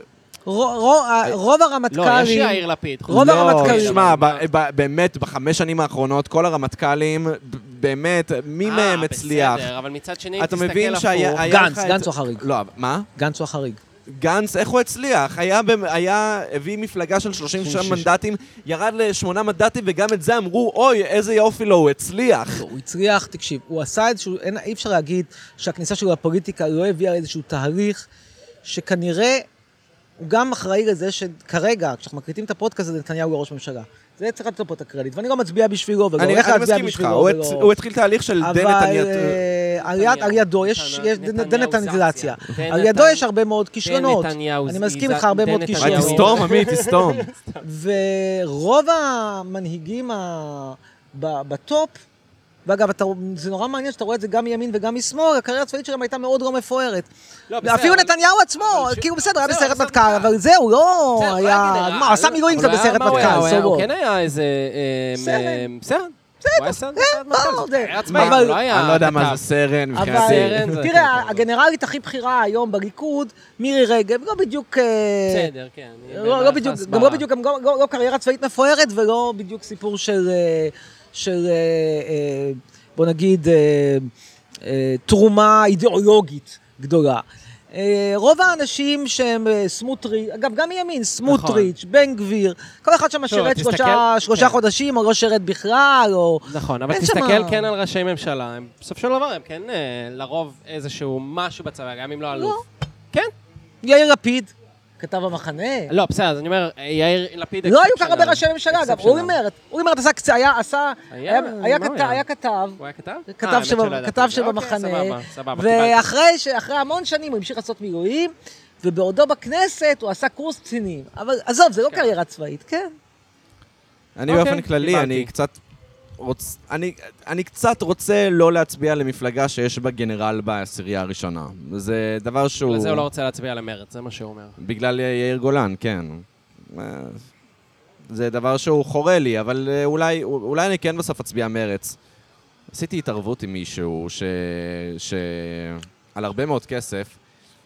[SPEAKER 2] רו- רו- רוב הרמטכ"לים...
[SPEAKER 3] לא, יש יאיר לפיד. אה,
[SPEAKER 2] רוב
[SPEAKER 1] לא,
[SPEAKER 2] הרמטכ"לים.
[SPEAKER 1] תשמע,
[SPEAKER 3] אבל-
[SPEAKER 1] ב- ב- באמת, בחמש שנים האחרונות, כל הרמטכ"לים, ב- באמת, מי
[SPEAKER 3] אה,
[SPEAKER 1] מהם הצליח?
[SPEAKER 3] בסדר, אבל מצד שני,
[SPEAKER 1] אתה
[SPEAKER 3] תסתכל
[SPEAKER 1] מבין שהיה...
[SPEAKER 3] הפוך.
[SPEAKER 1] היה
[SPEAKER 2] גנץ,
[SPEAKER 1] לך את-
[SPEAKER 2] גנץ הוא החריג.
[SPEAKER 1] לא, אבל- מה?
[SPEAKER 2] גנץ הוא החריג.
[SPEAKER 1] גנץ, איך הוא הצליח? היה, במ- היה, הביא מפלגה של 36 מנדטים, ירד לשמונה מנדטים, וגם את זה אמרו, אוי, איזה יופי לו, הוא הצליח.
[SPEAKER 2] לא, הוא הצליח, תקשיב, הוא עשה איזשהו, אין, אי אפשר להגיד שהכניסה שלו לפוליטיקה לא הביאה לאיזשהו תהליך שכנראה הוא גם אחראי לזה שכרגע, כשאנחנו מקליטים את הפודקאסט הזה, נתניהו הוא ראש ממשלה. זה צריך לתת לו פה את הקרדיט, ואני לא מצביע בשבילו, ולא
[SPEAKER 1] אני
[SPEAKER 2] הולך
[SPEAKER 1] אני
[SPEAKER 2] להצביע
[SPEAKER 1] מסכים איתך,
[SPEAKER 2] בשבילו,
[SPEAKER 1] הוא
[SPEAKER 2] ולא...
[SPEAKER 1] הצ- הוא התחיל תהליך של
[SPEAKER 2] אבל
[SPEAKER 1] דנתניהו.
[SPEAKER 2] אה, על יד- על ידו יש יש
[SPEAKER 3] נתניהו-
[SPEAKER 2] דנתניזציה.
[SPEAKER 3] נתניהו-
[SPEAKER 2] על ידו יש הרבה מאוד כישלונות.
[SPEAKER 3] נתניהו-
[SPEAKER 2] אני מסכים איתך, הרבה מאוד
[SPEAKER 3] נתניהו-
[SPEAKER 1] מה,
[SPEAKER 2] כישלונות.
[SPEAKER 1] אה, תסתום, עמית, תסתום.
[SPEAKER 2] ורוב המנהיגים ה... ב... בטופ, ואגב, אתה... זה נורא מעניין שאתה רואה את זה גם מימין וגם משמאל, הקריירה הצבאית שלהם הייתה מאוד לא מפוארת.
[SPEAKER 3] לא, בסדר,
[SPEAKER 2] אפילו
[SPEAKER 3] אבל-
[SPEAKER 2] נתניהו עצמו,
[SPEAKER 3] אבל ש-
[SPEAKER 2] כאילו בסדר, היה
[SPEAKER 3] בסדר,
[SPEAKER 2] בסיירת
[SPEAKER 3] בסדר,
[SPEAKER 2] מטכ"ל,
[SPEAKER 3] בסדר.
[SPEAKER 2] אבל זהו, לא
[SPEAKER 3] בסדר,
[SPEAKER 2] היה...
[SPEAKER 3] לא נגיד,
[SPEAKER 2] מה,
[SPEAKER 3] אה,
[SPEAKER 2] עשה מילואים
[SPEAKER 3] אבל
[SPEAKER 2] קצת בסיירת
[SPEAKER 3] מה הוא היה?
[SPEAKER 2] מטכ"ל,
[SPEAKER 3] הוא היה-
[SPEAKER 2] זהו.
[SPEAKER 3] הוא כן היה איזה... אה,
[SPEAKER 2] סרן.
[SPEAKER 3] אה, סרן. הוא היה סרן, סרן
[SPEAKER 2] לא,
[SPEAKER 3] מטכ"ל.
[SPEAKER 2] זה-
[SPEAKER 3] היה עצמאי,
[SPEAKER 2] אבל-
[SPEAKER 3] הוא לא היה...
[SPEAKER 1] אני לא יודע מה
[SPEAKER 3] כתב.
[SPEAKER 1] זה סרן, מבחינתי.
[SPEAKER 3] סרן. זה
[SPEAKER 2] אבל אה, תראה,
[SPEAKER 3] הכי-
[SPEAKER 2] הגנרלית הכי בכירה היום בליכוד, מירי רגב, לא בדיוק... אה,
[SPEAKER 3] בסדר, כן.
[SPEAKER 2] לא, לא בדיוק,
[SPEAKER 3] הסברה.
[SPEAKER 2] גם לא בדיוק, גם לא, לא, לא קריירה צבאית מפוארת ולא בדיוק סיפור של, אה, של אה, אה, בוא נגיד, אה, אה, תרומה אידיאולוגית גדולה. אה, רוב האנשים שהם אה, סמוטריץ', אגב, גם מימין, סמוטריץ', בן גביר, כל אחד שם שירת
[SPEAKER 3] נכון. תסתכל-
[SPEAKER 2] שלושה, שלושה
[SPEAKER 3] כן.
[SPEAKER 2] חודשים, או לא שירת בכלל, או...
[SPEAKER 3] נכון, אבל
[SPEAKER 2] אין
[SPEAKER 3] תסתכל
[SPEAKER 2] שמה-
[SPEAKER 3] כן על ראשי ממשלה, הם בסופו של דבר הם כן
[SPEAKER 2] לא.
[SPEAKER 3] אה, לרוב איזשהו משהו בצבא, גם אם לא אלוף. כן,
[SPEAKER 2] יאיר לפיד, כתב המחנה.
[SPEAKER 3] לא, בסדר, אז אני אומר, יאיר לפיד...
[SPEAKER 2] לא היו
[SPEAKER 3] אקספשיונל.
[SPEAKER 2] כך הרבה ראשי ממשלה, אגב.
[SPEAKER 3] אקספשיונל.
[SPEAKER 2] אורי מרט. אורי מרט עשה קצה, היה, עשה...
[SPEAKER 3] היה-
[SPEAKER 2] היה- היה
[SPEAKER 3] מה הוא
[SPEAKER 2] כת-
[SPEAKER 3] לא, היה?
[SPEAKER 2] היה כתב.
[SPEAKER 3] הוא היה כתב?
[SPEAKER 2] כתב
[SPEAKER 3] אה, האמת
[SPEAKER 2] שבא-
[SPEAKER 3] שלא ידעתי
[SPEAKER 2] כתב
[SPEAKER 3] את זה.
[SPEAKER 2] שבמחנה,
[SPEAKER 3] אוקיי, סבבה, סבבה, קיבלתי.
[SPEAKER 2] ואחרי ש- אחרי המון שנים הוא המשיך לעשות מילואים, ובעודו בכנסת הוא עשה קורס קצינים. אבל עזוב, זה לא קריירה צבאית, כן.
[SPEAKER 1] אני
[SPEAKER 3] אוקיי,
[SPEAKER 1] באופן כללי, אני
[SPEAKER 3] קיבלתי.
[SPEAKER 1] קצת... רוצ... אני, אני קצת רוצה לא להצביע למפלגה שיש בה גנרל בעשירייה הראשונה. זה דבר שהוא...
[SPEAKER 3] בגלל זה הוא לא רוצה להצביע למרץ, זה מה שהוא אומר.
[SPEAKER 1] בגלל אה, יאיר גולן, כן. אה, זה דבר שהוא חורה לי, אבל אה, אולי, אולי אני כן בסוף אצביע מרץ. עשיתי התערבות עם מישהו ש... ש... על הרבה מאוד כסף,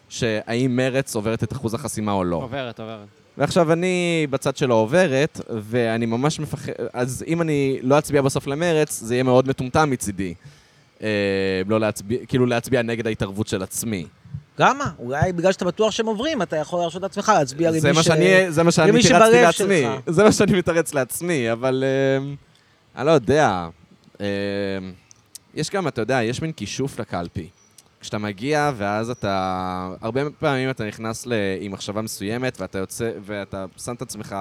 [SPEAKER 1] שהאם מרץ עוברת את אחוז החסימה או לא.
[SPEAKER 3] עוברת, עוברת.
[SPEAKER 1] ועכשיו אני בצד שלו עוברת, ואני ממש מפחד... אז אם אני לא אצביע בסוף למרץ, זה יהיה מאוד מטומטם מצידי. אה, לא להצביע, כאילו להצביע נגד ההתערבות של עצמי.
[SPEAKER 2] למה? אולי בגלל שאתה בטוח שהם עוברים, אתה יכול להרשות לעצמך להצביע למי ש...
[SPEAKER 1] זה מה שאני, זה מה
[SPEAKER 2] למי
[SPEAKER 1] שאני תירצתי
[SPEAKER 2] שבלב
[SPEAKER 1] לעצמי.
[SPEAKER 2] שלך.
[SPEAKER 1] זה מה שאני מתרץ לעצמי, אבל אה, אני לא יודע. אה, יש גם, אתה יודע, יש מין כישוף לקלפי. כשאתה מגיע, ואז אתה... הרבה פעמים אתה נכנס ל... עם מחשבה מסוימת, ואתה יוצא, ואתה שם את עצמך...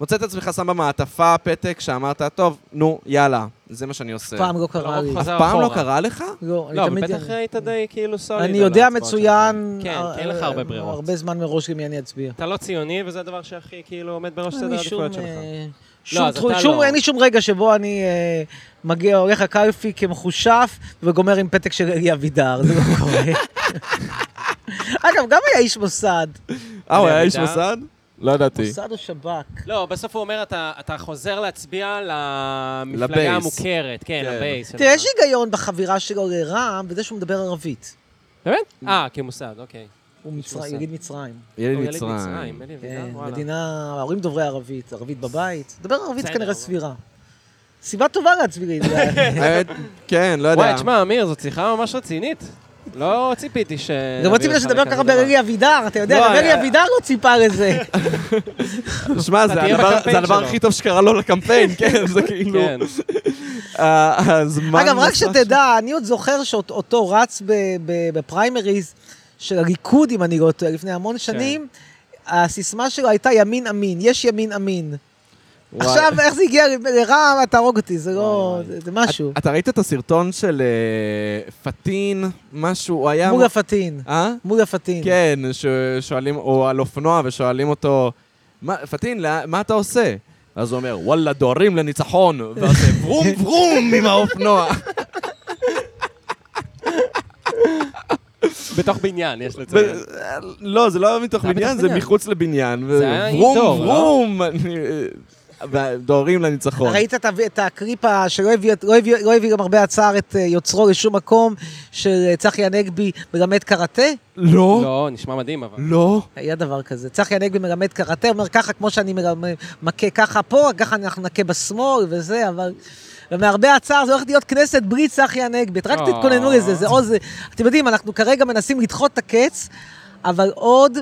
[SPEAKER 1] מוצא את עצמך שם במעטפה פתק שאמרת, טוב, נו, יאללה, זה מה שאני עושה.
[SPEAKER 2] אף פעם לא קרה לי.
[SPEAKER 3] לרוב
[SPEAKER 1] אף
[SPEAKER 3] חזר
[SPEAKER 1] פעם לא
[SPEAKER 3] אחורה.
[SPEAKER 1] קרה לך?
[SPEAKER 2] לא, אני
[SPEAKER 3] לא, אבל
[SPEAKER 2] תמיד-
[SPEAKER 3] בטח היית די כאילו סוליד.
[SPEAKER 2] אני
[SPEAKER 3] על
[SPEAKER 2] יודע
[SPEAKER 3] ההצבעות
[SPEAKER 2] מצוין. אה,
[SPEAKER 3] שלך. כן, כי אין לך הרבה ברירות.
[SPEAKER 2] הרבה זמן מראש למי אני אצביע.
[SPEAKER 3] אתה לא ציוני, וזה הדבר שהכי כאילו עומד בראש
[SPEAKER 2] אין
[SPEAKER 3] סדר
[SPEAKER 2] לי שום,
[SPEAKER 3] העדיפויות שלך.
[SPEAKER 2] אה,
[SPEAKER 3] לא,
[SPEAKER 2] שום
[SPEAKER 3] אז
[SPEAKER 2] תחו-
[SPEAKER 3] אתה
[SPEAKER 2] שום-
[SPEAKER 3] לא.
[SPEAKER 2] אין לי שום רגע שבו אני אה, מגיע, הולך לקלפי כמחושף וגומר עם פתק של אלי אבידר, זה לא קורה. אגב, גם היה איש מוסד.
[SPEAKER 1] אה, הוא היה
[SPEAKER 3] אני
[SPEAKER 1] איש
[SPEAKER 3] יודע.
[SPEAKER 1] מוסד? לא ידעתי.
[SPEAKER 2] מוסד או שב"כ.
[SPEAKER 3] לא, בסוף הוא אומר, אתה, אתה חוזר להצביע למפלגה
[SPEAKER 1] לבייס.
[SPEAKER 3] המוכרת, כן,
[SPEAKER 1] כן.
[SPEAKER 3] לבייס. שלך.
[SPEAKER 2] תראה, יש היגיון בחבירה שלו לרע"מ בזה שהוא מדבר ערבית.
[SPEAKER 3] באמת? אה, כמוסד, אוקיי.
[SPEAKER 2] הוא מצרים-
[SPEAKER 3] מוסד.
[SPEAKER 2] יליד מצרים.
[SPEAKER 1] ילד
[SPEAKER 3] הוא יליד
[SPEAKER 1] מצרים.
[SPEAKER 3] מצרים, אלי
[SPEAKER 2] כן,
[SPEAKER 3] אבידר, וואלה.
[SPEAKER 2] מדינה, ההורים דוברי ערבית, ערבית בבית. דבר ערבית
[SPEAKER 3] בסדר,
[SPEAKER 2] כנראה
[SPEAKER 3] אבל-
[SPEAKER 2] סבירה. סיבה טובה להצביע.
[SPEAKER 1] האמת, כן, לא יודע.
[SPEAKER 3] וואי, תשמע, אמיר, זו שיחה ממש רצינית. לא ציפיתי ש...
[SPEAKER 2] גם
[SPEAKER 3] אה,
[SPEAKER 2] רציתי שתדבר ככה באלי אבידר, אתה יודע,
[SPEAKER 3] לא,
[SPEAKER 2] גם אלי
[SPEAKER 3] היה-
[SPEAKER 2] אבידר לא ציפה לזה.
[SPEAKER 1] שמע, זה
[SPEAKER 3] אתה תהיה
[SPEAKER 1] הדבר-
[SPEAKER 3] בקמפיין
[SPEAKER 1] זה הדבר
[SPEAKER 3] שלו.
[SPEAKER 1] הכי טוב שקרה לו לקמפיין, כן, זה כאילו...
[SPEAKER 3] כן.
[SPEAKER 1] אה, הזמן...
[SPEAKER 2] אגב, רק
[SPEAKER 1] נסע
[SPEAKER 2] שתדע, אני עוד זוכר שאותו רץ ב- ב- בפריימריז של הליכוד, אם אני לא טועה, לפני המון שנים, הסיסמה שלו הייתה ימין אמין, יש ימין אמין.
[SPEAKER 1] שם. וואי.
[SPEAKER 2] עכשיו, איך זה הגיע ל- לרע"מ, תהרוג אותי, זה לא...
[SPEAKER 3] וואי,
[SPEAKER 2] זה זה משהו.
[SPEAKER 1] אתה ראית את הסרטון של אה, פטין, משהו, הוא היה...
[SPEAKER 2] מוגה פטין.
[SPEAKER 1] אה?
[SPEAKER 2] מוגה פטין.
[SPEAKER 1] כן, ששואלים, או על אופנוע, ושואלים אותו, "מה- פטין, לא- מה אתה עושה? אז הוא אומר, וואלה, דוהרים לניצחון, ואז זה ברום ברום עם האופנוע.
[SPEAKER 3] בתוך בניין, יש לציין.
[SPEAKER 1] לא, זה לא מתוך
[SPEAKER 3] זה היה
[SPEAKER 1] בניין,
[SPEAKER 3] בתוך
[SPEAKER 1] זה
[SPEAKER 3] בניין.
[SPEAKER 1] מחוץ לבניין.
[SPEAKER 3] זה היה
[SPEAKER 1] ברום
[SPEAKER 3] אינדור, לא?
[SPEAKER 1] ברום. אני- ודוהרים לניצחון.
[SPEAKER 2] ראית את ה- את הקליפ ה- שלא הביא- לא הביא- לא הביא גם הרבה הצער את אה, יוצרו לשום מקום, של אה, צחי הנגבי מלמד קראטה?
[SPEAKER 1] לא,
[SPEAKER 3] לא, נשמע מדהים, אבל.
[SPEAKER 1] לא.
[SPEAKER 2] היה דבר כזה. צחי הנגבי מלמד קראטה, אומר ככה, כמו שאני מלמד- מכה ככה פה, ככה אנחנו נכה בשמאל וזה, אבל... ומהרבה הצער זה הולך להיות כנסת בלי צחי הנגבי. רק
[SPEAKER 3] אה.
[SPEAKER 2] תתכוננו לזה, זה עוד... זה- אתם יודעים, אנחנו כרגע מנסים לדחות את הקץ, אבל עוד...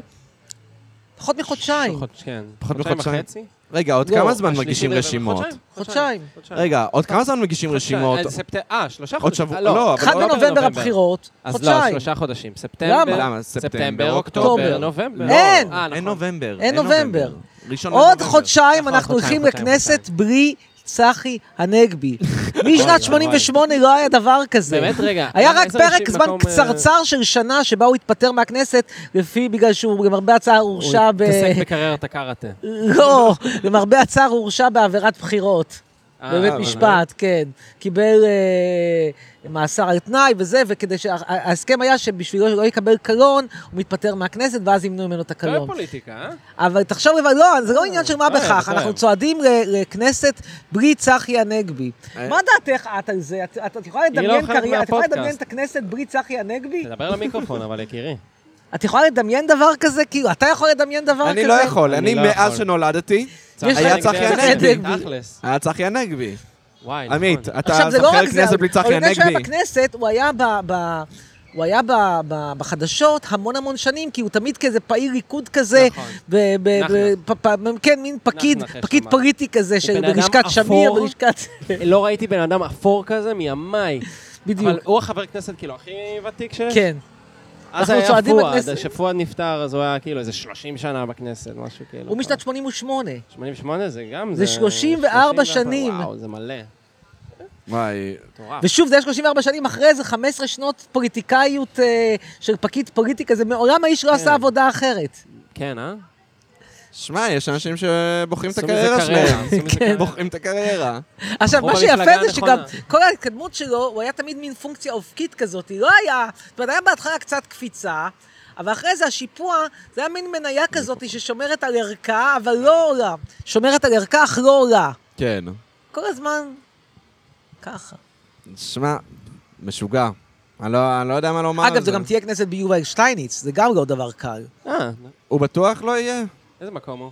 [SPEAKER 2] פחות מחודשיים.
[SPEAKER 3] חודש- כן.
[SPEAKER 1] פחות מחודשיים.
[SPEAKER 3] וחצי?
[SPEAKER 1] רגע, עוד
[SPEAKER 2] לא,
[SPEAKER 1] כמה זמן
[SPEAKER 3] השלישי
[SPEAKER 1] מגישים
[SPEAKER 3] ב-
[SPEAKER 1] רשימות?
[SPEAKER 3] חודשיים?
[SPEAKER 2] כן. חודשיים.
[SPEAKER 1] רגע, עוד כמה זמן מגישים רשימות?
[SPEAKER 3] אה, ספט- אה, שלושה
[SPEAKER 1] עוד
[SPEAKER 3] חודשים.
[SPEAKER 1] שבוע-
[SPEAKER 3] אה,
[SPEAKER 1] לא, אבל
[SPEAKER 2] אחד בנובמבר הבחירות,
[SPEAKER 3] אז לא,
[SPEAKER 2] חודשיים.
[SPEAKER 3] שלושה חודשים. ספטמבר,
[SPEAKER 1] למה?
[SPEAKER 3] ספטמבר, אוקטובר, נובמבר.
[SPEAKER 2] אין.
[SPEAKER 3] אה, נכון.
[SPEAKER 1] אין נובמבר.
[SPEAKER 2] אין נובמבר.
[SPEAKER 1] ראשון
[SPEAKER 2] עוד
[SPEAKER 1] לנובמבר.
[SPEAKER 2] חודשיים
[SPEAKER 3] נכון,
[SPEAKER 2] אנחנו
[SPEAKER 3] חודשיים,
[SPEAKER 2] הולכים
[SPEAKER 3] חודשיים,
[SPEAKER 2] לכנסת
[SPEAKER 3] חודשיים.
[SPEAKER 2] בלי צחי הנגבי. משנת
[SPEAKER 3] וואי.
[SPEAKER 2] 88 לא היה דבר כזה.
[SPEAKER 3] באמת, רגע,
[SPEAKER 2] היה
[SPEAKER 3] למה
[SPEAKER 2] רק
[SPEAKER 3] איזה
[SPEAKER 2] פרק
[SPEAKER 3] אנשים
[SPEAKER 2] זמן
[SPEAKER 3] מקום, אה,
[SPEAKER 2] קצרצר של שנה שבה הוא התפטר מהכנסת, לפי, בגלל שהוא למרבה הצער הורשע
[SPEAKER 3] הוא
[SPEAKER 2] ב...
[SPEAKER 3] התעסק בקריירת הקראטה.
[SPEAKER 2] אה. לא, למרבה הצער הוא הורשע בעבירת בחירות.
[SPEAKER 3] אה,
[SPEAKER 2] בבית
[SPEAKER 3] אבל-
[SPEAKER 2] משפט, כן. קיבל אה, מאסר על תנאי וזה, וכדי שההסכם היה שבשבילו לא יקבל קלון, הוא מתפטר מהכנסת, ואז ימנו ממנו את
[SPEAKER 3] לא
[SPEAKER 2] הקלון.
[SPEAKER 3] פוליטיקה, אה?
[SPEAKER 2] אבל תחשוב לבד, לא, זה לא עניין של מה
[SPEAKER 3] אה,
[SPEAKER 2] בכך,
[SPEAKER 3] אתה
[SPEAKER 2] אנחנו
[SPEAKER 3] יודע.
[SPEAKER 2] צועדים ל- לכנסת בלי צחי הנגבי.
[SPEAKER 1] אה.
[SPEAKER 2] מה דעתך את על זה? את- את את יכולה
[SPEAKER 3] לא
[SPEAKER 2] לדמיין
[SPEAKER 3] חלק
[SPEAKER 2] קריירה, את יכולה
[SPEAKER 3] מהפודקאסט. לא-
[SPEAKER 2] לדמיין את הכנסת בלי צחי הנגבי?
[SPEAKER 3] תדבר למיקרופון, אבל יקירי.
[SPEAKER 2] את יכולה לדמיין דבר כזה? כאילו, אתה יכול לדמיין דבר כזה?
[SPEAKER 1] אני לא יכול,
[SPEAKER 3] אני
[SPEAKER 1] אני
[SPEAKER 3] לא
[SPEAKER 1] מאז
[SPEAKER 3] יכול.
[SPEAKER 1] שנולדתי,
[SPEAKER 3] צחי
[SPEAKER 1] היה
[SPEAKER 3] הנגבי,
[SPEAKER 1] צחי
[SPEAKER 2] הנגבי.
[SPEAKER 3] כן, תכלס.
[SPEAKER 1] היה צחי הנגבי.
[SPEAKER 3] וואי, נכון.
[SPEAKER 1] עמית, אתה
[SPEAKER 2] עכשיו, זה לא
[SPEAKER 1] זוכר
[SPEAKER 2] רק זה,
[SPEAKER 1] כנסת בלי צחי
[SPEAKER 2] אבל לפני שהוא היה
[SPEAKER 1] הנגבי?
[SPEAKER 2] בכנסת, הוא היה ב... ב- הוא היה ב- ב- בחדשות המון המון שנים, כי הוא תמיד כזה פעיל ליכוד כזה,
[SPEAKER 3] נכון.
[SPEAKER 2] ב- ב-
[SPEAKER 3] נחנח.
[SPEAKER 2] ב- פ- פ- כן, מין פקיד,
[SPEAKER 3] נחנח, יש
[SPEAKER 2] פקיד
[SPEAKER 3] לומר.
[SPEAKER 2] פוליטי כזה, של-
[SPEAKER 3] בן אדם
[SPEAKER 2] בלשכת שמיר,
[SPEAKER 3] אפור.
[SPEAKER 2] בלשכת...
[SPEAKER 3] לא ראיתי בן אדם אפור כזה מימיי.
[SPEAKER 2] בדיוק.
[SPEAKER 3] אבל הוא החבר כנסת כאילו הכי ותיק שיש.
[SPEAKER 2] כן.
[SPEAKER 3] אז
[SPEAKER 2] אנחנו
[SPEAKER 3] היה
[SPEAKER 2] צועדים
[SPEAKER 3] פואד,
[SPEAKER 2] בכנסת.
[SPEAKER 3] אז כשפואד נפטר אז הוא היה כאילו איזה 30 שנה בכנסת, משהו כאילו.
[SPEAKER 2] הוא משנת 88.
[SPEAKER 3] 88 זה גם...
[SPEAKER 2] זה 34 שנים.
[SPEAKER 3] וואו, זה מלא.
[SPEAKER 1] וואי,
[SPEAKER 3] מטורף.
[SPEAKER 2] ושוב, זה היה 34 שנים אחרי זה, 15 שנות פוליטיקאיות אה, של פקיד פוליטיקה, זה מעולם האיש לא עשה עבודה אחרת.
[SPEAKER 3] כן, אה?
[SPEAKER 1] שמע, יש אנשים שבוחרים את
[SPEAKER 3] עשו מזה
[SPEAKER 1] הקריירה
[SPEAKER 3] קריירה,
[SPEAKER 1] שלהם.
[SPEAKER 3] עשו
[SPEAKER 2] כן.
[SPEAKER 3] מזה קריירה.
[SPEAKER 1] בוחרים את הקריירה.
[SPEAKER 2] עכשיו,
[SPEAKER 3] בחרו
[SPEAKER 2] מה שיפה
[SPEAKER 3] במפלגה
[SPEAKER 2] זה שגם
[SPEAKER 3] הנכונה.
[SPEAKER 2] כל ההתקדמות שלו, הוא היה תמיד מין פונקציה אופקית כזאת, היא לא היה, זאת אומרת, היה בהתחלה קצת קפיצה, אבל אחרי זה השיפוע, זה היה מין מניה כזאת ששומרת על ערכה, אבל לא עולה. שומרת על ערכה, אך לא עולה.
[SPEAKER 1] כן.
[SPEAKER 2] כל הזמן, ככה.
[SPEAKER 1] שמע, משוגע. אני לא, אני לא יודע מה לומר על זה.
[SPEAKER 2] אגב, זה גם תהיה כנסת ביובל שטייניץ, זה גם לא דבר קל.
[SPEAKER 3] אה,
[SPEAKER 1] הוא בטוח לא יהיה?
[SPEAKER 3] איזה מקום הוא?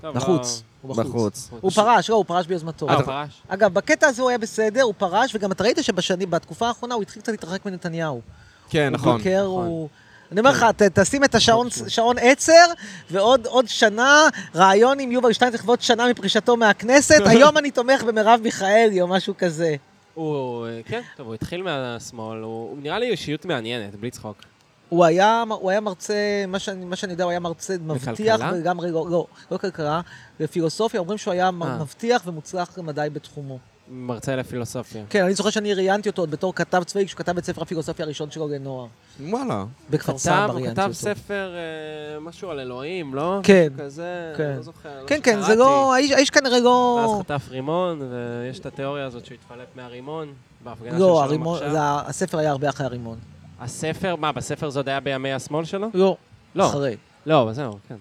[SPEAKER 3] טוב,
[SPEAKER 2] בחוץ.
[SPEAKER 3] לא-
[SPEAKER 2] הוא בחוץ.
[SPEAKER 1] בחוץ.
[SPEAKER 2] הוא פרש, לא, הוא פרש ביוזמתו.
[SPEAKER 3] אה, הוא פרש?
[SPEAKER 2] אגב, בקטע הזה הוא היה בסדר, הוא פרש, וגם אתה ראית שבשנים, בתקופה האחרונה הוא התחיל קצת להתרחק מנתניהו.
[SPEAKER 1] כן,
[SPEAKER 2] הוא
[SPEAKER 1] נכון. כן.
[SPEAKER 2] ביקר, הוא... אני אומר לך, ת- תשים את השעון שעון עצר, ועוד עוד שנה, רעיון עם יובל שטיין לכבוד שנה מפרישתו מהכנסת, היום אני תומך במרב מיכאלי או משהו כזה.
[SPEAKER 3] הוא... אה, כן, טוב, הוא התחיל מהשמאל, הוא הוא נראה לי אישיות מעניינת, בלי צחוק.
[SPEAKER 2] הוא היה, הוא היה מרצה, מה שאני, מה שאני יודע, הוא היה מרצה מבטיח,
[SPEAKER 3] בכלכלה?
[SPEAKER 2] וגם, לא, לא, לא כלכלה, בפילוסופיה, אומרים שהוא היה מ-
[SPEAKER 3] אה.
[SPEAKER 2] מבטיח ומוצלח למדי בתחומו.
[SPEAKER 3] מרצה לפילוסופיה.
[SPEAKER 2] כן, אני זוכר שאני ראיינתי אותו עוד בתור כתב צבאי, כשהוא כתב את ספר הפילוסופיה הראשון שלו לנוער.
[SPEAKER 1] וואלה.
[SPEAKER 2] בכפר סבא
[SPEAKER 3] כתב-
[SPEAKER 2] ראיינתי
[SPEAKER 3] הוא
[SPEAKER 2] אותו.
[SPEAKER 3] כתב ספר, אה, משהו על אלוהים, לא?
[SPEAKER 2] כן.
[SPEAKER 3] משהו כזה,
[SPEAKER 2] כן.
[SPEAKER 3] לא זוכר.
[SPEAKER 2] כן, כן, זה לא, האיש, האיש כנראה
[SPEAKER 3] אז
[SPEAKER 2] לא...
[SPEAKER 3] חטף רימון, ויש את התיאוריה הזאת שהוא התפלט מהרימון, בהפגנה של
[SPEAKER 2] לא,
[SPEAKER 3] שלום
[SPEAKER 2] הרימון, זה,
[SPEAKER 3] עכשיו.
[SPEAKER 2] הספר היה הרבה אחרי הרימון.
[SPEAKER 3] הספר, מה, בספר זה עוד היה בימי השמאל שלו?
[SPEAKER 2] לא.
[SPEAKER 3] לא.
[SPEAKER 2] אחרי.
[SPEAKER 3] לא, זהו, כן.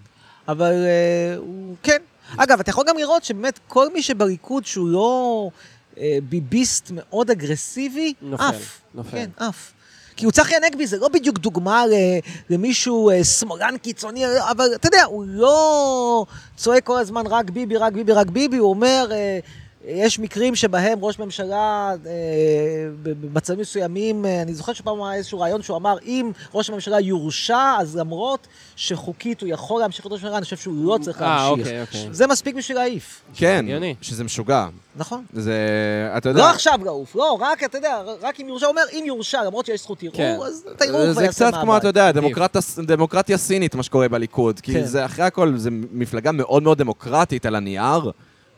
[SPEAKER 2] אבל אה, הוא, כן. אגב, אתה יכול גם לראות שבאמת כל מי שבליכוד שהוא לא אה, ביביסט מאוד אגרסיבי,
[SPEAKER 3] נופל,
[SPEAKER 2] עף.
[SPEAKER 3] נופל.
[SPEAKER 2] כן, עף. כי הוא צחי הנגבי זה לא בדיוק דוגמה ל- למישהו אה, שמאלן קיצוני, אבל אתה יודע, הוא לא צועק כל הזמן רק ביבי, רק ביבי, רק ביבי, הוא אומר, אה, יש מקרים שבהם ראש ממשלה, אה, במצבים מסוימים, אה, אני זוכר שפעם היה איזשהו רעיון שהוא אמר, אם ראש הממשלה יורשע, אז למרות שחוקית הוא יכול להמשיך להיות ראש ממשלה, אני חושב שהוא לא צריך
[SPEAKER 3] אה,
[SPEAKER 2] להמשיך.
[SPEAKER 3] אוקיי, אוקיי.
[SPEAKER 2] זה מספיק בשביל להעיף,
[SPEAKER 1] כן,
[SPEAKER 3] הגיוני.
[SPEAKER 1] שזה משוגע.
[SPEAKER 2] נכון?
[SPEAKER 1] זה, אתה יודע...
[SPEAKER 2] לא עכשיו לעוף, לא, רק, אתה יודע, רק אם יורשע, הוא אומר, אם יורשע, למרות שיש זכות
[SPEAKER 3] כן.
[SPEAKER 2] ערעור, אז תערעור כבר
[SPEAKER 1] זה
[SPEAKER 2] יעשה
[SPEAKER 1] קצת
[SPEAKER 2] מעמד.
[SPEAKER 1] כמו, אתה יודע, דמוקרטיה, דמוקרטיה סינית, מה שקורה בליכוד.
[SPEAKER 2] כן.
[SPEAKER 1] כי זה, אחרי הכל, זו מפלגה מאוד מאוד דמוקרטית על הנייר.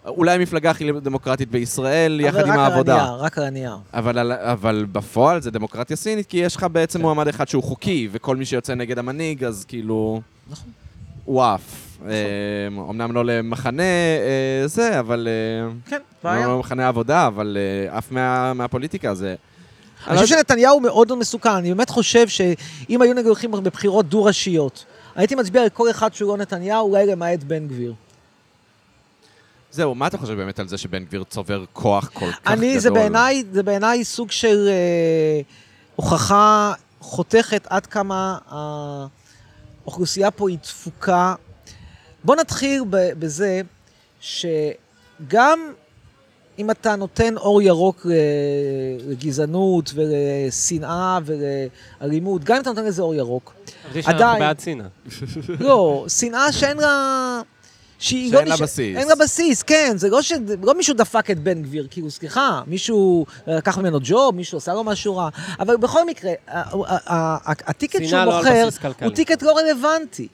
[SPEAKER 1] אולי המפלגה הכי דמוקרטית בישראל, יחד עם
[SPEAKER 2] אבל רק על
[SPEAKER 1] העבודה.
[SPEAKER 2] הנייר, רק על הנייר.
[SPEAKER 1] אבל, על- אבל בפועל זה דמוקרטיה סינית, כי יש לך בעצם
[SPEAKER 2] כן.
[SPEAKER 1] מועמד אחד שהוא חוקי, וכל מי שיוצא נגד המנהיג, אז כאילו...
[SPEAKER 2] נכון.
[SPEAKER 1] הוא עף. אה, אמנם לא למחנה אה, זה, אבל... אה,
[SPEAKER 2] כן, בעיה.
[SPEAKER 1] אמנם לא למחנה העבודה, אבל אה, עף מה- מהפוליטיקה, זה...
[SPEAKER 2] אני חושב שנתניהו מאוד לא מסוכן, אני באמת חושב שאם היו נגיד הולכים בבחירות דו-ראשיות, הייתי מצביע על כל אחד שהוא לא נתניהו, אולי למעט בן גביר.
[SPEAKER 1] זהו, מה אתה חושב באמת על זה שבן גביר צובר כוח כל כך גדול?
[SPEAKER 2] אני, זה בעיניי, זה בעיניי סוג של אה, הוכחה חותכת עד כמה האוכלוסייה פה היא תפוקה. בוא נתחיל ב- בזה שגם אם אתה נותן אור ירוק ל- לגזענות ולשנאה ולאלימות, גם אם אתה נותן לזה אור ירוק,
[SPEAKER 3] חשבתי שאנחנו
[SPEAKER 2] עדיין.
[SPEAKER 3] בעד סינה.
[SPEAKER 2] לא, שנאה שאין לה... שהיא
[SPEAKER 1] שאין לה
[SPEAKER 2] נשאר-
[SPEAKER 1] בסיס.
[SPEAKER 2] אין לה בסיס, כן. זה לא, ש... לא מישהו דפק את בן גביר, כאילו, סליחה, מישהו אה, לקח ממנו ג'וב, מישהו עשה לו משהו רע. אבל בכל מקרה, ה- ה- ה- ה- הטיקט
[SPEAKER 3] שנאה
[SPEAKER 2] שהוא
[SPEAKER 3] לא על
[SPEAKER 2] מוכר
[SPEAKER 3] בסיס כלכלי.
[SPEAKER 2] הוא טיקט לא רלוונטי.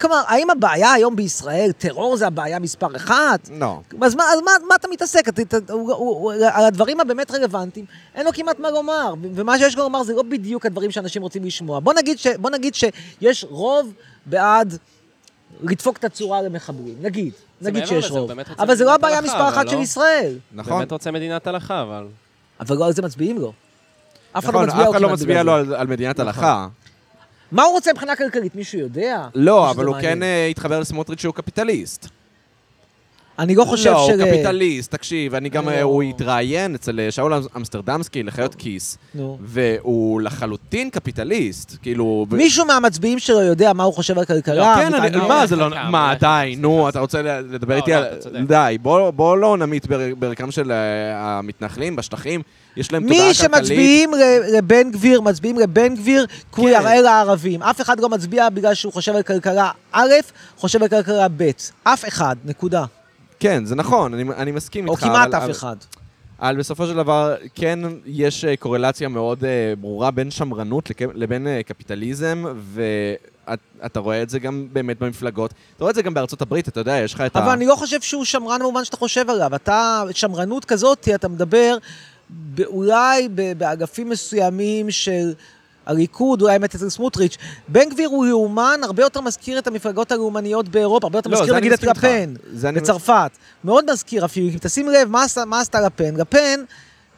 [SPEAKER 2] כלומר, האם הבעיה היום בישראל, טרור זה הבעיה מספר אחת?
[SPEAKER 1] לא.
[SPEAKER 2] אז מה, אז מה, מה אתה מתעסק? אתה, אתה, הוא, הוא, הוא, על הדברים הבאמת רלוונטיים, אין לו כמעט מה לומר, ו- ומה שיש לו לומר זה לא בדיוק הדברים שאנשים רוצים לשמוע. בוא נגיד, ש, בוא נגיד שיש רוב בעד לדפוק את הצורה למחבלים, נגיד,
[SPEAKER 3] זה
[SPEAKER 2] נגיד
[SPEAKER 3] מעבר
[SPEAKER 2] שיש
[SPEAKER 3] לזה, הוא
[SPEAKER 2] רוב.
[SPEAKER 3] באמת רוצה
[SPEAKER 2] אבל זה לא
[SPEAKER 3] מדינת
[SPEAKER 2] הבעיה
[SPEAKER 3] הלכה,
[SPEAKER 2] מספר
[SPEAKER 3] אבל
[SPEAKER 2] אחת
[SPEAKER 3] לא?
[SPEAKER 2] של ישראל.
[SPEAKER 1] נכון.
[SPEAKER 3] באמת רוצה מדינת הלכה, אבל...
[SPEAKER 2] אבל לא על זה מצביעים לו. אף אחד לא
[SPEAKER 1] נכון,
[SPEAKER 2] מצביע
[SPEAKER 1] אף
[SPEAKER 2] לו
[SPEAKER 1] אחד לא
[SPEAKER 2] כמעט
[SPEAKER 1] מצביע
[SPEAKER 2] בגלל
[SPEAKER 1] לו
[SPEAKER 2] זה.
[SPEAKER 1] על על מדינת
[SPEAKER 2] נכון.
[SPEAKER 1] הלכה.
[SPEAKER 2] מה הוא רוצה מבחינה כלכלית? מישהו יודע?
[SPEAKER 1] לא,
[SPEAKER 2] או שזה
[SPEAKER 1] אבל הוא
[SPEAKER 2] מעניין?
[SPEAKER 1] כן אה, התחבר לסמוטריץ' שהוא קפיטליסט.
[SPEAKER 2] אני לא חושב
[SPEAKER 1] לא,
[SPEAKER 2] ש...
[SPEAKER 1] הוא קפיטליסט, תקשיב, אני גם,
[SPEAKER 2] לא.
[SPEAKER 1] אה, הוא התראיין אצל אה, שאול אמסטרדמסקי לחיות כיס,
[SPEAKER 2] נו.
[SPEAKER 1] והוא לחלוטין קפיטליסט, כאילו... ב-
[SPEAKER 2] מישהו מהמצביעים שלו יודע מה הוא חושב על
[SPEAKER 1] לא,
[SPEAKER 2] כלכלה?
[SPEAKER 1] כן,
[SPEAKER 2] מתעניין?
[SPEAKER 1] אני-
[SPEAKER 3] לא,
[SPEAKER 1] מה
[SPEAKER 3] לא,
[SPEAKER 1] זה לא...
[SPEAKER 2] אה,
[SPEAKER 3] חלקם,
[SPEAKER 1] מה,
[SPEAKER 3] אולי
[SPEAKER 1] די, נו, אתה רוצה ל- לדבר איתי
[SPEAKER 3] לא,
[SPEAKER 1] על...
[SPEAKER 3] אתה צודק.
[SPEAKER 1] די, בוא- בוא לא נמית בר- בערכם של אה, המתנחלים בשטחים, יש להם תודעה
[SPEAKER 2] מי
[SPEAKER 1] כלכלית.
[SPEAKER 2] שמצביעים ל- לבן גביר, מצביעים לבן גביר כי הוא
[SPEAKER 1] כן.
[SPEAKER 2] יראה לערבים. אף אחד לא מצביע בגלל שהוא חושב על כלכלה א', חושב על כלכלה ב'. אף אחד, נקודה.
[SPEAKER 1] כן, זה נכון, אני- אני מסכים
[SPEAKER 2] או
[SPEAKER 1] איתך.
[SPEAKER 2] כמעט
[SPEAKER 1] אבל-
[SPEAKER 2] אף
[SPEAKER 1] אבל-
[SPEAKER 2] אחד.
[SPEAKER 1] אבל בסופו של דבר כן יש אה, קורלציה מאוד אה, ברורה בין שמרנות לק- לבין אה, קפיטליזם, ואתה רואה את זה גם באמת במפלגות. אתה רואה את זה גם בארצות הברית, אתה יודע, יש לך את ה...
[SPEAKER 2] אבל אני לא חושב שהוא שמרן במובן שאתה חושב עליו. אתה, שמרנות כזאת, אתה מדבר ב- אולי ב- באגפים מסוימים של הליכוד, אולי האמת אצל סמוטריץ'. בן גביר הוא לאומן, הרבה יותר מזכיר את המפלגות הלאומניות באירופה, הרבה יותר
[SPEAKER 1] לא,
[SPEAKER 2] מזכיר
[SPEAKER 1] זה אני
[SPEAKER 2] נגיד את
[SPEAKER 1] מסכים איתך.
[SPEAKER 2] לפן,
[SPEAKER 1] זה אני-
[SPEAKER 2] בצרפת. מאוד מזכיר אפילו, אם תשים לב מה עשה- מה עשתה לפן. לפן,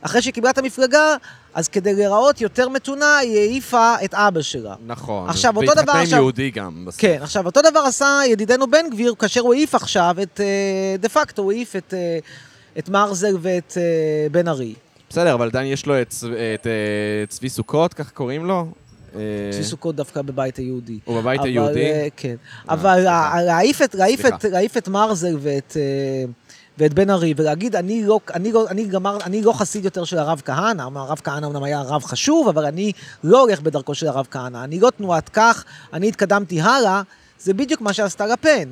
[SPEAKER 2] אחרי שהיא קיבלה את המפלגה, אז כדי להיראות יותר מתונה, היא העיפה את אבא שלה.
[SPEAKER 1] נכון.
[SPEAKER 2] עכשיו, אותו דבר
[SPEAKER 1] והתחתן
[SPEAKER 2] עכשיו-
[SPEAKER 1] עם יהודי גם. בסוף.
[SPEAKER 2] כן, עכשיו, אותו דבר עשה ידידנו בן גביר, כאשר הוא העיף עכשיו את, אה, דה פקטו, הוא העיף את, אה, את מרזל ואת אה, בן ארי.
[SPEAKER 1] בסדר, אבל עדיין יש לו את צב- את, אה, צבי סוכות, כך קוראים לו. אה,
[SPEAKER 2] צבי סוכות דווקא בבית היהודי.
[SPEAKER 1] הוא בבית
[SPEAKER 2] אבל,
[SPEAKER 1] היהודי?
[SPEAKER 2] אה, כן. אבל
[SPEAKER 1] סליחה.
[SPEAKER 2] ה- להעיף את, להעיף את,
[SPEAKER 1] סליחה.
[SPEAKER 2] להעיף את מרזל ואת, אה, ואת בן ארי, ולהגיד, אני לא, אני, לא, אני, גמר, אני לא חסיד יותר של הרב כהנא, אמר, הרב כהנא אמנם היה רב חשוב, אבל אני לא הולך בדרכו של הרב כהנא, אני לא תנועת כך, אני התקדמתי הלאה, זה בדיוק מה שעשתה לפן.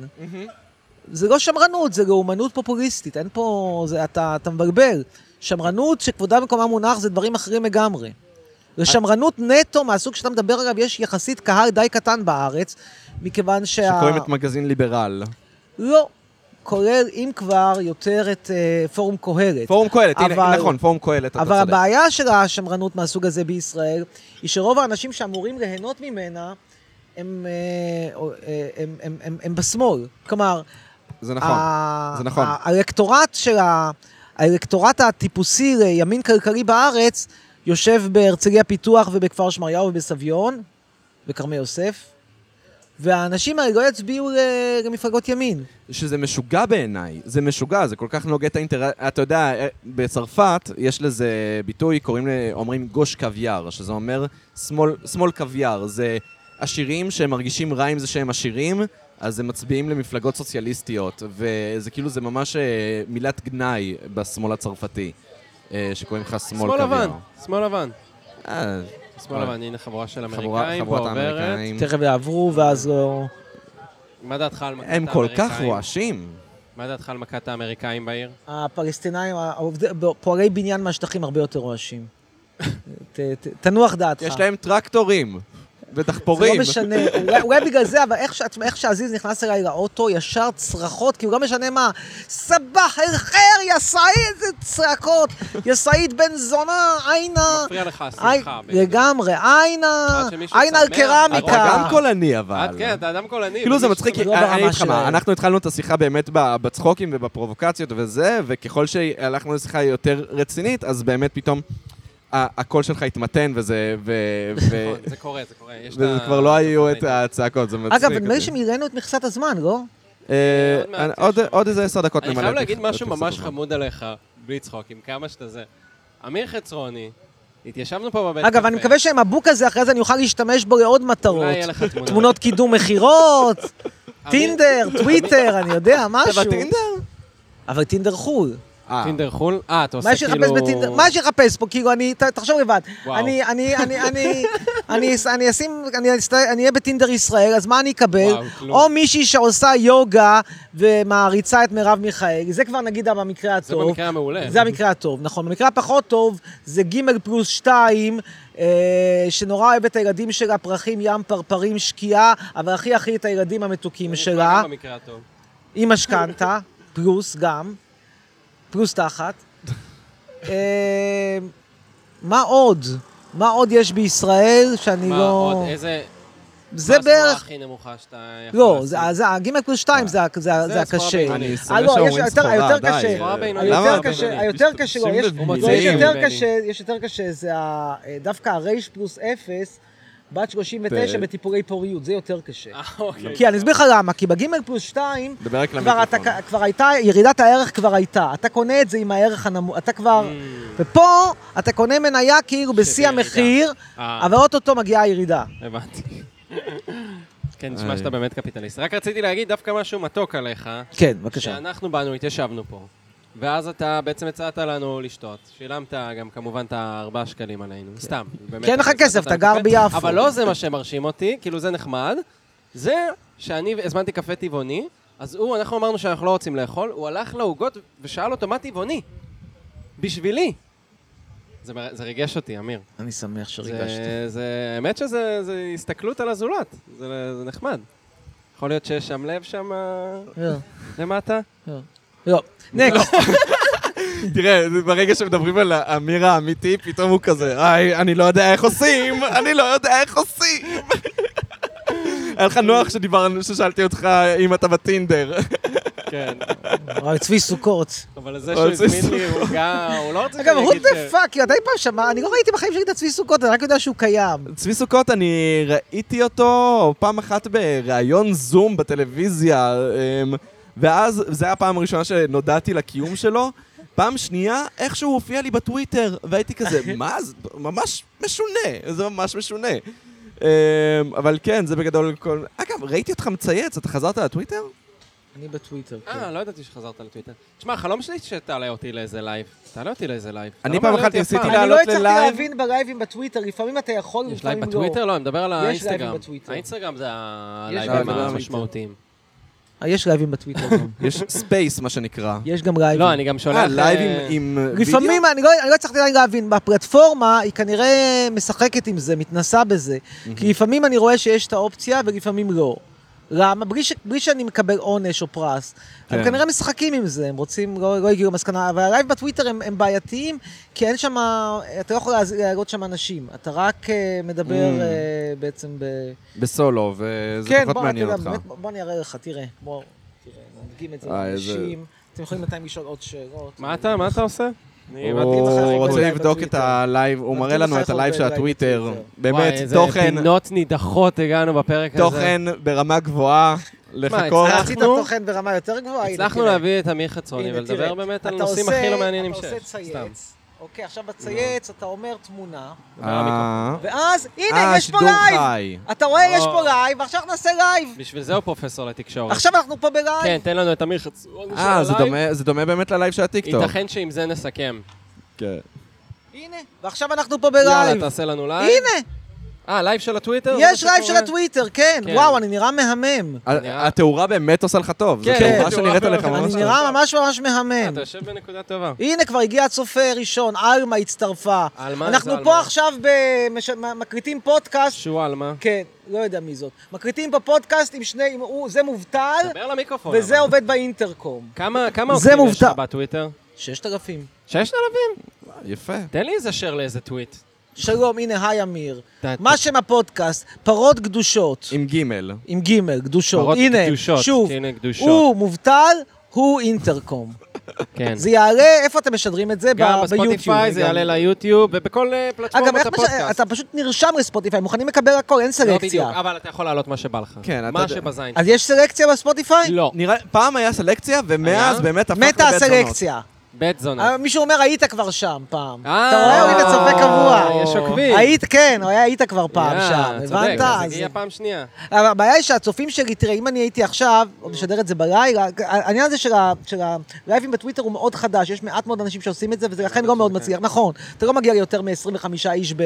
[SPEAKER 2] זה לא שמרנות, זה לאומנות פופוליסטית, אין פה... זה, אתה, אתה מבלבל. שמרנות שכבודה במקומה מונח זה דברים אחרים לגמרי. לשמרנות נטו מהסוג שאתה מדבר עליו יש יחסית קהל די קטן בארץ, מכיוון שה...
[SPEAKER 1] שקוראים את מגזין ליברל.
[SPEAKER 2] לא, כולל אם כבר יותר את אה, פורום קהלת.
[SPEAKER 1] פורום קהלת, הנה,
[SPEAKER 2] אבל-
[SPEAKER 1] נכון, פורום קהלת, אתה
[SPEAKER 2] אבל
[SPEAKER 1] צודק.
[SPEAKER 2] הבעיה של השמרנות מהסוג הזה בישראל, היא שרוב האנשים שאמורים ליהנות ממנה, הם, אה, או, אה, הם, הם, הם, הם בשמאל. כלומר,
[SPEAKER 1] זה נכון,
[SPEAKER 2] ה-
[SPEAKER 1] זה נכון.
[SPEAKER 2] ה- האלקטורט של ה... האלקטורט הטיפוסי לימין כלכלי בארץ יושב בהרצליה פיתוח ובכפר שמריהו ובסביון, בכרמי יוסף, והאנשים האלה לא יצביעו ל- למפלגות ימין.
[SPEAKER 1] שזה משוגע בעיניי, זה משוגע, זה כל כך נוגד את האינטר... אתה יודע, אה, בצרפת יש לזה ביטוי, קוראים, ל- אומרים גוש קוויאר, שזה אומר שמאל, שמאל קוויאר, זה עשירים שהם מרגישים רע עם זה שהם עשירים, אז הם מצביעים למפלגות סוציאליסטיות, וזה כאילו, זה ממש אה, מילת גנאי בשמאל הצרפתי, אה, שקוראים לך שמאל
[SPEAKER 3] שמאל
[SPEAKER 1] קוויאר.
[SPEAKER 3] לבן, שמאל לבן.
[SPEAKER 1] אה,
[SPEAKER 3] שמאל לבן, הנה חבורה של
[SPEAKER 1] חבורה-
[SPEAKER 3] אמריקאים פה
[SPEAKER 1] חבורת
[SPEAKER 3] עוברת.
[SPEAKER 1] האמריקאים.
[SPEAKER 2] תכף יעברו ואז לא...
[SPEAKER 3] מה דעתך על מכת
[SPEAKER 1] הם
[SPEAKER 3] האמריקאים?
[SPEAKER 1] כל כך רועשים.
[SPEAKER 3] מה דעתך על מכת האמריקאים בעיר?
[SPEAKER 2] אה, הפלסטינאים, העובד- פועלי בניין מהשטחים הרבה יותר רועשים. ת- ת- תנוח דעתך.
[SPEAKER 1] יש להם טרקטורים ודחפורים.
[SPEAKER 2] זה לא משנה, אולי, אולי בגלל זה, אבל איך, ש- איך שעזיז נכנס אליי לאוטו, ישר צרחות, כאילו לא משנה מה, סבח אל חיר, יא סעיד, זה צעקות, יא סעיד בן זונה, עיינה,
[SPEAKER 3] מפריע לך
[SPEAKER 2] עי-
[SPEAKER 3] השמחה. בעצם.
[SPEAKER 2] אה, לגמרי, עיינה,
[SPEAKER 3] עד שמישהו
[SPEAKER 2] עיינה על
[SPEAKER 3] שמח,
[SPEAKER 1] אתה
[SPEAKER 2] קרמיקה.
[SPEAKER 1] גם קולני אבל.
[SPEAKER 3] את כן, אתה אדם קולני.
[SPEAKER 1] כאילו זה
[SPEAKER 3] ומישהו-
[SPEAKER 1] מצחיק, כי
[SPEAKER 2] לא ברמה
[SPEAKER 1] אני אגיד לך
[SPEAKER 2] שלהם.
[SPEAKER 1] מה, אנחנו התחלנו את השיחה באמת ב- בצחוקים ובפרובוקציות וזה, וככל שהלכנו לשיחה יותר רצינית, אז באמת פתאום ה- הקול שלך התמתן וזה, ו- ו-
[SPEAKER 3] נכון, אה, זה קורה, זה קורה. יש את
[SPEAKER 1] וזה
[SPEAKER 3] ה-
[SPEAKER 1] כבר לא היו את
[SPEAKER 3] זה.
[SPEAKER 1] הצעקות, זה מצחיק.
[SPEAKER 2] אגב, נדמה לי
[SPEAKER 1] אותי.
[SPEAKER 2] שמילאנו את מכסת הזמן, לא?
[SPEAKER 1] אה,
[SPEAKER 3] עוד מעט
[SPEAKER 1] עוד- עוד איזה עשר דקות
[SPEAKER 3] אני
[SPEAKER 1] נמלא.
[SPEAKER 3] חייב
[SPEAKER 1] את
[SPEAKER 3] להגיד
[SPEAKER 1] מכסת-
[SPEAKER 3] משהו
[SPEAKER 1] את מכסת
[SPEAKER 3] ממש
[SPEAKER 1] הזמן.
[SPEAKER 3] חמוד עליך, בלי צחוק, עם כמה שאתה זה. אמיר חצרוני, התיישבנו פה בבית
[SPEAKER 2] אגב, אני מקווה שהמבוק הזה, אחרי זה אני אוכל להשתמש בו לעוד מטרות.
[SPEAKER 3] אולי יהיה לך תמונות.
[SPEAKER 2] תמונות קידום מכירות,
[SPEAKER 3] אמיר-
[SPEAKER 2] טינדר, טוויטר, אני יודע, משהו.
[SPEAKER 1] אתה בטינדר?
[SPEAKER 2] אבל טינדר חו"ל.
[SPEAKER 1] אה,
[SPEAKER 3] טינדר חו"ל? אה, אתה עושה
[SPEAKER 2] מה יש
[SPEAKER 3] כאילו...
[SPEAKER 2] לחפש בטינדר? מה יש לחפש פה? כאילו, אני, ת- תחשוב לבד.
[SPEAKER 3] וואו.
[SPEAKER 2] אני, אני, אני, אני, אני, אס- אני אשים, אני אסת- אני אהיה בטינדר ישראל, אז מה אני אקבל?
[SPEAKER 3] וואו, כלום.
[SPEAKER 2] או מישהי שעושה יוגה ומעריצה את מרב מיכאלי. זה כבר נגיד במקרה
[SPEAKER 3] זה
[SPEAKER 2] הטוב.
[SPEAKER 3] במקרה המעולה.
[SPEAKER 2] זה המקרה הטוב, נכון. במקרה הפחות טוב, זה ג' פלוס שתיים, אה, שנורא אוהב את הילדים שלה, פרחים, ים, פרפרים, שקיעה, אבל הכי הכי את הילדים המתוקים
[SPEAKER 3] זה נשמע
[SPEAKER 2] שלה.
[SPEAKER 3] גם במקרה הטוב.
[SPEAKER 2] עם משכנתה, פלוס גם, פלוס תחת. אה, מה עוד? מה עוד יש בישראל שאני
[SPEAKER 3] מה
[SPEAKER 2] לא...
[SPEAKER 3] עוד? איזה...
[SPEAKER 2] זה
[SPEAKER 3] מה הסחורה
[SPEAKER 2] בערך...
[SPEAKER 3] הכי נמוכה שאתה יכול...
[SPEAKER 2] לא,
[SPEAKER 3] להשיג?
[SPEAKER 2] זה- זה הגימל פלוס שתיים, זה ה- זה ה-
[SPEAKER 3] זה
[SPEAKER 2] זה
[SPEAKER 3] הסחורה
[SPEAKER 2] הקשה.
[SPEAKER 3] הבינונית.
[SPEAKER 1] אני
[SPEAKER 3] אה,
[SPEAKER 1] שונא
[SPEAKER 2] לא, יש-
[SPEAKER 1] שאומרים
[SPEAKER 2] היותר-
[SPEAKER 1] סחורה,
[SPEAKER 2] היותר
[SPEAKER 1] די.
[SPEAKER 2] קשה.
[SPEAKER 3] סחורה בינונית.
[SPEAKER 1] למה?
[SPEAKER 2] היותר
[SPEAKER 3] סחורה
[SPEAKER 2] קשה,
[SPEAKER 3] בינונית.
[SPEAKER 2] היותר קשה, לא,
[SPEAKER 1] שים
[SPEAKER 2] יש
[SPEAKER 1] לב,
[SPEAKER 2] לא, יש
[SPEAKER 1] מוציאים.
[SPEAKER 2] יותר
[SPEAKER 3] בינוני.
[SPEAKER 2] קשה, יש יותר קשה, זה ה- אה, דווקא הרייש פלוס אפס, בת 39
[SPEAKER 1] ת-
[SPEAKER 2] בטיפולי פוריות, זה יותר קשה.
[SPEAKER 3] אה, אוקיי.
[SPEAKER 2] כי אני אסביר לך למה, כי בגימל פלוס שתיים,
[SPEAKER 1] דבר רק
[SPEAKER 2] כבר, אתה,
[SPEAKER 1] למיקרופון.
[SPEAKER 2] כבר הייתה, ירידת הערך כבר הייתה. אתה קונה את זה עם הערך הנמוך, אתה כבר... ופה אתה קונה מניה כאילו בשיא
[SPEAKER 3] Mm. ירידה.
[SPEAKER 2] המחיר,
[SPEAKER 3] אה.
[SPEAKER 2] אבל אוטוטו מגיעה הירידה.
[SPEAKER 3] הבנתי. כן, נשמע
[SPEAKER 1] איי.
[SPEAKER 3] שאתה באמת קפיטליסט. רק רציתי להגיד דווקא משהו מתוק עליך,
[SPEAKER 2] כן, בבקשה.
[SPEAKER 3] שאנחנו באנו, התיישבנו פה, ואז אתה בעצם הצעת לנו לשתות. שילמת גם כמובן את הארבעה שקלים עלינו, סתם. באמת,
[SPEAKER 2] כי כן. אין לך
[SPEAKER 3] אבל
[SPEAKER 2] כסף,
[SPEAKER 3] הזמנת
[SPEAKER 2] אתה
[SPEAKER 3] לנו
[SPEAKER 2] גר
[SPEAKER 3] קפה.
[SPEAKER 2] ביפו.
[SPEAKER 3] אבל לא זה מה שמרשים אותי, כאילו זה נחמד. זה שאני הזמנתי קפה טבעוני, אז הוא, אנחנו אמרנו שאנחנו לא רוצים לאכול, הוא הלך לעוגות ושאל אותו מה טבעוני. בשבילי. זה, מר- זה ריגש אותי, אמיר.
[SPEAKER 2] אני שמח שריגשתי.
[SPEAKER 3] זה, זה, האמת שזה זה הסתכלות על הזולת, זה, זה נחמד. יכול להיות שיש שם לב שם אה,
[SPEAKER 2] לא,
[SPEAKER 3] למטה?
[SPEAKER 2] לא. לא. נקסט.
[SPEAKER 1] תראה, ברגע שמדברים על האמיר האמיתי, פתאום הוא כזה, היי, אני לא יודע איך עושים, אני לא יודע איך עושים. היה לך נוח שדיברנו, ששאלתי אותך אם אתה בטינדר.
[SPEAKER 3] כן.
[SPEAKER 2] וואי, צבי סוכות.
[SPEAKER 3] אבל זה
[SPEAKER 1] אבל
[SPEAKER 3] שהוא
[SPEAKER 1] זה
[SPEAKER 3] הזמין
[SPEAKER 1] סוג-
[SPEAKER 3] לי עוגה, הוא לא רוצה
[SPEAKER 2] אגב,
[SPEAKER 3] שאני
[SPEAKER 2] who
[SPEAKER 3] אגיד
[SPEAKER 2] the
[SPEAKER 3] ש...
[SPEAKER 2] fuck, יא, די פעם שמע, אני לא ראיתי בחיים שלי את הצבי סוכות, אני רק יודע שהוא קיים.
[SPEAKER 1] צבי סוכות, אני ראיתי אותו פעם אחת בראיון זום בטלוויזיה, אמ, ואז זו הייתה הפעם הראשונה שנודעתי לקיום שלו. פעם שנייה, איכשהו הופיע לי בטוויטר, והייתי כזה, מה? זה ממש משונה, זה ממש משונה. אמ, אבל כן, זה בגדול כל... אגב, ראיתי אותך מצייץ, אתה חזרת לטוויטר?
[SPEAKER 2] אני בטוויטר. כן.
[SPEAKER 3] אה, לא ידעתי שחזרת לטוויטר. תשמע, החלום שלי שתעלה אותי לאיזה לייב. תעלה אותי לאיזה לייב. אתה
[SPEAKER 1] אני
[SPEAKER 3] לא
[SPEAKER 1] פעם
[SPEAKER 3] מעלה
[SPEAKER 1] אחת
[SPEAKER 3] אותי אף
[SPEAKER 1] ניסיתי
[SPEAKER 3] פעם.
[SPEAKER 1] לה-
[SPEAKER 2] אני לא
[SPEAKER 1] לעלות
[SPEAKER 2] הצלחתי
[SPEAKER 1] ללייב.
[SPEAKER 2] להבין בלייבים בטוויטר, לפעמים אתה יכול,
[SPEAKER 3] יש לייב
[SPEAKER 2] לפעמים לא.
[SPEAKER 3] בטוויטר? לא, אני מדבר על
[SPEAKER 2] יש לייבים
[SPEAKER 3] האינסטגרם.
[SPEAKER 2] בטוויטר.
[SPEAKER 3] האינסטגרם זה
[SPEAKER 2] לייבים
[SPEAKER 3] הלייבים
[SPEAKER 1] בטוויטר.
[SPEAKER 3] המשמעותיים.
[SPEAKER 2] אה, יש לייבים בטוויטר. גם.
[SPEAKER 1] יש ספייס, מה שנקרא.
[SPEAKER 2] יש גם לייבים.
[SPEAKER 3] לא, אני גם שולח...
[SPEAKER 1] אה, לייב
[SPEAKER 3] אה,
[SPEAKER 1] עם- עם וידאו?
[SPEAKER 2] לפעמים, אני לא אני לא הצלחתי עדיין להבין, בפלטפורמה היא כנראה משחקת עם זה, מתנסה בזה. כי לפעמים אני רואה שיש את האופציה ולפעמים לא. למה? בלי, ש, בלי שאני מקבל עונש או פרס.
[SPEAKER 1] כן.
[SPEAKER 2] הם כנראה משחקים עם זה, הם רוצים, לא, לא הגיעו למסקנה, אבל הלייב בטוויטר הם, הם בעייתיים, כי אין שם, אתה לא יכול להז- להעלות שם אנשים, אתה רק uh, מדבר
[SPEAKER 1] Mm.
[SPEAKER 2] uh, בעצם ב...
[SPEAKER 1] בסולו, וזה
[SPEAKER 2] כן,
[SPEAKER 1] פחות
[SPEAKER 2] בוא,
[SPEAKER 1] מעניין
[SPEAKER 2] אתה
[SPEAKER 1] אותך.
[SPEAKER 2] יודע, באמת, בוא, בוא אני אראה לך, תראה, בוא, תראה, נדגים את זה
[SPEAKER 1] אה, איזה-
[SPEAKER 2] לאנשים, אתם יכולים בינתיים לשאול עוד שאלות.
[SPEAKER 3] מה אתה, מה אתה עושה? אני באתי לך
[SPEAKER 1] הוא
[SPEAKER 3] לחיקוי.
[SPEAKER 1] רוצה
[SPEAKER 2] בטוויטר.
[SPEAKER 1] לבדוק את הלייב, הוא מראה לנו את הלייב של הטוויטר. באמת,
[SPEAKER 3] וואי, איזה
[SPEAKER 1] תוכן,
[SPEAKER 3] פינות נידחות הגענו בפרק הזה.
[SPEAKER 1] תוכן ברמה גבוהה, לחכות.
[SPEAKER 3] הצלחת?
[SPEAKER 2] עשית
[SPEAKER 3] אנחנו-
[SPEAKER 2] תוכן ברמה יותר גבוהה. הנה,
[SPEAKER 3] הצלחנו
[SPEAKER 2] תראה.
[SPEAKER 3] להביא את אמיר חצרוני
[SPEAKER 2] הנה,
[SPEAKER 3] ולדבר
[SPEAKER 2] תראה.
[SPEAKER 3] באמת על
[SPEAKER 2] אתה
[SPEAKER 3] נושאים
[SPEAKER 2] עושה-
[SPEAKER 3] הכי לא מעניינים שיש. Mm.
[SPEAKER 2] אתה עושה צייץ, אוקיי, עכשיו בצייץ אתה אומר תמונה,
[SPEAKER 1] אה,
[SPEAKER 2] ואז, הנה,
[SPEAKER 1] אה,
[SPEAKER 2] יש פה
[SPEAKER 1] שידור
[SPEAKER 2] לייב!
[SPEAKER 1] חי.
[SPEAKER 2] אתה רואה, יש
[SPEAKER 3] או.
[SPEAKER 2] פה לייב, ועכשיו נעשה לייב!
[SPEAKER 3] בשביל זה הוא פרופסור לתקשורת.
[SPEAKER 2] עכשיו אנחנו פה
[SPEAKER 3] לא. כן,
[SPEAKER 2] בלייב!
[SPEAKER 3] תן לנו את אמיר חצרוני של
[SPEAKER 1] אה, זה
[SPEAKER 3] הלייב.
[SPEAKER 1] דומה- זה דומה באמת ללייב של הטיקטוק.
[SPEAKER 3] ייתכן שעם זה נסכם.
[SPEAKER 1] כן.
[SPEAKER 2] הנה, ועכשיו אנחנו פה
[SPEAKER 3] יאללה,
[SPEAKER 2] בלייב!
[SPEAKER 3] תעשה לנו לייב.
[SPEAKER 2] הנה,
[SPEAKER 3] אה, לייב של הטוויטר? זה מה
[SPEAKER 2] יש לייב של
[SPEAKER 3] שקורה?
[SPEAKER 2] הטוויטר, כן.
[SPEAKER 3] כן.
[SPEAKER 2] וואו, אני נראה מהמם.
[SPEAKER 1] ה- התאורה באמת עושה לך טוב, זו
[SPEAKER 3] כן,
[SPEAKER 1] תאורה
[SPEAKER 3] התאורה
[SPEAKER 1] שנראית
[SPEAKER 3] באמת
[SPEAKER 1] עליך
[SPEAKER 3] עושה
[SPEAKER 1] ממש
[SPEAKER 2] אני
[SPEAKER 3] ממש
[SPEAKER 1] טוב.
[SPEAKER 2] נראה ממש ממש
[SPEAKER 3] אה,
[SPEAKER 2] מהמם.
[SPEAKER 3] אתה יושב בנקודה טובה.
[SPEAKER 2] הנה, כבר הגיע הצופה ראשון, עלמה הצטרפה.
[SPEAKER 3] עלמה,
[SPEAKER 2] אנחנו
[SPEAKER 3] זה עלמה.
[SPEAKER 2] פה עכשיו ב- מש- מקליטים פודקאסט
[SPEAKER 3] שועל, מה?
[SPEAKER 2] כן, לא יודע מי זאת. מקליטים בפודקאסט עם שני, עם, הוא, זה מובטל,
[SPEAKER 3] דבר למיקרופון.
[SPEAKER 2] וזה
[SPEAKER 3] אבל.
[SPEAKER 2] עובד באינטרקום.
[SPEAKER 3] כמה כמה
[SPEAKER 2] זה
[SPEAKER 3] עוקבים יש לך
[SPEAKER 2] מובטח.
[SPEAKER 3] בטוויטר?
[SPEAKER 2] ששת אלפים.
[SPEAKER 3] ששת אלפים?
[SPEAKER 1] יפה.
[SPEAKER 3] תן לי איזה שר לאיזה טוויט.
[SPEAKER 2] שלום, הנה, היי אמיר.
[SPEAKER 3] ת- ת-
[SPEAKER 2] מה שם הפודקאסט? פרות גדושות.
[SPEAKER 1] עם גימל.
[SPEAKER 2] עם גימל, גדושות.
[SPEAKER 3] פרות
[SPEAKER 2] הנה,
[SPEAKER 3] גדושות,
[SPEAKER 2] שוב,
[SPEAKER 3] הנה, גדושות.
[SPEAKER 2] הוא מובטל, הוא אינטרקום.
[SPEAKER 3] כן.
[SPEAKER 2] זה יעלה, איפה אתם משדרים את זה?
[SPEAKER 3] גם
[SPEAKER 2] ב-
[SPEAKER 3] בספוטיפיי,
[SPEAKER 2] ביוטיוב.
[SPEAKER 3] זה
[SPEAKER 2] גם.
[SPEAKER 3] יעלה ליוטיוב, ובכל אה,
[SPEAKER 2] אגב,
[SPEAKER 3] פלטפורמות
[SPEAKER 2] איך מש...
[SPEAKER 3] הפודקאסט.
[SPEAKER 2] אתה פשוט נרשם לספוטיפיי, מוכנים לקבל הכל, אין
[SPEAKER 3] לא בדיוק,
[SPEAKER 2] סלקציה.
[SPEAKER 3] אבל אתה יכול להעלות מה שבא לך.
[SPEAKER 1] כן, אתה
[SPEAKER 3] מה
[SPEAKER 1] יודע-
[SPEAKER 3] שבזין.
[SPEAKER 2] אז יש סלקציה בספוטיפיי?
[SPEAKER 3] לא.
[SPEAKER 1] נראה- פעם היה סלקציה, ומאז
[SPEAKER 3] היה?
[SPEAKER 1] באמת הפך
[SPEAKER 2] מתה
[SPEAKER 1] לבית זונות.
[SPEAKER 2] הסלקציה.
[SPEAKER 3] בית זונה.
[SPEAKER 2] אה, מישהו אומר, היית כבר שם פעם.
[SPEAKER 3] אה,
[SPEAKER 2] אתה רואה, הוא הנה צופה קבוע.
[SPEAKER 3] יש עוקבים.
[SPEAKER 2] היית, כן, הוא היה היית כבר פעם
[SPEAKER 3] יא,
[SPEAKER 2] שם,
[SPEAKER 3] צודק,
[SPEAKER 2] הבנת?
[SPEAKER 3] אז
[SPEAKER 2] אז-
[SPEAKER 3] הגיע פעם שנייה.
[SPEAKER 2] אבל הבעיה היא שהצופים שלי, תראה, אם אני הייתי עכשיו, או משדר את זה בלילה, העניין הזה של ה- של הלייבים בטוויטר הוא מאוד חדש, יש מעט מאוד אנשים שעושים את זה,
[SPEAKER 3] אה,
[SPEAKER 2] וזה לכן לא
[SPEAKER 3] כן.
[SPEAKER 2] מאוד מצליח, נכון. אתה לא מגיע ליותר מ-25 איש ב-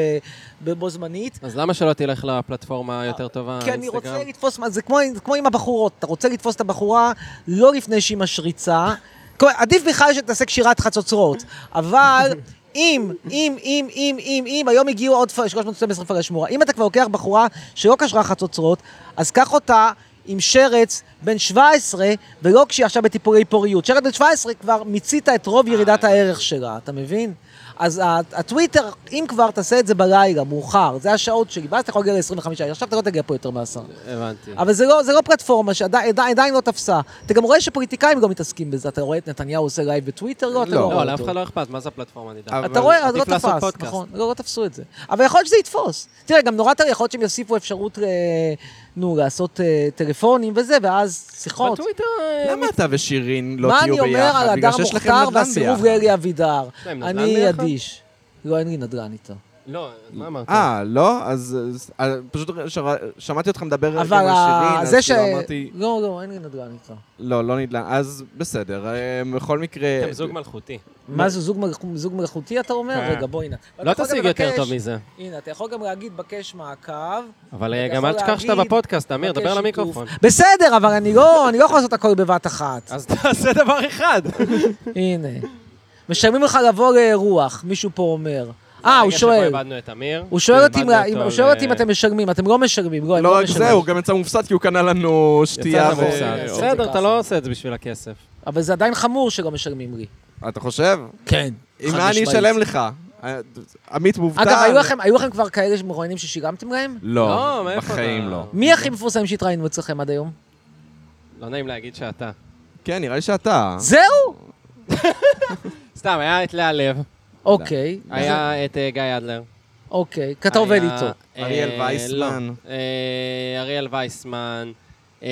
[SPEAKER 2] ב- בו זמנית.
[SPEAKER 3] אז למה שלא תלך לפלטפורמה היותר טובה,
[SPEAKER 2] אה, כי אני רוצה
[SPEAKER 3] אה, אינסטגרם?
[SPEAKER 2] לתפוס, מה- זה כמו, כמו עם הבחורות, אתה רוצה לתפוס את הבחורה לא לפני שהיא משריצה. כל- עדיף בכלל שתעשה קשירת חצוצרות, אבל אם, אם, אם, אם, אם, אם, היום הגיעו עוד פ- 312 פלשמורה, אם אתה כבר לוקח בחורה שלא קשרה חצוצרות, אז קח אותה עם שרץ בן 17, ולא כשהיא עכשיו בטיפולי פוריות. שרץ בן 17 כבר מיצית את רוב ירידת הערך שלה, אתה מבין? אז ה- הטוויטר, אם כבר, תעשה את זה בלילה, מאוחר, זה השעות שלי, ואז אתה יכול להגיע ל-25, עכשיו אתה לא תגיע פה יותר מעשר.
[SPEAKER 3] הבנתי.
[SPEAKER 2] אבל זה לא, זה לא פלטפורמה שעדיין לא תפסה. אתה גם רואה שפוליטיקאים לא מתעסקים בזה, אתה רואה את נתניהו עושה לייב בטוויטר, לא, אתה
[SPEAKER 1] לא,
[SPEAKER 2] לא רואה
[SPEAKER 3] לא,
[SPEAKER 2] אותו.
[SPEAKER 3] לאף אחד לא אכפת, מה זה הפלטפורמה, נדע?
[SPEAKER 1] אבל
[SPEAKER 2] אתה רואה, אז
[SPEAKER 3] עדיף
[SPEAKER 2] לא
[SPEAKER 3] לעשות
[SPEAKER 2] תפס,
[SPEAKER 3] פודקאסט.
[SPEAKER 2] נכון, לא, לא תפסו את זה. אבל יכול להיות שזה יתפוס. תראה, גם נורא טוב, יכול להיות שהם יוסיפו אפשרות, אה, נו, לעשות אה, טלפונים וזה, ואז שיחות.
[SPEAKER 3] בטוויטר... אה,
[SPEAKER 1] למה אתה ושירין לא
[SPEAKER 2] מה
[SPEAKER 1] תהיו
[SPEAKER 2] אני
[SPEAKER 1] ביחד?
[SPEAKER 2] אומר על
[SPEAKER 1] בגלל
[SPEAKER 2] הדר
[SPEAKER 1] שיש לכם
[SPEAKER 2] מוכתר
[SPEAKER 1] נדל"ן
[SPEAKER 2] והסירוב
[SPEAKER 1] ביחד.
[SPEAKER 2] לאלי אבידר?
[SPEAKER 3] להם לא, נדל"ן
[SPEAKER 2] אני
[SPEAKER 3] ביחד?
[SPEAKER 2] אדיש. לא, אין לי נדל"ן איתו.
[SPEAKER 3] לא, מה אמרת?
[SPEAKER 1] אה, לא? אז אז- אה, פשוט שר- שמעתי אותך
[SPEAKER 3] לא,
[SPEAKER 1] מדבר גם
[SPEAKER 2] אבל
[SPEAKER 1] על
[SPEAKER 2] ה-
[SPEAKER 1] שירין, אז
[SPEAKER 2] זה ש...
[SPEAKER 1] כאילו אמרתי...
[SPEAKER 2] לא, לא, אין לי נדל"ן איתו.
[SPEAKER 1] לא, לא נדל"ן. אז בסדר, אה, בכל מקרה... לא
[SPEAKER 3] אתם זוג מלכותי.
[SPEAKER 2] מה זה, זוג מלכ- זוג מלאכותי אתה אומר?
[SPEAKER 3] לא. כן.
[SPEAKER 2] רגע, בוא, הנה. אתה
[SPEAKER 3] לא
[SPEAKER 2] יכול גם
[SPEAKER 3] תשיג יותר
[SPEAKER 2] לבקש-
[SPEAKER 3] טוב מזה.
[SPEAKER 2] הנה, אתה יכול גם להגיד, בקש מעקב.
[SPEAKER 3] אבל אה,
[SPEAKER 2] אתה
[SPEAKER 3] גם
[SPEAKER 2] יכול
[SPEAKER 3] אל תשכח שאתה
[SPEAKER 2] להגיד,
[SPEAKER 3] בפודקאסט, אמיר,
[SPEAKER 2] מבקש
[SPEAKER 3] דבר
[SPEAKER 2] שיתוף.
[SPEAKER 3] למיקרופון.
[SPEAKER 2] בסדר, אבל אני לא אני לא יכול לעשות הכל בבת אחת.
[SPEAKER 3] אז תעשה דבר אחד.
[SPEAKER 2] הנה. משלמים לך לבוא לאירוח, מישהו פה אומר. אה, הוא
[SPEAKER 3] הרגע שבו
[SPEAKER 2] שואל.
[SPEAKER 3] איבדנו את אמיר.
[SPEAKER 2] הוא שואל אותי אם-
[SPEAKER 3] ואיבדנו אה,
[SPEAKER 2] אם-
[SPEAKER 3] אותו
[SPEAKER 2] הוא שואל אותי אם
[SPEAKER 3] ל-
[SPEAKER 2] אתם משלמים, אתם לא משלמים, לא, הם
[SPEAKER 1] לא
[SPEAKER 2] לא
[SPEAKER 1] רק זה,
[SPEAKER 2] משלמים.
[SPEAKER 1] הוא גם יצא מופסד כי הוא קנה לנו שתייה.
[SPEAKER 3] יצא
[SPEAKER 1] ו-
[SPEAKER 3] מבוסס.
[SPEAKER 2] אוקיי.
[SPEAKER 3] בסדר, אתה לא עושה את זה בשביל הכסף.
[SPEAKER 2] אבל זה עדיין חמור שלא משלמים לי.
[SPEAKER 1] אתה חושב?
[SPEAKER 2] כן.
[SPEAKER 1] אם מה אני אשלם לך? עמית מובטל.
[SPEAKER 2] אגב, היו לכם- היו לכם כבר כאלה שמרואיינים ששילמתם להם?
[SPEAKER 1] לא,
[SPEAKER 3] לא, מאיפה
[SPEAKER 1] בחיים
[SPEAKER 3] אתה?
[SPEAKER 1] לא.
[SPEAKER 2] מי הכי מפורסם שהתראינו אצלכם עד היום?
[SPEAKER 3] לא נעים להגיד שאתה.
[SPEAKER 1] כן, נראה לי שאתה.
[SPEAKER 2] זהו!
[SPEAKER 3] לא. סתם, היה את לאה לב,
[SPEAKER 2] אוקיי,
[SPEAKER 3] היה את אה, גיא אדלר.
[SPEAKER 2] אוקיי, כי אתה עובד
[SPEAKER 3] היה,
[SPEAKER 2] איתו.
[SPEAKER 3] אה,
[SPEAKER 1] אריאל
[SPEAKER 3] לא.
[SPEAKER 1] וייסמן.
[SPEAKER 3] אה, אריאל וייסמן. אה,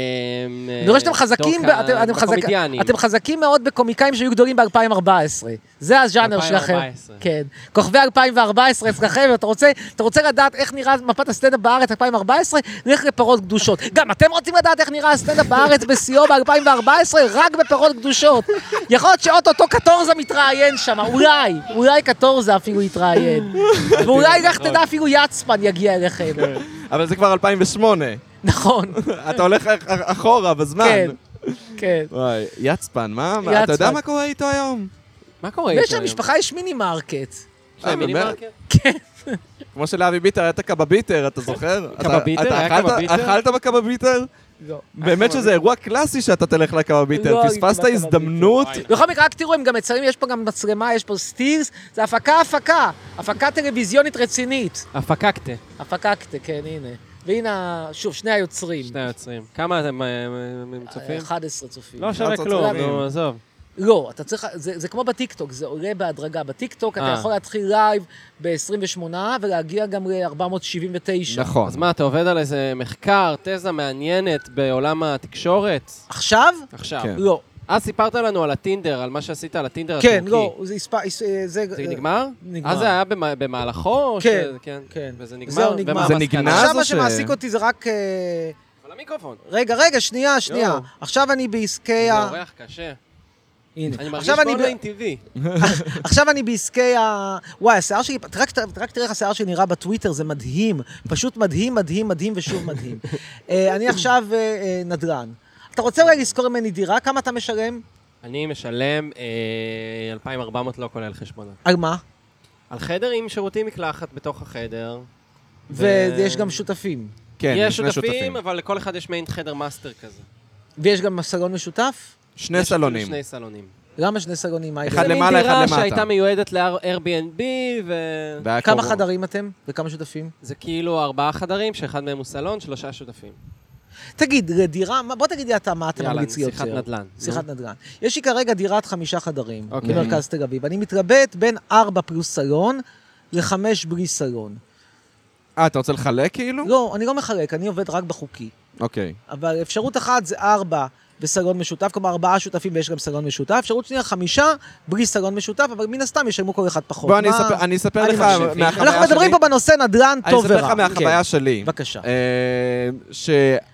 [SPEAKER 2] אני רואה שאתם
[SPEAKER 3] אה,
[SPEAKER 2] חזקים, ב-
[SPEAKER 3] דורקה,
[SPEAKER 2] אתם- אתם חזק-
[SPEAKER 3] בקומדיאנים.
[SPEAKER 2] אתם חזקים מאוד בקומיקאים שהיו גדולים ב-2014. זה הז'אנר שלכם.
[SPEAKER 3] 2014.
[SPEAKER 2] כן. כוכבי 2014 אצלכם, אתה רוצה, אתה רוצה לדעת איך נראה מפת הסטנדאפ בארץ 2014? לך לפרות קדושות. גם אתם רוצים לדעת איך נראה הסטנדאפ בארץ בשיאו ב-2014? רק בפרות קדושות. יכול להיות שאו-טו-טו קטורזה מתראיין שם, אולי, אולי קטורזה אפילו יתראיין. ואולי
[SPEAKER 3] נכון.
[SPEAKER 2] לך תדע אפילו יצפן יגיע אליכם.
[SPEAKER 3] כן.
[SPEAKER 1] אבל זה כבר 2008.
[SPEAKER 2] נכון,
[SPEAKER 1] אתה הולך אח- אח- אחורה בזמן.
[SPEAKER 2] כן, כן.
[SPEAKER 1] וואי, יצפן, מה? מה- אתה יודע
[SPEAKER 2] יצפן.
[SPEAKER 1] מה קורה איתו היום?
[SPEAKER 3] מה קורה איתו
[SPEAKER 2] ויש
[SPEAKER 3] היום?
[SPEAKER 2] למשפחה יש מיני מרקט.
[SPEAKER 3] יש להם
[SPEAKER 1] אה,
[SPEAKER 3] מיני
[SPEAKER 1] באמת?
[SPEAKER 3] מרקט?
[SPEAKER 1] כמו שלאבי ביטר, היה את הקבביטר, אתה זוכר? אתה-
[SPEAKER 3] קבביטר?
[SPEAKER 1] אתה
[SPEAKER 3] היה
[SPEAKER 1] אכלת-
[SPEAKER 3] קבביטר?
[SPEAKER 1] אכלת בקבביטר?
[SPEAKER 2] לא.
[SPEAKER 1] באמת שזה אירוע קלאסי שאתה תלך לקבביטר.
[SPEAKER 2] לא,
[SPEAKER 1] פספסת
[SPEAKER 2] לקבביטר.
[SPEAKER 1] הזדמנות?
[SPEAKER 2] לא- בכל מקרה, רק תראו, הם גם מצלמים, יש פה גם מצלמה, יש פה סטילס, זה הפקה-הפקה, הפקה טלוויזיונית רצינית.
[SPEAKER 3] הפקקטה,
[SPEAKER 2] הפקה, כן, הנה. והנה, ה- שוב, שני היוצרים.
[SPEAKER 3] שני היוצרים. כמה אתם אה, אה, צופים?
[SPEAKER 2] 11 צופים.
[SPEAKER 3] לא שווה
[SPEAKER 1] אחד
[SPEAKER 3] כלום,
[SPEAKER 1] צופים.
[SPEAKER 3] נו, עזוב.
[SPEAKER 2] לא, אתה צריך, זה, זה כמו בטיקטוק, זה עולה בהדרגה. בטיקטוק אתה
[SPEAKER 3] אה.
[SPEAKER 2] יכול להתחיל לייב ב-28 ולהגיע גם ל-479.
[SPEAKER 1] נכון.
[SPEAKER 3] אז מה, אתה עובד על איזה מחקר, תזה מעניינת בעולם התקשורת?
[SPEAKER 2] עכשיו?
[SPEAKER 3] עכשיו.
[SPEAKER 1] כן.
[SPEAKER 2] לא.
[SPEAKER 3] אז סיפרת לנו על הטינדר, על מה שעשית על הטינדר
[SPEAKER 2] כן,
[SPEAKER 3] הטורקי.
[SPEAKER 2] לא, זה, הספ- הס- אה, זה,
[SPEAKER 3] אוקיי. זה נגמר?
[SPEAKER 2] נגמר.
[SPEAKER 3] אז זה היה במ- במהלכו? או
[SPEAKER 2] כן,
[SPEAKER 3] ש- כן.
[SPEAKER 2] כן.
[SPEAKER 3] וזה נגמר?
[SPEAKER 2] זהו, נגמר.
[SPEAKER 3] ומה
[SPEAKER 1] זה
[SPEAKER 3] המסקנה?
[SPEAKER 1] נגנז?
[SPEAKER 2] עכשיו
[SPEAKER 1] או
[SPEAKER 2] מה
[SPEAKER 1] ש-
[SPEAKER 2] שמעסיק אותי זה רק... אה,
[SPEAKER 3] אבל המיקרופון.
[SPEAKER 2] רגע, רגע, שנייה, שנייה.
[SPEAKER 3] יואו.
[SPEAKER 2] עכשיו אני בעסקי
[SPEAKER 3] לא. זה
[SPEAKER 2] ה...
[SPEAKER 3] אורח קשה.
[SPEAKER 2] הנה.
[SPEAKER 3] אני מרגיש לא
[SPEAKER 2] עכשיו אני ב-
[SPEAKER 3] באונליין TV.
[SPEAKER 2] עכשיו אני בעסקי ה... וואי, השיער שלי, רק, רק תראה איך השיער שלי נראה בטוויטר, זה מדהים. פשוט מדהים, מדהים, מדהים ושוב מדהים. אה, אני עכשיו אה, אה, נדל"ן. אתה רוצה אולי לשכור ממני דירה? כמה אתה משלם?
[SPEAKER 3] אני משלם אה, 2,400 לא כולל חשבונות.
[SPEAKER 2] על מה?
[SPEAKER 3] על חדר עם שירותים מקלחת בתוך החדר.
[SPEAKER 2] ויש גם שותפים.
[SPEAKER 1] כן,
[SPEAKER 3] יש
[SPEAKER 1] שני
[SPEAKER 3] שותפים, אבל לכל אחד יש מעין חדר מאסטר כזה.
[SPEAKER 2] ויש גם סלון משותף?
[SPEAKER 1] שני
[SPEAKER 3] יש אפילו
[SPEAKER 1] סלונים.
[SPEAKER 3] שני סלונים.
[SPEAKER 2] למה שני סלונים? מה
[SPEAKER 1] אחד
[SPEAKER 2] ההבדל?
[SPEAKER 3] זה מין
[SPEAKER 1] למעלה, אחד
[SPEAKER 3] דירה
[SPEAKER 1] למטה.
[SPEAKER 3] שהייתה מיועדת ל-Airbnb, ו...
[SPEAKER 1] והיה
[SPEAKER 2] כמה
[SPEAKER 1] קורונה.
[SPEAKER 2] חדרים אתם? וכמה שותפים?
[SPEAKER 3] זה כאילו ארבעה חדרים, שאחד מהם הוא סלון, שלושה שותפים.
[SPEAKER 2] תגיד, לדירה, מה- בוא תגיד לי אתה מה אתה
[SPEAKER 3] יאללה,
[SPEAKER 2] ממליץ לי יותר.
[SPEAKER 3] שיחת נדל"ן.
[SPEAKER 2] שיחת נדל"ן. יש לי כרגע דירת חמישה חדרים
[SPEAKER 3] אוקיי.
[SPEAKER 2] במרכז תל אביב. אני מתלבט בין ארבע פלוס סלון לחמש בלי סלון.
[SPEAKER 1] אה, אתה רוצה לחלק כאילו?
[SPEAKER 2] לא, אני לא מחלק, אני עובד רק בחוקי.
[SPEAKER 1] אוקיי.
[SPEAKER 2] אבל אפשרות אחת זה ארבע וסלון משותף, כלומר ארבעה שותפים ויש גם סלון משותף. אפשרות שנייה, חמישה בלי סלון משותף, אבל מן הסתם ישלמו כל אחד פחות.
[SPEAKER 1] בוא, אני
[SPEAKER 2] מה-
[SPEAKER 1] אספר- אני אספר
[SPEAKER 2] אני
[SPEAKER 1] לך
[SPEAKER 2] מקשיב.
[SPEAKER 1] מהחוויה שלי.
[SPEAKER 2] אנחנו מדברים פה בנושא נדל"ן טוב ורע.
[SPEAKER 1] אני אספר לך מהחוויה שלי.
[SPEAKER 2] כן, בבקשה.
[SPEAKER 1] אה,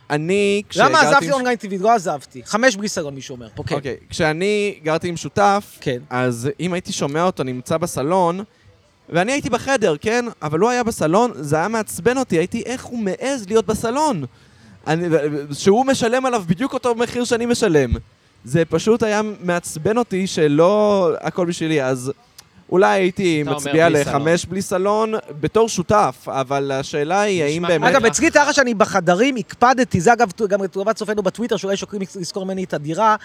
[SPEAKER 1] שאני, כשגרתי...
[SPEAKER 2] למה עזבתי
[SPEAKER 1] עם-
[SPEAKER 2] אונליין טבעית? לא עזבתי. חמש בלי סלון, מישהו אומר. פה, כן.
[SPEAKER 1] אוקיי, כשאני גרתי עם שותף,
[SPEAKER 2] כן.
[SPEAKER 1] אז אם הייתי שומע אותו נמצא בסלון, ואני הייתי בחדר, כן? אבל הוא היה בסלון, זה היה מעצבן אותי, הייתי, איך הוא מעז להיות בסלון? אני, שהוא משלם עליו בדיוק אותו מחיר שאני משלם. זה פשוט היה מעצבן אותי שלא הכל בשבילי, אז אולי הייתי
[SPEAKER 3] אתה אומר
[SPEAKER 1] מצביע
[SPEAKER 3] בלי סלון.
[SPEAKER 1] לחמש בלי סלון בתור שותף, אבל השאלה היא האם
[SPEAKER 3] נשמע
[SPEAKER 1] באמת...
[SPEAKER 2] אגב, אצלי תאר לך שאני בחדרים הקפדתי, זה אגב גם לטובת צופינו בטוויטר, שאולי שוקלים לזכור ממני את הדירה.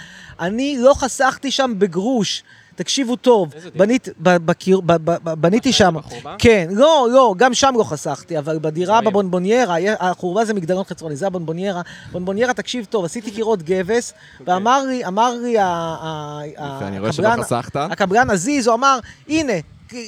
[SPEAKER 2] אני לא חסכתי שם בגרוש. תקשיבו טוב,
[SPEAKER 3] איזה דירה?
[SPEAKER 2] בנית, ב, בקיר, ב, ב, ב, בניתי
[SPEAKER 3] שהיה
[SPEAKER 2] שם.
[SPEAKER 3] בחורבה?
[SPEAKER 2] כן, לא, לא, גם שם לא חסכתי, אבל בדירה
[SPEAKER 3] שמים.
[SPEAKER 2] בבונבוניירה, יה- החורבה זה מגדלון חיצוני, זה הבונבוניירה. בונבוניירה, תקשיב טוב, עשיתי קירות גבס, ואמר לי, אמר לי ה- ה- ה-
[SPEAKER 1] יפה, אני רואה שלא
[SPEAKER 2] הקבלן-
[SPEAKER 1] חסכת.
[SPEAKER 2] הקבלן הזיז, הוא אמר, הנה,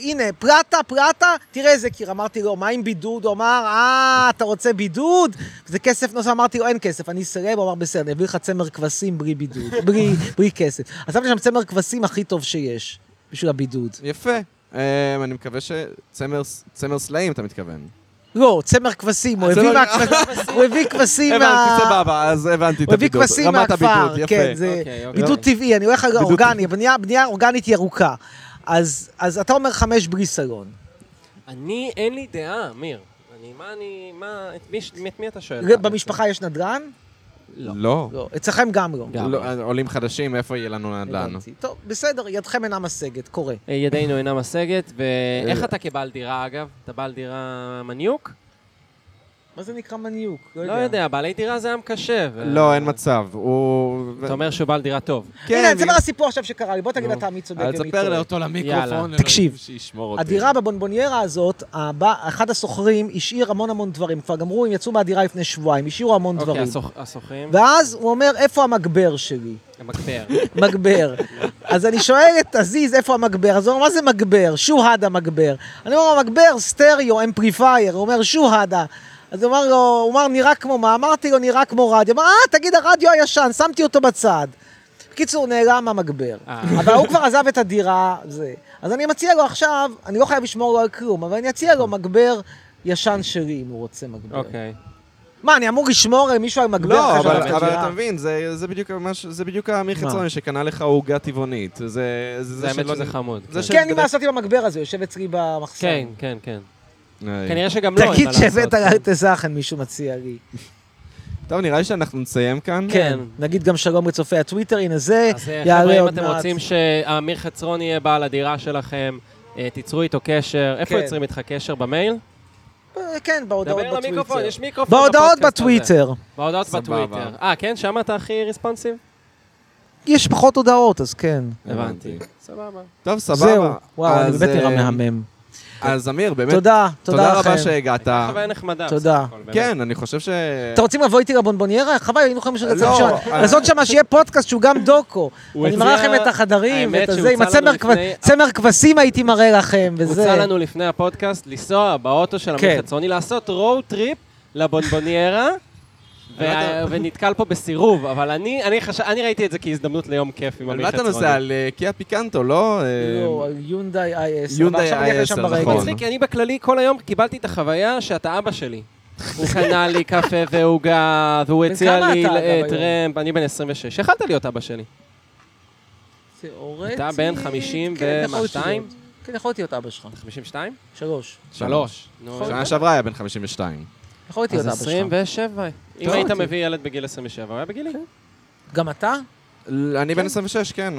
[SPEAKER 2] הנה, פלטה, פלטה, תראה איזה קיר. אמרתי לו, מה עם בידוד? הוא אמר, אה, אתה רוצה בידוד? זה כסף נוסף, אמרתי לו, אין כסף, אני אסרב, הוא אמר, בסדר, אני אביא לך צמר כבשים בלי בידוד, בלי, בלי כסף. אז שמתי שם צמר כבשים הכי טוב שיש, בשביל הבידוד.
[SPEAKER 1] יפה. אמ, אני מקווה שצמר צמר סלעים, אתה מתכוון.
[SPEAKER 2] לא, צמר כבשים, הוא
[SPEAKER 1] צמר-
[SPEAKER 2] הביא מהכבשים, הוא הביא כבשים מה...
[SPEAKER 1] הבנתי, סבבה, אז הבנתי את
[SPEAKER 2] הוא הביא
[SPEAKER 1] הבידוד.
[SPEAKER 2] כבשים
[SPEAKER 1] רמת
[SPEAKER 2] מהכפר,
[SPEAKER 1] הבידוד, יפה.
[SPEAKER 2] כן, זה
[SPEAKER 3] אוקיי, אוקיי.
[SPEAKER 2] בידוד טבעי, אני הולך על
[SPEAKER 1] בידוד
[SPEAKER 2] אורגני, הבנייה- הבנייה אורגנית ירוקה. אז אז אתה אומר חמש בלי סלון.
[SPEAKER 3] אני, אין לי דעה, אמיר. אני, מה אני, מה, את מי, ש- את מי אתה שואל?
[SPEAKER 2] ר- במשפחה יש נדל"ן?
[SPEAKER 1] לא.
[SPEAKER 2] לא. אצלכם גם לא.
[SPEAKER 3] גם.
[SPEAKER 1] לא, עולים חדשים, איפה יהיה לנו נדל"ן?
[SPEAKER 2] הבנתי. טוב, בסדר, ידכם אינה משגת, קורה.
[SPEAKER 3] אה, ידינו אינה משגת,
[SPEAKER 1] אה,
[SPEAKER 3] ואיך אתה כבעל דירה, אגב? אתה בעל דירה מניוק?
[SPEAKER 1] לא
[SPEAKER 2] מה זה נקרא מניוק?
[SPEAKER 3] לא יודע, בעלי דירה זה עם קשה. ו-
[SPEAKER 1] לא, אין מצב. הוא...
[SPEAKER 3] אתה אומר שהוא בעל דירה טוב.
[SPEAKER 1] כן,
[SPEAKER 2] הנה, זה
[SPEAKER 1] בגלל-
[SPEAKER 2] כבר הסיפור עכשיו שקרה לי, בוא תגיד אתה מי צודק
[SPEAKER 1] אל
[SPEAKER 2] ומי
[SPEAKER 1] תספר
[SPEAKER 2] טועה.
[SPEAKER 1] לאותו
[SPEAKER 3] יאללה.
[SPEAKER 1] למיקרופון, אלוהים
[SPEAKER 2] תקשיב,
[SPEAKER 1] שישמור אותי.
[SPEAKER 2] הדירה בבונבוניירה הזאת, הבא- אחד השוכרים השאיר המון המון דברים. כבר גמרו, הם יצאו מהדירה לפני שבועיים, השאירו המון
[SPEAKER 3] אוקיי,
[SPEAKER 2] דברים.
[SPEAKER 3] הסוכ- הסוכרים,
[SPEAKER 2] ואז הוא אומר, איפה המגבר שלי?
[SPEAKER 3] המגבר.
[SPEAKER 2] מגבר. אז אני שואל את עזיז, איפה המגבר? אז הוא אומר, מה זה מגבר? שוהד המגבר. אני אומר, המגבר, סטריאו, אמפריפייר. הוא אומר, שוהדה. אז הוא אמר לו, הוא אמר, נראה כמו מה? אמרתי לו, נראה כמו רדיו. אמר, אה, תגיד, הרדיו הישן, שמתי אותו בצד. בקיצור, נעלם המגבר.
[SPEAKER 3] אה.
[SPEAKER 2] אבל הוא כבר עזב את הדירה, זה. אז אני מציע לו עכשיו, אני לא חייב לשמור לו על כלום, אבל אני אציע לו מגבר ישן שלי, אם הוא רוצה מגבר.
[SPEAKER 3] אוקיי.
[SPEAKER 2] מה, אני אמור לשמור על מישהו על מגבר?
[SPEAKER 1] לא,
[SPEAKER 2] אחרי
[SPEAKER 1] אבל,
[SPEAKER 2] שעזב את
[SPEAKER 1] אבל
[SPEAKER 2] הדירה?
[SPEAKER 1] אתה מבין, זה, זה בדיוק המש, זה בדיוק אמיר
[SPEAKER 2] מה?
[SPEAKER 1] חצרוני שקנה לך עוגה טבעונית. זה, זה,
[SPEAKER 3] זה האמת
[SPEAKER 1] שלא-
[SPEAKER 3] שזה חמוד.
[SPEAKER 1] זה
[SPEAKER 3] כן.
[SPEAKER 1] ש-
[SPEAKER 2] כן, אני מה לעשות עם המגבר הזה, יושב אצלי במחסן.
[SPEAKER 3] כן, כן, כן.
[SPEAKER 1] היי.
[SPEAKER 3] כנראה שגם לא, אין
[SPEAKER 2] אה, תגיד אה,
[SPEAKER 3] מה
[SPEAKER 2] שהבאת
[SPEAKER 3] לעשות.
[SPEAKER 2] את הזחן, מישהו מציע לי.
[SPEAKER 1] טוב, נראה לי שאנחנו נסיים כאן.
[SPEAKER 3] כן.
[SPEAKER 2] נגיד גם שלום לצופי הטוויטר, הנה זה,
[SPEAKER 3] אז אה,
[SPEAKER 2] יעלה
[SPEAKER 3] חבר'ה, אם
[SPEAKER 2] עוד
[SPEAKER 3] אתם
[SPEAKER 2] מעט.
[SPEAKER 3] רוצים שאמיר חצרון יהיה בעל הדירה שלכם, אה, תיצרו איתו קשר. איפה
[SPEAKER 2] כן.
[SPEAKER 3] יוצרים איתך קשר? במייל?
[SPEAKER 2] אה, כן, בהודעות
[SPEAKER 3] דבר למיקרופון,
[SPEAKER 2] בטוויטר.
[SPEAKER 3] יש מיקרופון
[SPEAKER 2] בהודעות
[SPEAKER 3] בפודקאסט הזה.
[SPEAKER 2] בטוויטר.
[SPEAKER 3] בהודעות
[SPEAKER 1] סבבה.
[SPEAKER 3] בטוויטר. אה, כן? שם אתה הכי ריספונסיב?
[SPEAKER 2] יש פחות הודעות, אז כן.
[SPEAKER 1] הבנתי.
[SPEAKER 3] סבבה.
[SPEAKER 1] טוב, סבבה.
[SPEAKER 2] זהו, וואו, אני
[SPEAKER 1] אז,
[SPEAKER 2] באמת נראה
[SPEAKER 1] אה,
[SPEAKER 2] מהמם.
[SPEAKER 1] אז אמיר, באמת,
[SPEAKER 2] תודה,
[SPEAKER 1] תודה
[SPEAKER 2] תודה
[SPEAKER 1] רבה
[SPEAKER 2] לכם.
[SPEAKER 1] שהגעת.
[SPEAKER 3] חוויה נחמדה.
[SPEAKER 2] אה. תודה.
[SPEAKER 3] בסך הכל, באמת.
[SPEAKER 1] כן, אני חושב ש...
[SPEAKER 2] אתם רוצים לבוא איתי לבונבוניירה? חבל, היינו יכולים לעשות את זה
[SPEAKER 1] לא,
[SPEAKER 2] שם.
[SPEAKER 1] אה,
[SPEAKER 2] לעשות שם שיהיה פודקאסט שהוא גם דוקו.
[SPEAKER 3] הוא
[SPEAKER 2] אני מראה
[SPEAKER 3] הציע-
[SPEAKER 2] לכם את החדרים
[SPEAKER 3] האמת
[SPEAKER 2] ואת הזה,
[SPEAKER 3] שהוצע
[SPEAKER 2] עם
[SPEAKER 3] לנו
[SPEAKER 2] הצמר
[SPEAKER 3] לפני-
[SPEAKER 2] כבש- צמר כבשים הייתי מראה לכם, וזה.
[SPEAKER 3] הוצע לנו לפני הפודקאסט לנסוע באוטו של
[SPEAKER 2] כן.
[SPEAKER 3] אמיר חצרוני, לעשות road trip לבונבוניירה,
[SPEAKER 2] לא
[SPEAKER 3] ו- ונתקל פה בסירוב, אבל אני אני חשב- אני ראיתי את זה כהזדמנות ליום כיף עם
[SPEAKER 1] על
[SPEAKER 3] אמיר
[SPEAKER 1] מה אתה
[SPEAKER 3] חצרוני.
[SPEAKER 1] נוסע? על אה, קיה פיקנטו, לא? אה,
[SPEAKER 2] לא, יונדאי i10.
[SPEAKER 1] יונדאי
[SPEAKER 2] אבל עכשיו אני אלך לשם
[SPEAKER 1] i10,
[SPEAKER 2] ברגל.
[SPEAKER 1] נכון.
[SPEAKER 3] מצחיק, כי אני בכללי כל היום קיבלתי את החוויה שאתה אבא שלי. הוא קנה לי קפה ועוגה, והוא
[SPEAKER 2] בן
[SPEAKER 3] הציע
[SPEAKER 2] כמה
[SPEAKER 3] לי
[SPEAKER 2] אתה, אגב,
[SPEAKER 3] את
[SPEAKER 2] היום?
[SPEAKER 3] רמפ, אני בן 26. יכלת להיות אבא שלי.
[SPEAKER 2] תיאורטית...
[SPEAKER 3] אתה בן 50
[SPEAKER 2] כן, יכול להיות
[SPEAKER 3] ומה,
[SPEAKER 2] להיות. כן, יכול להיות להיות אבא שלך.
[SPEAKER 3] 52?
[SPEAKER 2] שלוש.
[SPEAKER 1] שלוש.
[SPEAKER 3] נו,
[SPEAKER 1] שנה שעברה היה בן 52.
[SPEAKER 2] יכול להיות להיות
[SPEAKER 3] אז
[SPEAKER 2] אבא שלך.
[SPEAKER 3] 27. אם
[SPEAKER 2] טוב, כן.
[SPEAKER 3] היית
[SPEAKER 2] אותי.
[SPEAKER 3] מביא ילד בגיל 27, הוא היה בגילי.
[SPEAKER 2] גם אתה?
[SPEAKER 1] אני בן 26, כן.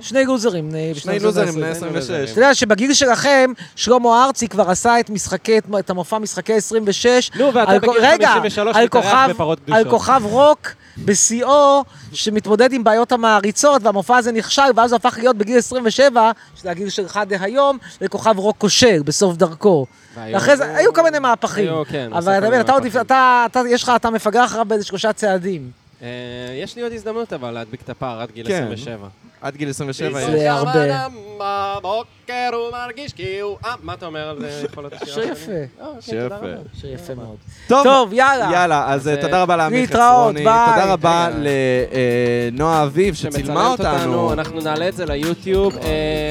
[SPEAKER 2] שני לוזרים. אה,
[SPEAKER 1] שני
[SPEAKER 2] בשנת
[SPEAKER 1] לוזרים,
[SPEAKER 2] 20.
[SPEAKER 1] בני
[SPEAKER 3] לוזרים.
[SPEAKER 1] 26.
[SPEAKER 2] אתה יודע שבגיל שלכם, שלמה ארצי כבר עשה את משחקי, את- את המופע משחקי 26.
[SPEAKER 3] נו, ואתה
[SPEAKER 2] על-
[SPEAKER 3] בגיל
[SPEAKER 2] רגע,
[SPEAKER 3] 53
[SPEAKER 2] על
[SPEAKER 3] מתארח
[SPEAKER 2] כוכב-
[SPEAKER 3] בפרות
[SPEAKER 2] על
[SPEAKER 3] קדושות.
[SPEAKER 2] כוכב רוק בשיאו, שמתמודד עם בעיות המעריצות, והמופע הזה נכשל, ואז הוא הפך להיות בגיל 27, שזה הגיל שלך דהיום, לכוכב רוק כושל, בסוף דרכו.
[SPEAKER 3] והיום
[SPEAKER 2] אחרי זה,
[SPEAKER 3] הוא-
[SPEAKER 2] היו כל מיני מהפכים.
[SPEAKER 3] היו, כן, עושה
[SPEAKER 2] אבל
[SPEAKER 3] כל
[SPEAKER 2] אתה
[SPEAKER 3] מיני
[SPEAKER 2] מבין, אתה עוד,
[SPEAKER 3] מהפכים.
[SPEAKER 2] אתה, אתה, יש לך, אתה מפגר אחריו באיזה שלושה צעדים.
[SPEAKER 3] אה, יש לי עוד הזדמנות אבל להדביק את הפער עד גיל
[SPEAKER 1] כן.
[SPEAKER 3] 27.
[SPEAKER 1] עד גיל 27.
[SPEAKER 2] זה
[SPEAKER 1] יש.
[SPEAKER 2] הרבה.
[SPEAKER 3] בבוקר הוא מרגיש כי הוא... אה, מה אתה אומר על זה? יכולת
[SPEAKER 2] שיר
[SPEAKER 3] השיר
[SPEAKER 2] יפה,
[SPEAKER 3] שלי? אה, כן,
[SPEAKER 1] שיר
[SPEAKER 3] תודה
[SPEAKER 1] יפה.
[SPEAKER 3] רבה.
[SPEAKER 2] שיר יפה מאוד.
[SPEAKER 1] טוב,
[SPEAKER 2] טוב, יאללה.
[SPEAKER 1] יאללה, אז
[SPEAKER 3] אז,
[SPEAKER 1] אה, תודה רבה לאמיר
[SPEAKER 2] להתראות,
[SPEAKER 1] חצרוני.
[SPEAKER 2] ביי.
[SPEAKER 1] תודה רבה
[SPEAKER 3] רגע.
[SPEAKER 1] לנועה אביב שצילמה
[SPEAKER 3] שמצלמת
[SPEAKER 1] אותנו.
[SPEAKER 3] אנחנו נעלה את זה ליוטיוב. אה,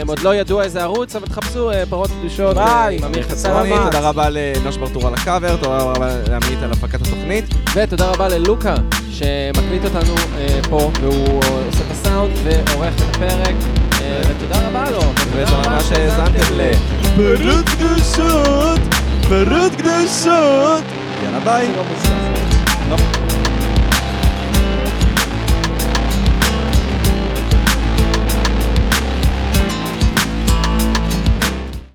[SPEAKER 3] עוד לא ידוע איזה ערוץ, אבל תחפשו אה, פרות קדושות.
[SPEAKER 2] ביי.
[SPEAKER 3] אה,
[SPEAKER 1] חצרוני,
[SPEAKER 3] אמיר חצרוני.
[SPEAKER 2] סלמת.
[SPEAKER 1] תודה רבה לנוש ברטור על הקאבר, תודה רבה לעמית על הפקת התוכנית.
[SPEAKER 3] ותודה רבה ללוקה, שמקליט אותנו אה, פה, והוא אה, עושה את הסאונד ועורך את הפרק. אה, ותודה רבה לו.
[SPEAKER 1] ותודה רבה שהאזנתם אה, ל... פרות קדושות, פרות קדושות. יאללה ביי.
[SPEAKER 2] לא מוצלח.
[SPEAKER 3] לא.